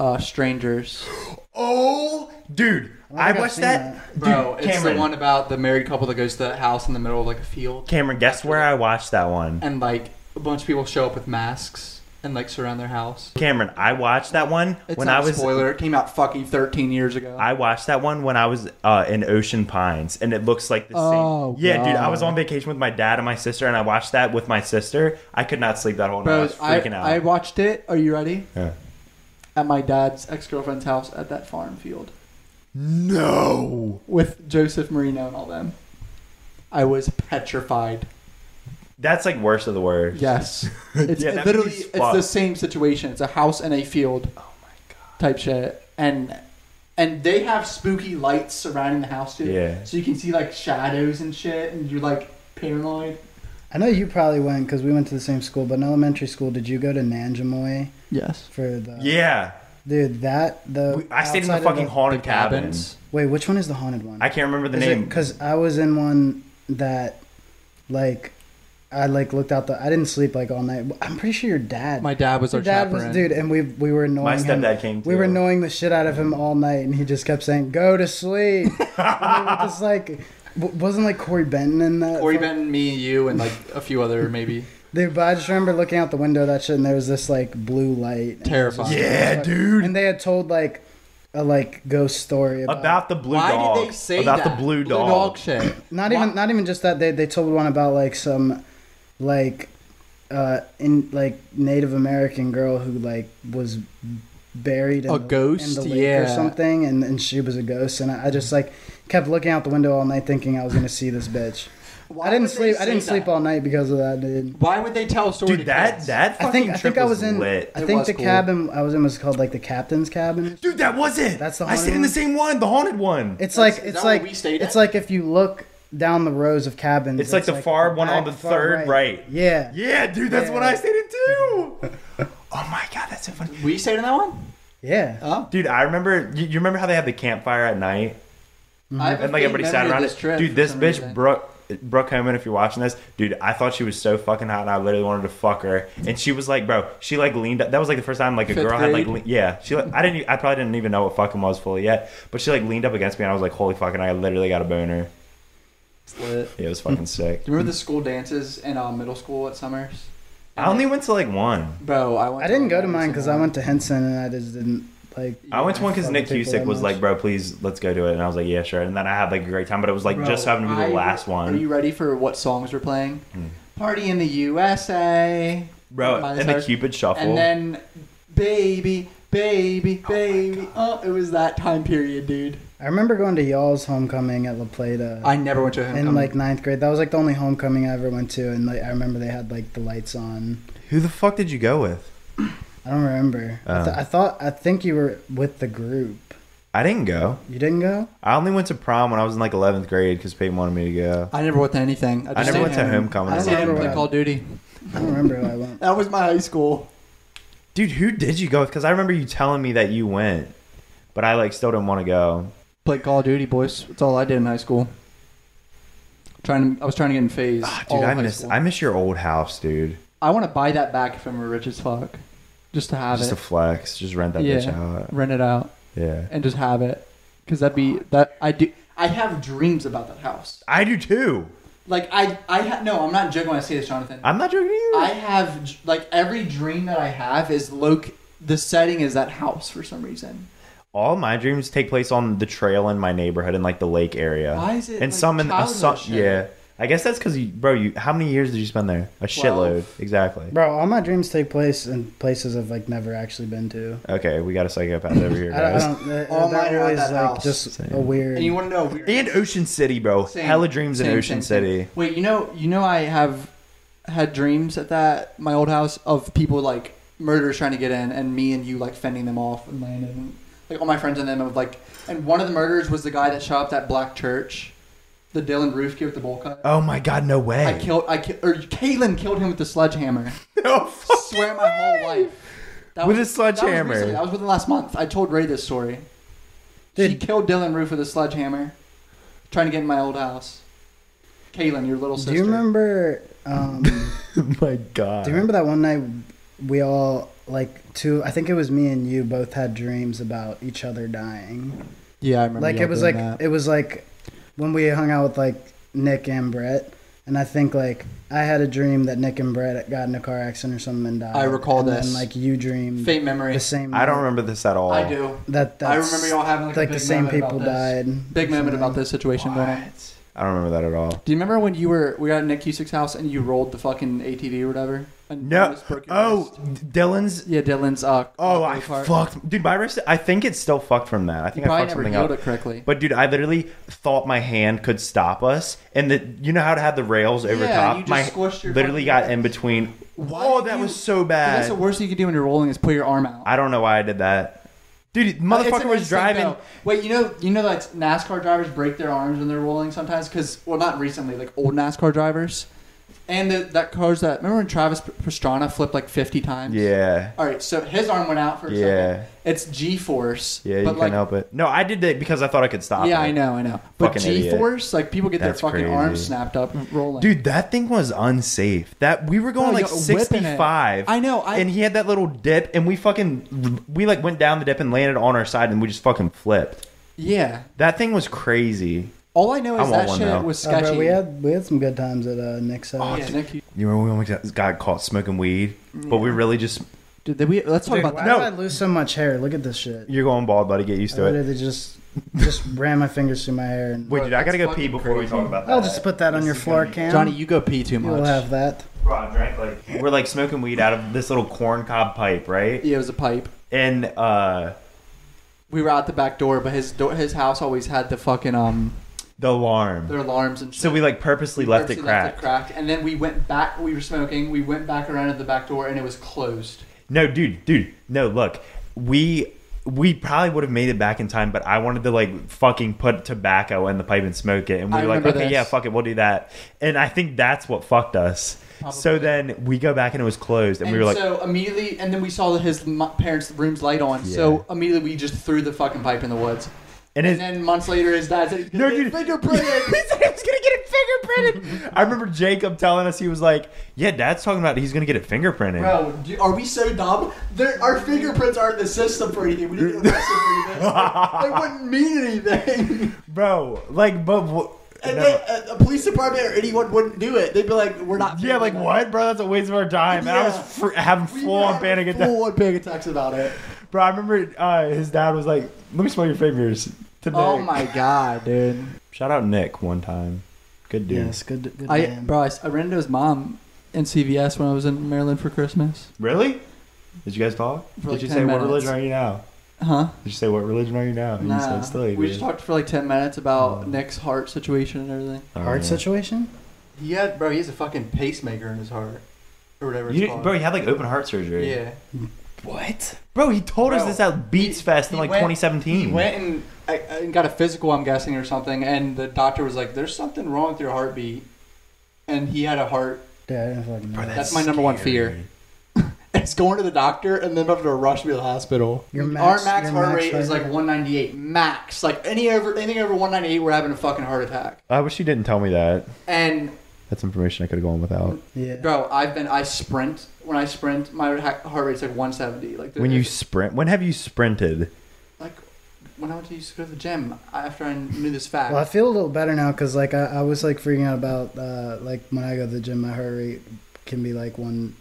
[SPEAKER 3] Uh, Strangers.
[SPEAKER 2] Oh, dude, I,
[SPEAKER 4] don't think I've
[SPEAKER 2] watched
[SPEAKER 4] seen
[SPEAKER 2] that. Dude,
[SPEAKER 3] Bro, it's
[SPEAKER 2] Cameron,
[SPEAKER 3] the one about the married couple that goes to the house in the middle of like a field,
[SPEAKER 2] Cameron, guess where I watched that one.
[SPEAKER 3] and like a bunch of people show up with masks and like surround their house.
[SPEAKER 2] Cameron, I watched that one
[SPEAKER 3] It's
[SPEAKER 2] when
[SPEAKER 3] not
[SPEAKER 2] I
[SPEAKER 3] a
[SPEAKER 2] was.
[SPEAKER 3] spoiler. It came out fucking thirteen years ago.
[SPEAKER 2] I watched that one when I was uh, in Ocean Pines, and it looks like the
[SPEAKER 3] Oh,
[SPEAKER 2] same. Yeah, dude, I
[SPEAKER 3] God.
[SPEAKER 2] was on vacation with my dad and my sister, and I watched that with my sister. I could not sleep that whole night. I
[SPEAKER 3] Bro,
[SPEAKER 2] was
[SPEAKER 3] I,
[SPEAKER 2] freaking out.
[SPEAKER 3] I watched it. Are you ready?
[SPEAKER 2] Yeah.
[SPEAKER 3] At my dad's ex girlfriend's house at that farm field
[SPEAKER 2] no,
[SPEAKER 3] with Joseph Marino and all them. I was petrified.
[SPEAKER 2] that's like worst of the worst.
[SPEAKER 3] Yes, it's
[SPEAKER 2] Yeah, that
[SPEAKER 3] literally
[SPEAKER 2] movie's
[SPEAKER 3] it's
[SPEAKER 2] fucked.
[SPEAKER 3] the same situation. It's a house and a field. Oh my god. Type shit, and and they have spooky lights surrounding the house too.
[SPEAKER 2] Yeah.
[SPEAKER 3] So you can see like shadows and shit, and you're like paranoid.
[SPEAKER 4] I know you probably went because we went to the same school, but in elementary school, did you go to Nanjamoy
[SPEAKER 3] Yes.
[SPEAKER 4] for the?
[SPEAKER 2] Yeah,
[SPEAKER 4] Dude, that the
[SPEAKER 2] We- I stayed in the
[SPEAKER 4] outside of
[SPEAKER 2] fucking haunted cabin.
[SPEAKER 4] Wait, which one is the haunted one?
[SPEAKER 2] I can't remember the name.
[SPEAKER 4] Because I was in one that, like, I like looked out the. I didn't sleep like all night. I'm pretty sure your dad.
[SPEAKER 3] My dad was
[SPEAKER 4] your
[SPEAKER 3] our
[SPEAKER 4] dad was
[SPEAKER 3] chaperone.
[SPEAKER 4] dude, and we we were annoying
[SPEAKER 2] My
[SPEAKER 4] him.
[SPEAKER 2] stepdad came. Too.
[SPEAKER 4] We were annoying the shit out of him all night, and he just kept saying, "Go to sleep." and we were just like, w- wasn't like Corey Benton in that?
[SPEAKER 3] Or even me, you, and like a few other maybe.
[SPEAKER 4] Dude, but I just remember looking out the window of that shit, and there was this like blue light. and it was just-
[SPEAKER 3] Terrifying.
[SPEAKER 2] Yeah, dude.
[SPEAKER 4] And they had told like a like ghost story about,
[SPEAKER 2] about the blue dog. about the blue dog.
[SPEAKER 3] shit.
[SPEAKER 4] not even not even just that they they told one about like some like uh in like Native American girl who like was buried in
[SPEAKER 3] A
[SPEAKER 4] the,
[SPEAKER 3] ghost?
[SPEAKER 4] in the lake or
[SPEAKER 3] Yeah.
[SPEAKER 4] something, and and she was a ghost, and I, I just like kept looking out the window all night thinking I was gonna see this bitch. I didn't sleep. I didn't sleep all night because of that, dude.
[SPEAKER 3] Why would they tell a story?
[SPEAKER 2] Dude, that that fucking
[SPEAKER 4] I think I
[SPEAKER 2] trip
[SPEAKER 4] think I
[SPEAKER 2] was,
[SPEAKER 4] was in.
[SPEAKER 2] lit.
[SPEAKER 4] I
[SPEAKER 3] It
[SPEAKER 4] think
[SPEAKER 3] was
[SPEAKER 4] the
[SPEAKER 3] cool.
[SPEAKER 4] cabin I was in was called like the captain's cabin.
[SPEAKER 2] Dude, that was it.
[SPEAKER 4] That's the
[SPEAKER 2] I stayed
[SPEAKER 4] haunted
[SPEAKER 2] in the
[SPEAKER 4] one?
[SPEAKER 2] same one, the haunted one.
[SPEAKER 4] It's
[SPEAKER 3] That's-
[SPEAKER 4] like
[SPEAKER 3] is
[SPEAKER 4] it's
[SPEAKER 3] that where
[SPEAKER 4] like
[SPEAKER 3] we stayed
[SPEAKER 4] it's
[SPEAKER 3] at?
[SPEAKER 4] like if you look down the rows of cabins.
[SPEAKER 2] It's like the far one on
[SPEAKER 4] back
[SPEAKER 2] the
[SPEAKER 4] far
[SPEAKER 2] third right.
[SPEAKER 4] Yeah.
[SPEAKER 2] yeah, dude, that's
[SPEAKER 4] Yeah.
[SPEAKER 2] what I stayed in too. oh my god, that's so funny.
[SPEAKER 3] Were you staying in that one?
[SPEAKER 4] Yeah.
[SPEAKER 3] Oh,
[SPEAKER 2] Dude, I remember. You, you remember how they had the campfire at night
[SPEAKER 3] I have a
[SPEAKER 2] and like
[SPEAKER 3] faint
[SPEAKER 2] everybody sat
[SPEAKER 3] memory of
[SPEAKER 2] around
[SPEAKER 3] this
[SPEAKER 2] it?
[SPEAKER 3] trip
[SPEAKER 2] Dude,
[SPEAKER 3] for
[SPEAKER 2] this
[SPEAKER 3] some
[SPEAKER 2] bitch
[SPEAKER 3] reason.
[SPEAKER 2] Brooke Brooke Homan, if you're watching this, dude, I thought she was so fucking hot, and I literally wanted to fuck her. And she was like, bro, she like leaned. up. That was like the first time like a
[SPEAKER 3] Fifth
[SPEAKER 2] girl had like,
[SPEAKER 3] grade?
[SPEAKER 2] le- yeah. She like, I didn't, e- I probably didn't even know what fucking was fully yet, but she like leaned up against me, and I was like, holy fucking, I literally got a boner.
[SPEAKER 3] Lit.
[SPEAKER 2] Yeah, it was fucking sick.
[SPEAKER 3] Do you remember the school dances in uh, middle school at Summers?
[SPEAKER 2] I only went to like one.
[SPEAKER 3] Bro, I went.
[SPEAKER 4] I
[SPEAKER 3] to
[SPEAKER 4] didn't go to
[SPEAKER 3] every
[SPEAKER 4] mine because I
[SPEAKER 3] single
[SPEAKER 4] went to Henson and I just didn't like.
[SPEAKER 2] I went to one because
[SPEAKER 4] Fucking
[SPEAKER 2] Nick
[SPEAKER 4] people
[SPEAKER 2] Cusick
[SPEAKER 4] that
[SPEAKER 2] was
[SPEAKER 4] much.
[SPEAKER 2] like, "Bro, please, let's go to it," and I was like, "Yeah, sure." And then I had like a great time, but it was like
[SPEAKER 3] Bro,
[SPEAKER 2] just having to be the
[SPEAKER 3] I-
[SPEAKER 2] last
[SPEAKER 3] Are
[SPEAKER 2] one,
[SPEAKER 3] you ready for what songs were playing? Party in the USA.
[SPEAKER 2] bro.
[SPEAKER 3] Miley
[SPEAKER 2] And the
[SPEAKER 3] Cyrus.
[SPEAKER 2] Cupid Shuffle.
[SPEAKER 3] And then, baby, baby, baby. Oh, it was that time period, dude.
[SPEAKER 4] I remember going to y'all's homecoming at La Plata.
[SPEAKER 3] I never went to a homecoming.
[SPEAKER 4] in like ninth grade, that was like the only homecoming I ever went to, and like I remember they had like the lights on.
[SPEAKER 2] Who the fuck did you go with?
[SPEAKER 3] Uh.
[SPEAKER 4] I don't remember. I, th-
[SPEAKER 2] Oh.
[SPEAKER 4] I thought I think you were with the group.
[SPEAKER 2] I didn't go.
[SPEAKER 4] You didn't go?
[SPEAKER 2] I only went to prom when I was in like 11th grade because Peyton wanted me to go.
[SPEAKER 3] I never went to anything. I,
[SPEAKER 2] I
[SPEAKER 3] just
[SPEAKER 2] never went to
[SPEAKER 3] stayed-
[SPEAKER 2] homecoming.
[SPEAKER 3] I
[SPEAKER 2] or
[SPEAKER 4] don't
[SPEAKER 3] stayed
[SPEAKER 2] something,
[SPEAKER 3] home
[SPEAKER 4] remember
[SPEAKER 3] and
[SPEAKER 2] but-
[SPEAKER 3] played
[SPEAKER 4] that.
[SPEAKER 3] Call of Duty.
[SPEAKER 4] I don't remember who I went.
[SPEAKER 3] That was my high school.
[SPEAKER 2] Dude, who did you go with? Because I remember you telling me that you went, but I like still didn't want to go.
[SPEAKER 3] Played Call of Duty, boys. That's all I did in high school. Trying to, I was trying to get in phase.
[SPEAKER 2] Ah,
[SPEAKER 3] all
[SPEAKER 2] dude,
[SPEAKER 3] of
[SPEAKER 2] I
[SPEAKER 3] high
[SPEAKER 2] miss
[SPEAKER 3] school.
[SPEAKER 2] I miss your old house, dude.
[SPEAKER 3] I want to buy that back if I'm rich as fuck, just to have
[SPEAKER 2] Just
[SPEAKER 3] it.
[SPEAKER 2] a flex. Just rent that bitch
[SPEAKER 3] yeah,
[SPEAKER 2] out.
[SPEAKER 3] rent it out
[SPEAKER 2] Yeah.
[SPEAKER 3] and just have it, because that'd be that. I do. I have dreams about that house.
[SPEAKER 2] I do too.
[SPEAKER 3] Like I, I ha- no, I'm not joking when I say this, Jonathan.
[SPEAKER 2] I'm not joking either.
[SPEAKER 3] I have j- like every dream that I have is loc. The setting is that house for some reason.
[SPEAKER 2] All my dreams take place on the trail in my neighborhood in like the lake area.
[SPEAKER 3] Why is it,
[SPEAKER 2] And
[SPEAKER 3] like,
[SPEAKER 2] some in a,
[SPEAKER 3] childhood
[SPEAKER 2] some,
[SPEAKER 3] shit?
[SPEAKER 2] yeah. I guess that's because you, bro. You how many years did you spend there? A shitload, exactly.
[SPEAKER 4] Bro, all my dreams take place in places I've like never actually been to.
[SPEAKER 2] Okay, we got a psychopath over here,
[SPEAKER 4] I don't, I
[SPEAKER 2] guys.
[SPEAKER 4] don't they're,
[SPEAKER 3] All mine
[SPEAKER 4] they're
[SPEAKER 3] are at
[SPEAKER 4] always
[SPEAKER 3] that
[SPEAKER 4] like
[SPEAKER 3] house.
[SPEAKER 4] just
[SPEAKER 2] Same.
[SPEAKER 4] a weird
[SPEAKER 3] And you want to know? Weird,
[SPEAKER 2] And Ocean City, bro.
[SPEAKER 3] Same.
[SPEAKER 2] Hella dreams in
[SPEAKER 3] Same,
[SPEAKER 2] Ocean
[SPEAKER 3] same, same.
[SPEAKER 2] City.
[SPEAKER 3] Wait, you know, you know, I have had dreams at that my old house of people like murderers trying to get in, and me and you like fending them off and landing. And, like all my friends and them of like, and one of the murderers was the guy that shot up that black church, the Dylan Roof kid with the bowl cut.
[SPEAKER 2] Oh my god, no way.
[SPEAKER 3] I killed, I ki- or Caitlin killed him with the sledgehammer.
[SPEAKER 2] No fucking
[SPEAKER 3] Swear my whole life. That
[SPEAKER 2] With a
[SPEAKER 3] That
[SPEAKER 2] sledgehammer.
[SPEAKER 3] was, recently. that was within the last month. I told Ray this story. She
[SPEAKER 4] Dude.
[SPEAKER 3] killed Dylan Roof with a sledgehammer, trying to get in my old house. Kaylin, your little sister.
[SPEAKER 4] Do you remember um do
[SPEAKER 2] Oh my god.
[SPEAKER 4] you remember that one night we all like two I think it was me and you both had dreams about each other dying.
[SPEAKER 3] Yeah, I remember.
[SPEAKER 4] Like it was like it was like when we hung out with like Nick and Brett and I think like I had a dream that Nick and Brett got in a car accident or something and died.
[SPEAKER 3] I recall
[SPEAKER 4] and
[SPEAKER 3] this.
[SPEAKER 4] Then, like you dreamed
[SPEAKER 3] faint memory.
[SPEAKER 4] the same.
[SPEAKER 2] I don't
[SPEAKER 4] night.
[SPEAKER 2] remember this at all.
[SPEAKER 3] I do.
[SPEAKER 4] That that's,
[SPEAKER 3] I remember y'all having like,
[SPEAKER 4] like,
[SPEAKER 3] a
[SPEAKER 4] the
[SPEAKER 3] big
[SPEAKER 4] same
[SPEAKER 3] moment
[SPEAKER 4] people
[SPEAKER 3] about this.
[SPEAKER 4] died.
[SPEAKER 3] Big moment about this situation going on.
[SPEAKER 2] What? I don't remember that at all.
[SPEAKER 3] Do you remember when you were we were at Nick Cusick's house and you rolled the fucking ATV or whatever? And you
[SPEAKER 2] No.
[SPEAKER 3] just broke your
[SPEAKER 2] Oh,
[SPEAKER 3] wrist?
[SPEAKER 2] Dylan's.
[SPEAKER 3] yeah, Dylan's. Uh,
[SPEAKER 2] Oh,
[SPEAKER 3] car
[SPEAKER 2] I
[SPEAKER 3] part.
[SPEAKER 2] fucked. Dude, my wrist. I think it's still fucked from that. I
[SPEAKER 3] You
[SPEAKER 2] think I
[SPEAKER 3] probably
[SPEAKER 2] fucked
[SPEAKER 3] never
[SPEAKER 2] something
[SPEAKER 3] healed
[SPEAKER 2] up.
[SPEAKER 3] it correctly.
[SPEAKER 2] But dude, I literally thought my hand could stop us, and that you know how to have the rails over
[SPEAKER 3] Yeah,
[SPEAKER 2] top.
[SPEAKER 3] you just
[SPEAKER 2] my
[SPEAKER 3] squished your
[SPEAKER 2] literally
[SPEAKER 3] fucking
[SPEAKER 2] got
[SPEAKER 3] wrist.
[SPEAKER 2] in between.
[SPEAKER 3] Why
[SPEAKER 2] oh,
[SPEAKER 3] did
[SPEAKER 2] that
[SPEAKER 3] you-
[SPEAKER 2] was so
[SPEAKER 3] That's
[SPEAKER 2] bad.
[SPEAKER 3] the worst thing you can do when you're rolling is put your arm out.
[SPEAKER 2] I don't know why I did that. Dude,
[SPEAKER 3] It's an
[SPEAKER 2] motherfucker was
[SPEAKER 3] instinct,
[SPEAKER 2] driving.
[SPEAKER 3] though. Wait, you know, you know, like NASCAR drivers break their arms when they're rolling sometimes because, well, not recently, like old NASCAR drivers, and the, that cars that remember when Travis Pastrana flipped like fifty times.
[SPEAKER 2] Yeah.
[SPEAKER 3] All right, so his arm went out for a
[SPEAKER 2] Yeah.
[SPEAKER 3] second. It's G-force.
[SPEAKER 2] Yeah, you
[SPEAKER 3] but
[SPEAKER 2] couldn't
[SPEAKER 3] like,
[SPEAKER 2] help it. No, I did that because I thought I could stop
[SPEAKER 3] Yeah,
[SPEAKER 2] it.
[SPEAKER 3] I know, I know. But
[SPEAKER 2] Fucking idiot.
[SPEAKER 3] G-force, like people get
[SPEAKER 2] That's
[SPEAKER 3] their fucking
[SPEAKER 2] crazy.
[SPEAKER 3] arms snapped up
[SPEAKER 4] Mm,
[SPEAKER 3] and rolling.
[SPEAKER 2] Dude, that thing was unsafe. That we were going
[SPEAKER 3] Bro,
[SPEAKER 2] like
[SPEAKER 3] you're Oh, whipping it.
[SPEAKER 2] 65.
[SPEAKER 3] I know, I-
[SPEAKER 2] and he had that little dip, and we fucking we like went down the dip and landed on our side, and we just fucking flipped.
[SPEAKER 3] yeah.
[SPEAKER 2] That thing was crazy.
[SPEAKER 3] All I know
[SPEAKER 2] I
[SPEAKER 3] is
[SPEAKER 2] want one
[SPEAKER 3] that
[SPEAKER 2] Oh,
[SPEAKER 3] shit
[SPEAKER 2] now.
[SPEAKER 3] was
[SPEAKER 4] Oh, bro,
[SPEAKER 3] sketchy. Oh,
[SPEAKER 4] we had we had some good times at uh, Nick's
[SPEAKER 3] yeah,
[SPEAKER 4] house.
[SPEAKER 3] Nick, you-
[SPEAKER 2] You remember when we got caught smoking weed, but we really just
[SPEAKER 3] dude, did we, let's talk
[SPEAKER 4] Dude,
[SPEAKER 3] about
[SPEAKER 4] why
[SPEAKER 3] that.
[SPEAKER 2] No.
[SPEAKER 4] did I lose so much hair? Look at this shit.
[SPEAKER 2] you're going bald, buddy. Get used
[SPEAKER 4] I
[SPEAKER 2] to it.
[SPEAKER 4] literally just just ran my fingers through my hair. And
[SPEAKER 2] Wait, dude, I
[SPEAKER 3] That's
[SPEAKER 2] gotta go pee
[SPEAKER 3] fucking
[SPEAKER 2] before we
[SPEAKER 3] crazy.
[SPEAKER 2] talk about that.
[SPEAKER 4] I'll just put that on your floor, Cam.
[SPEAKER 3] Johnny, you go pee too
[SPEAKER 4] you'll
[SPEAKER 3] much.
[SPEAKER 4] have that.
[SPEAKER 2] Bro, I drank like we're like smoking weed out of this little corn cob pipe, right?
[SPEAKER 3] yeah, it was a pipe.
[SPEAKER 2] And uh
[SPEAKER 3] we were out the back door, but his door, his house always had the fucking um
[SPEAKER 2] the alarm.
[SPEAKER 3] their alarms and shit.
[SPEAKER 2] So we like purposely left it
[SPEAKER 3] Pepsi
[SPEAKER 2] cracked.
[SPEAKER 3] cracked, and then we went back. We were smoking. We went back around to the back door, and it was closed.
[SPEAKER 2] No, dude, dude, no. Look, we we probably would have made it back in time, but I wanted to like fucking put tobacco in the pipe and smoke it, and we
[SPEAKER 3] I
[SPEAKER 2] were like,
[SPEAKER 3] remember
[SPEAKER 2] okay,
[SPEAKER 3] this.
[SPEAKER 2] yeah, fuck it, we'll do that. And I think that's what fucked us. So
[SPEAKER 3] Probably.
[SPEAKER 2] then we go back and it was closed, and,
[SPEAKER 3] And
[SPEAKER 2] we were like,
[SPEAKER 3] so immediately, and then we saw that his mo- parents' room's light on. So immediately, we just threw the fucking pipe in the woods.
[SPEAKER 2] and,
[SPEAKER 3] And
[SPEAKER 2] it,
[SPEAKER 3] then months later, his dad said,
[SPEAKER 2] No,
[SPEAKER 3] "Get
[SPEAKER 2] dude.
[SPEAKER 3] fingerprinted."
[SPEAKER 2] he said he was gonna get it fingerprinted. I remember Jacob telling us he was like, yeah, Dad's talking about he's gonna get it fingerprinted.
[SPEAKER 3] Bro, do, are we so dumb? There, our fingerprints aren't in the system for anything. We didn't get arrested for anything. It wouldn't mean anything.
[SPEAKER 2] Bro, like, but. wha-
[SPEAKER 3] And
[SPEAKER 2] no.
[SPEAKER 3] they, a, a police department or anyone wouldn't do it. They'd be like, "We're not."
[SPEAKER 2] yeah, like what, bro? That's a waste of our time. And I was
[SPEAKER 3] Yeah.
[SPEAKER 2] fr- having full on panic
[SPEAKER 3] attack.
[SPEAKER 2] attack.
[SPEAKER 3] Full on panic attacks about it.
[SPEAKER 2] Bro, I remember uh, his dad was like, "Let me smell your fingers." Today.
[SPEAKER 3] Oh my god, dude!
[SPEAKER 2] Shout out Nick one time. Good dude.
[SPEAKER 4] Yes, good, good
[SPEAKER 3] I
[SPEAKER 4] man.
[SPEAKER 3] bro, I, s- I ran into his mom in CVS when I was in Maryland for Christmas.
[SPEAKER 2] Really? Did you guys talk?
[SPEAKER 3] For like
[SPEAKER 2] Did you
[SPEAKER 3] 10
[SPEAKER 2] say what
[SPEAKER 3] minutes.
[SPEAKER 2] religion are you now?
[SPEAKER 3] Huh?
[SPEAKER 2] Did you say what religion are Oh, you now? And You
[SPEAKER 3] Nah.
[SPEAKER 2] said Oh. still
[SPEAKER 3] we just talked for like ten minutes about Nick's heart situation and everything.
[SPEAKER 4] Hard situation.
[SPEAKER 3] He had, bro, he has a fucking pacemaker in his heart or whatever.
[SPEAKER 2] You didn't- bro, you had like open heart surgery.
[SPEAKER 3] what?
[SPEAKER 7] Bro, he told us
[SPEAKER 3] Bro,
[SPEAKER 7] this at Beats Fest in
[SPEAKER 3] he
[SPEAKER 7] like
[SPEAKER 3] went-
[SPEAKER 7] 2017.
[SPEAKER 3] He went and, I, and got a physical, I'm guessing, or something, and the doctor was like, "There's something wrong with your heartbeat," and he had a heart.
[SPEAKER 4] Yeah, I didn't fucking know.
[SPEAKER 3] That's, my number one fear. it's going to the doctor and then having to rush me to the hospital.
[SPEAKER 4] Your
[SPEAKER 3] Our
[SPEAKER 4] max-
[SPEAKER 3] max
[SPEAKER 4] your
[SPEAKER 3] heart
[SPEAKER 4] max
[SPEAKER 3] rate is
[SPEAKER 4] heart
[SPEAKER 3] like 198 max. Like any over anything over 198, we're having a fucking heart attack.
[SPEAKER 7] I wish you didn't tell me that.
[SPEAKER 3] And
[SPEAKER 7] That's information I could have gone without.
[SPEAKER 4] Yeah.
[SPEAKER 3] bro, I've been I sprint when I sprint, my ha- heart rate's like 170. Like
[SPEAKER 7] When you
[SPEAKER 3] there's-
[SPEAKER 7] sprint, when have you sprinted?
[SPEAKER 3] like when I went to used to go to the gym I- after I knew this fact.
[SPEAKER 4] Well, I feel a little better now because like I, I was like freaking out about uh, like when I go to the gym, my heart rate can be like one,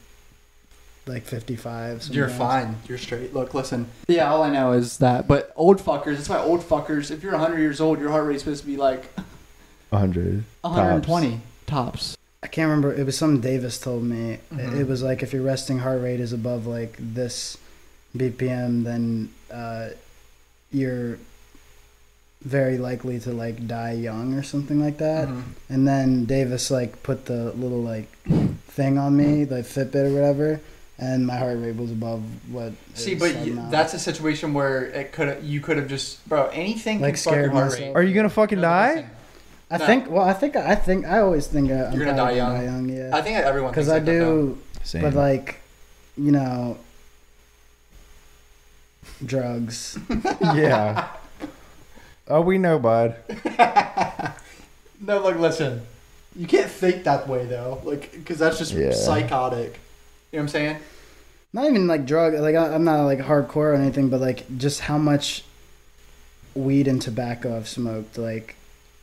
[SPEAKER 4] like fifty five.
[SPEAKER 3] You're fine. You're straight. Look, listen. Yeah, all I know is that. But old fuckers, that's why old fuckers. If you're 100 years old, your heart rate's supposed to be like
[SPEAKER 7] 100.
[SPEAKER 3] 120 tops.
[SPEAKER 4] I can't remember. It was something Davis told me. It-
[SPEAKER 3] Mhm.
[SPEAKER 4] It, was like if your resting heart rate is above like this BPM, then uh, you're very likely to like die young or something like that.
[SPEAKER 3] Mhm.
[SPEAKER 4] And then Davis like put the little like thing on me,
[SPEAKER 3] Mm-hmm.
[SPEAKER 4] like Fitbit or whatever, and my heart rate was above what. it
[SPEAKER 3] See,
[SPEAKER 4] is
[SPEAKER 3] but
[SPEAKER 4] right
[SPEAKER 3] y
[SPEAKER 4] now.
[SPEAKER 3] that's a situation where it could you could have just bro anything
[SPEAKER 4] Like
[SPEAKER 3] can fuck your
[SPEAKER 4] scared
[SPEAKER 3] heart
[SPEAKER 4] myself.
[SPEAKER 3] rate.
[SPEAKER 7] Are you gonna fucking die?
[SPEAKER 4] I
[SPEAKER 3] No.
[SPEAKER 4] think. Well, I think. I think. I always think I, I'm
[SPEAKER 3] You're gonna
[SPEAKER 4] probably
[SPEAKER 3] die
[SPEAKER 4] gonna die young.
[SPEAKER 3] I
[SPEAKER 4] Yeah,
[SPEAKER 3] think everyone
[SPEAKER 4] because
[SPEAKER 3] because
[SPEAKER 4] I do.
[SPEAKER 7] Same.
[SPEAKER 4] But like, you know, drugs.
[SPEAKER 7] yeah. Oh, we know, bud.
[SPEAKER 3] No, like listen, you can't think that way though, like because that's just
[SPEAKER 7] Yeah.
[SPEAKER 3] psychotic. You know what I'm saying?
[SPEAKER 4] Not even like drug. Like I, I'm not like hardcore or anything, but like just how much weed and tobacco I've smoked. Like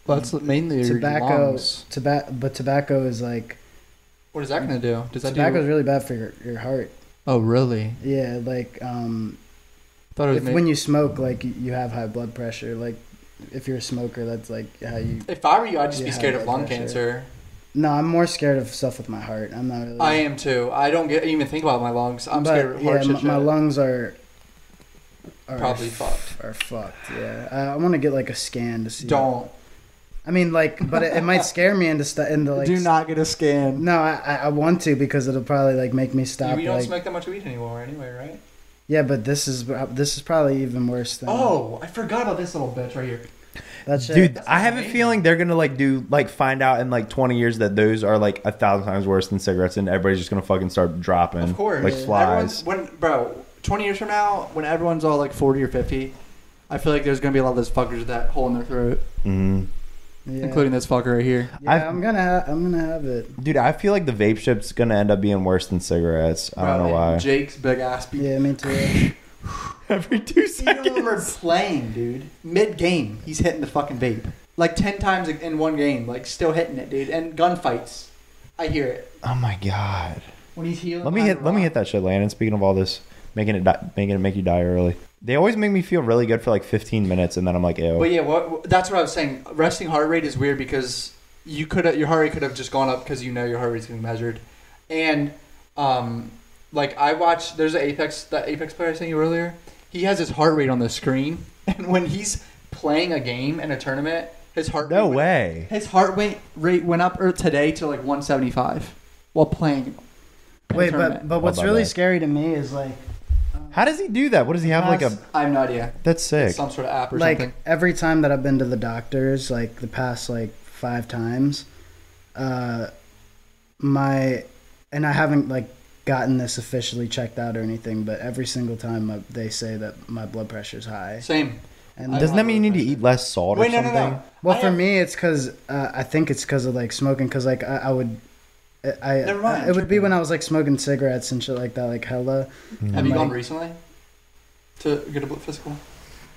[SPEAKER 3] Well, that's mainly
[SPEAKER 4] tobacco, tobacco, but tobacco is like
[SPEAKER 3] What is that gonna do? Does that
[SPEAKER 4] tobacco is
[SPEAKER 3] do?
[SPEAKER 4] really bad for your, your heart.
[SPEAKER 3] Oh, really?
[SPEAKER 4] Yeah, like um,
[SPEAKER 3] Thought it
[SPEAKER 4] if,
[SPEAKER 3] was ma-
[SPEAKER 4] when you smoke, like you- you have high blood pressure. Like if you're a smoker, that's like how you.
[SPEAKER 3] If I were you, I'd just be
[SPEAKER 4] Yeah,
[SPEAKER 3] scared of
[SPEAKER 4] blood
[SPEAKER 3] lung
[SPEAKER 4] pressure.
[SPEAKER 3] cancer.
[SPEAKER 4] No, I'm more scared of stuff with my heart. I'm not really.
[SPEAKER 3] I am too. I don't get even think about my lungs. I'm scared of heart
[SPEAKER 4] yeah,
[SPEAKER 3] shit.
[SPEAKER 4] my, my
[SPEAKER 3] shit.
[SPEAKER 4] lungs are, are
[SPEAKER 3] Probably
[SPEAKER 4] f-
[SPEAKER 3] fucked.
[SPEAKER 4] Are fucked. Yeah, I, I want to get like a scan to see.
[SPEAKER 3] Don't.
[SPEAKER 4] I mean, like, but it, it might scare me into st- into like.
[SPEAKER 3] not get a scan.
[SPEAKER 4] No, I I- I want to because it'll probably like make me stop.
[SPEAKER 3] we don't
[SPEAKER 4] like,
[SPEAKER 3] smoke that much weed anymore, anyway, right?
[SPEAKER 4] yeah, but this is uh, this is probably even worse than.
[SPEAKER 3] Oh, I forgot about this little bitch right here.
[SPEAKER 4] that's
[SPEAKER 7] Dude,
[SPEAKER 3] That's
[SPEAKER 7] I have a
[SPEAKER 3] amazing.
[SPEAKER 7] feeling they're gonna like do like find out in like 20 years that those are like a thousand times worse than cigarettes, and everybody's just gonna fucking start dropping.
[SPEAKER 3] Of course.
[SPEAKER 7] like
[SPEAKER 3] Everyone's-
[SPEAKER 7] flies.
[SPEAKER 3] When, bro, 20 years from now, when everyone's all like 40 or 50, I feel like there's going to be a lot of those fuckers with that hole in their throat,
[SPEAKER 7] Mhm.
[SPEAKER 4] Yeah,
[SPEAKER 3] including this fucker right here.
[SPEAKER 4] Yeah,
[SPEAKER 7] I've-
[SPEAKER 4] I'm gonna ha- I'm gonna have it.
[SPEAKER 7] Dude, I feel like the vape shit's gonna end up being worse than cigarettes. I don't
[SPEAKER 3] Bro,
[SPEAKER 7] know why.
[SPEAKER 3] Jake's big ass. Be-
[SPEAKER 4] Yeah, me too.
[SPEAKER 7] Every two
[SPEAKER 3] Even when we're playing, dude, mid game, he's hitting the fucking vape. Like 10 times in one game, like still hitting it, dude. And gunfights. I hear it.
[SPEAKER 7] Oh my god.
[SPEAKER 3] When he's healing.
[SPEAKER 7] Let me hit. Let me hit that shit, Landon. Speaking of all this, making it di- making it make you die early. They always make me feel really good for like 15 minutes, and then I'm like, ew.
[SPEAKER 3] But yeah, what, what- that's what I was saying. Resting heart rate is weird because you could your heart rate could have just gone up because you know your heart rate's getting measured, and um, like I watched there's an Apex that Apex player I sent you earlier. He has his heart rate on the screen, and when he's playing a game in a tournament, his heart
[SPEAKER 7] no
[SPEAKER 3] rate
[SPEAKER 7] way.
[SPEAKER 3] went, his heart rate rate went up er, today to like 175 while playing. in a
[SPEAKER 4] Wait, but
[SPEAKER 3] tournament.
[SPEAKER 4] but what's
[SPEAKER 7] about
[SPEAKER 4] really
[SPEAKER 7] that?
[SPEAKER 4] scary to me is like
[SPEAKER 7] How does he do that? What does he have like a?
[SPEAKER 3] I have no idea.
[SPEAKER 7] That's sick.
[SPEAKER 3] Some sort of app or
[SPEAKER 4] like
[SPEAKER 3] something.
[SPEAKER 4] every time that I've been to the doctors, like the past like five times, uh, my and I haven't like gotten this officially checked out or anything, but every single time I, they say that my blood pressure's high,
[SPEAKER 3] Same.
[SPEAKER 4] and
[SPEAKER 3] I-
[SPEAKER 7] Doesn't that mean you need to eat less salt
[SPEAKER 3] Wait,
[SPEAKER 7] or
[SPEAKER 3] no, no,
[SPEAKER 7] something?
[SPEAKER 3] no.
[SPEAKER 4] well,
[SPEAKER 3] I
[SPEAKER 4] for
[SPEAKER 3] have-
[SPEAKER 4] me, it's because uh, I think it's because of like smoking, because like I, I would. I,
[SPEAKER 3] Never mind,
[SPEAKER 4] I-
[SPEAKER 3] I'm
[SPEAKER 4] it would be
[SPEAKER 3] tripping.
[SPEAKER 4] when I was like smoking cigarettes and shit like that, like hella,
[SPEAKER 3] Have you
[SPEAKER 4] Like-
[SPEAKER 3] gone recently to get a blood physical?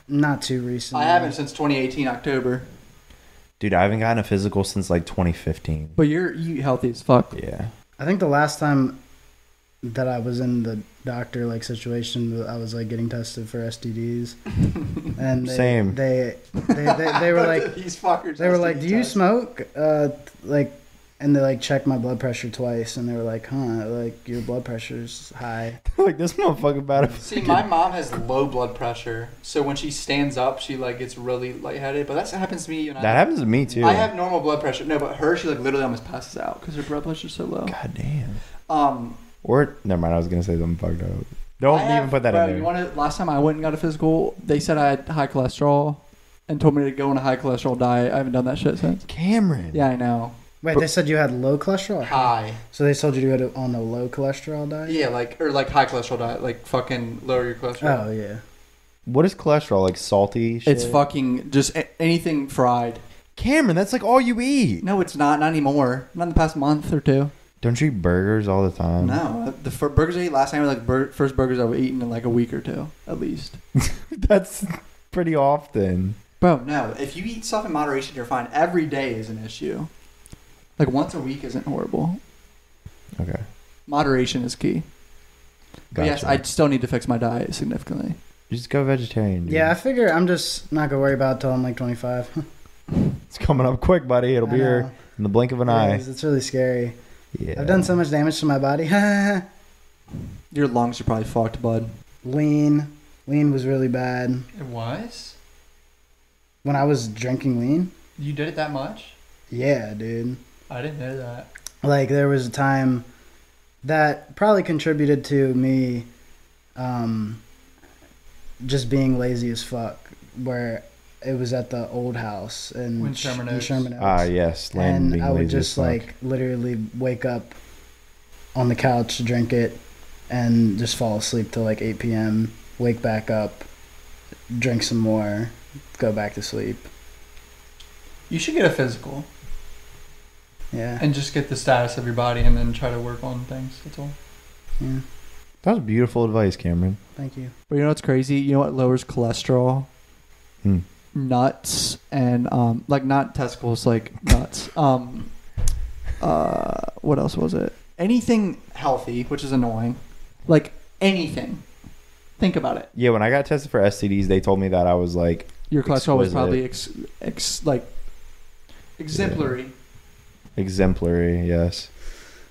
[SPEAKER 4] not too recently.
[SPEAKER 3] I haven't since 2018 October.
[SPEAKER 7] Dude, I haven't gotten a physical since like 2015.
[SPEAKER 3] But you're you healthy as fuck.
[SPEAKER 7] Yeah.
[SPEAKER 4] I think the last time that I was in the doctor like situation, I was like getting tested for STDs, and they,
[SPEAKER 7] Same.
[SPEAKER 4] They they, they, they were like
[SPEAKER 3] these fuckers.
[SPEAKER 4] they were like,
[SPEAKER 3] STD
[SPEAKER 4] "Do you
[SPEAKER 3] test."
[SPEAKER 4] smoke?" Uh, like, and they like checked my blood pressure twice, and they were like, "Huh, like your blood pressure's high."
[SPEAKER 7] like this motherfucker about to
[SPEAKER 3] See, my mom has low blood pressure, so when she stands up, she like gets really lightheaded. But that's what happens to me. And I,
[SPEAKER 7] That happens to me too.
[SPEAKER 3] I have normal blood pressure. No, but her, she like literally almost passes out because her blood pressure's so low.
[SPEAKER 7] God damn.
[SPEAKER 3] Um,
[SPEAKER 7] Or never mind. I was gonna say something fucked up. Don't
[SPEAKER 3] I
[SPEAKER 7] even
[SPEAKER 3] have-
[SPEAKER 7] put that
[SPEAKER 3] bro,
[SPEAKER 7] in
[SPEAKER 3] You
[SPEAKER 7] there.
[SPEAKER 3] want to, last time I went and got a physical, they said I had high cholesterol and told me to go on a high cholesterol diet. I haven't done that shit since.
[SPEAKER 7] Cameron.
[SPEAKER 3] Yeah, I know.
[SPEAKER 4] Wait, they said you had low cholesterol. or high?
[SPEAKER 3] High.
[SPEAKER 4] So they told you to go to, on the low cholesterol diet.
[SPEAKER 3] Uh, Yeah, like or like high cholesterol diet, like fucking lower your cholesterol.
[SPEAKER 4] Oh yeah.
[SPEAKER 7] What is cholesterol? Like salty shit?
[SPEAKER 3] it's fucking just a- anything fried.
[SPEAKER 7] Cameron, that's like all you eat.
[SPEAKER 3] No, it's not. Not anymore. Not in the past month or two.
[SPEAKER 7] Don't you eat burgers all the time?
[SPEAKER 3] No, uh, the fir- burgers I ate last night were like bur- first burgers I've eaten in like a week or two, at least.
[SPEAKER 7] That's pretty often.
[SPEAKER 3] Bro, no. If you eat stuff in moderation, you're fine. Every day is an issue. Like once a week isn't horrible.
[SPEAKER 7] Okay.
[SPEAKER 3] Moderation is key. But
[SPEAKER 7] Gotcha.
[SPEAKER 3] yes, I still need to fix my diet significantly.
[SPEAKER 7] Just go vegetarian. Dude.
[SPEAKER 4] Yeah, I figure I'm just not gonna worry about it till I'm like 25.
[SPEAKER 7] It's coming up quick, buddy. It'll
[SPEAKER 4] I
[SPEAKER 7] be here
[SPEAKER 4] know.
[SPEAKER 7] in the blink of an
[SPEAKER 4] It
[SPEAKER 7] eye.
[SPEAKER 4] is. It's really scary.
[SPEAKER 7] Yeah.
[SPEAKER 4] I've done so much damage to my body.
[SPEAKER 3] Your lungs are probably fucked, bud.
[SPEAKER 4] lean, lean was really bad
[SPEAKER 3] It was?
[SPEAKER 4] when I was drinking lean.
[SPEAKER 3] You did it that much?
[SPEAKER 4] Yeah, dude.
[SPEAKER 3] I didn't know that.
[SPEAKER 4] like there was a time that probably contributed to me um just being lazy as fuck where it was at the old house and
[SPEAKER 3] When Sherman Oaks.
[SPEAKER 4] Sherman Oaks.
[SPEAKER 7] Ah, yes. Landon
[SPEAKER 4] and
[SPEAKER 7] being
[SPEAKER 4] I would
[SPEAKER 7] lazy as
[SPEAKER 4] just
[SPEAKER 7] fuck.
[SPEAKER 4] like literally wake up on the couch, drink it, and just fall asleep till like 8 p.m. Wake back up, drink some more, go back to sleep.
[SPEAKER 3] You should get a physical
[SPEAKER 4] Yeah,
[SPEAKER 3] and just get the status of your body and then try to work on things. That's all.
[SPEAKER 4] yeah.
[SPEAKER 7] That was beautiful advice, Cameron.
[SPEAKER 4] Thank you.
[SPEAKER 3] But you know what's crazy? You know what lowers cholesterol?
[SPEAKER 7] Hmm.
[SPEAKER 3] Nuts and um, like not testicles, like nuts. Um, uh, what else was it? Anything healthy, which is annoying. Like anything. Think about it.
[SPEAKER 7] Yeah, when I got tested for STDs, they told me that I was like,
[SPEAKER 3] Your cholesterol
[SPEAKER 7] Exquisite.
[SPEAKER 3] was probably ex, ex like exemplary.
[SPEAKER 7] exemplary. Yes.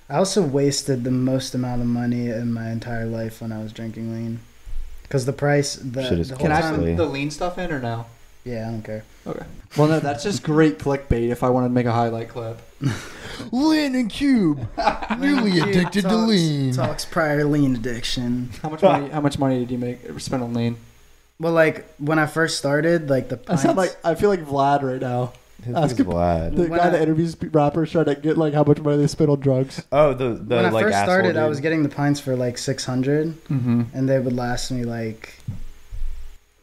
[SPEAKER 4] I also wasted the most amount of money in my entire life when I was drinking lean, because the price the,
[SPEAKER 7] Shit is
[SPEAKER 4] the whole
[SPEAKER 3] Can I
[SPEAKER 4] time.
[SPEAKER 7] Absolutely.
[SPEAKER 3] put the lean stuff in or no?
[SPEAKER 4] Yeah, I don't care.
[SPEAKER 3] Okay. Well, no, that's just great clickbait. If I wanted to make a highlight clip.
[SPEAKER 7] Landon Cube, newly addicted to lean.
[SPEAKER 4] Talks prior lean addiction.
[SPEAKER 3] How much money? How much money did you make uh, spend on lean?
[SPEAKER 4] Well, like when I first started, like the
[SPEAKER 3] I
[SPEAKER 4] pints,
[SPEAKER 3] sound like I feel like Vlad right now.
[SPEAKER 7] His
[SPEAKER 4] Uh,
[SPEAKER 3] Ask
[SPEAKER 7] name's
[SPEAKER 3] him-
[SPEAKER 7] Vlad.
[SPEAKER 3] The
[SPEAKER 4] When
[SPEAKER 3] guy
[SPEAKER 4] I-
[SPEAKER 3] that interviews rappers trying to get like how much money they spend on drugs.
[SPEAKER 7] Oh, the the
[SPEAKER 4] when I
[SPEAKER 7] like
[SPEAKER 4] first
[SPEAKER 7] asshole
[SPEAKER 4] started, I
[SPEAKER 7] dude.
[SPEAKER 4] was getting the pints for like six hundred,
[SPEAKER 3] Mm-hmm.
[SPEAKER 4] and they would last me like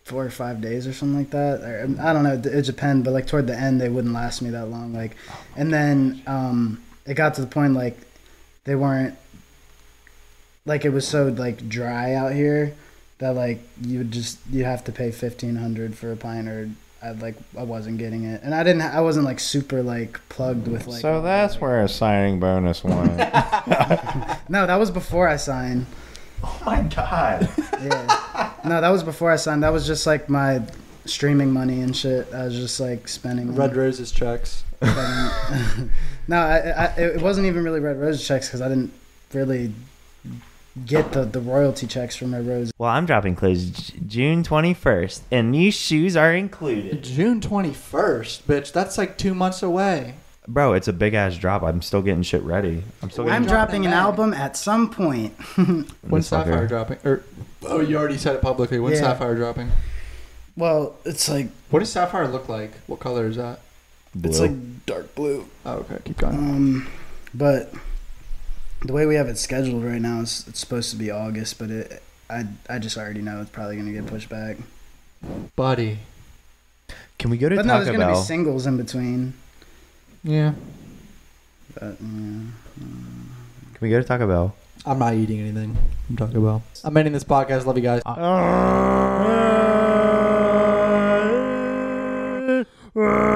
[SPEAKER 4] four or five days or something like that. Or, um, I don't know. It it depended, but like toward the end, they wouldn't last me that long. Like, and then um, it got to the point like they weren't like it was so like dry out here that like you would just you have to pay fifteen hundred for a pint or. I like I wasn't getting it, and I didn't. I wasn't like super like plugged with like. Oh
[SPEAKER 7] so that's where a signing bonus went.
[SPEAKER 4] No, that was before I signed.
[SPEAKER 7] oh my god.
[SPEAKER 4] yeah. No, that was before I signed. That was just like my streaming money and shit. I was just like spending.
[SPEAKER 3] Red Roses checks.
[SPEAKER 4] spending- no, I, I, it wasn't even really Red Rose checks because I didn't really get the, the royalty checks from Red Rose.
[SPEAKER 2] Well, I'm dropping clues J- June 21st, and these shoes are included.
[SPEAKER 3] June twenty first, bitch. That's like two months away.
[SPEAKER 7] Bro, it's a big ass drop. I'm still getting shit ready. I'm still
[SPEAKER 4] I'm
[SPEAKER 7] getting
[SPEAKER 4] dropping an
[SPEAKER 3] back.
[SPEAKER 4] album at some point.
[SPEAKER 3] When's
[SPEAKER 7] This
[SPEAKER 3] Sapphire
[SPEAKER 7] fucker.
[SPEAKER 3] dropping? Or oh, you already said it publicly. When's
[SPEAKER 4] Yeah.
[SPEAKER 3] Sapphire dropping?
[SPEAKER 4] Well, it's like
[SPEAKER 3] What does Sapphire look like? What color is that?
[SPEAKER 7] blue.
[SPEAKER 4] it's like dark blue.
[SPEAKER 3] Oh, okay. Keep going.
[SPEAKER 4] Um, but the way we have it scheduled right now is it's supposed to be August, but it I I just already know it's probably gonna get pushed back.
[SPEAKER 3] Buddy.
[SPEAKER 7] Can we go to
[SPEAKER 4] But no, there's
[SPEAKER 7] Taco
[SPEAKER 4] gonna be
[SPEAKER 7] Bell?
[SPEAKER 4] singles in between.
[SPEAKER 3] Yeah.
[SPEAKER 4] But, yeah.
[SPEAKER 7] Can we go to Taco Bell?
[SPEAKER 3] I'm not eating anything. I'm talking about. I'm ending this podcast. Love you guys.
[SPEAKER 2] Ah.
[SPEAKER 7] Uh,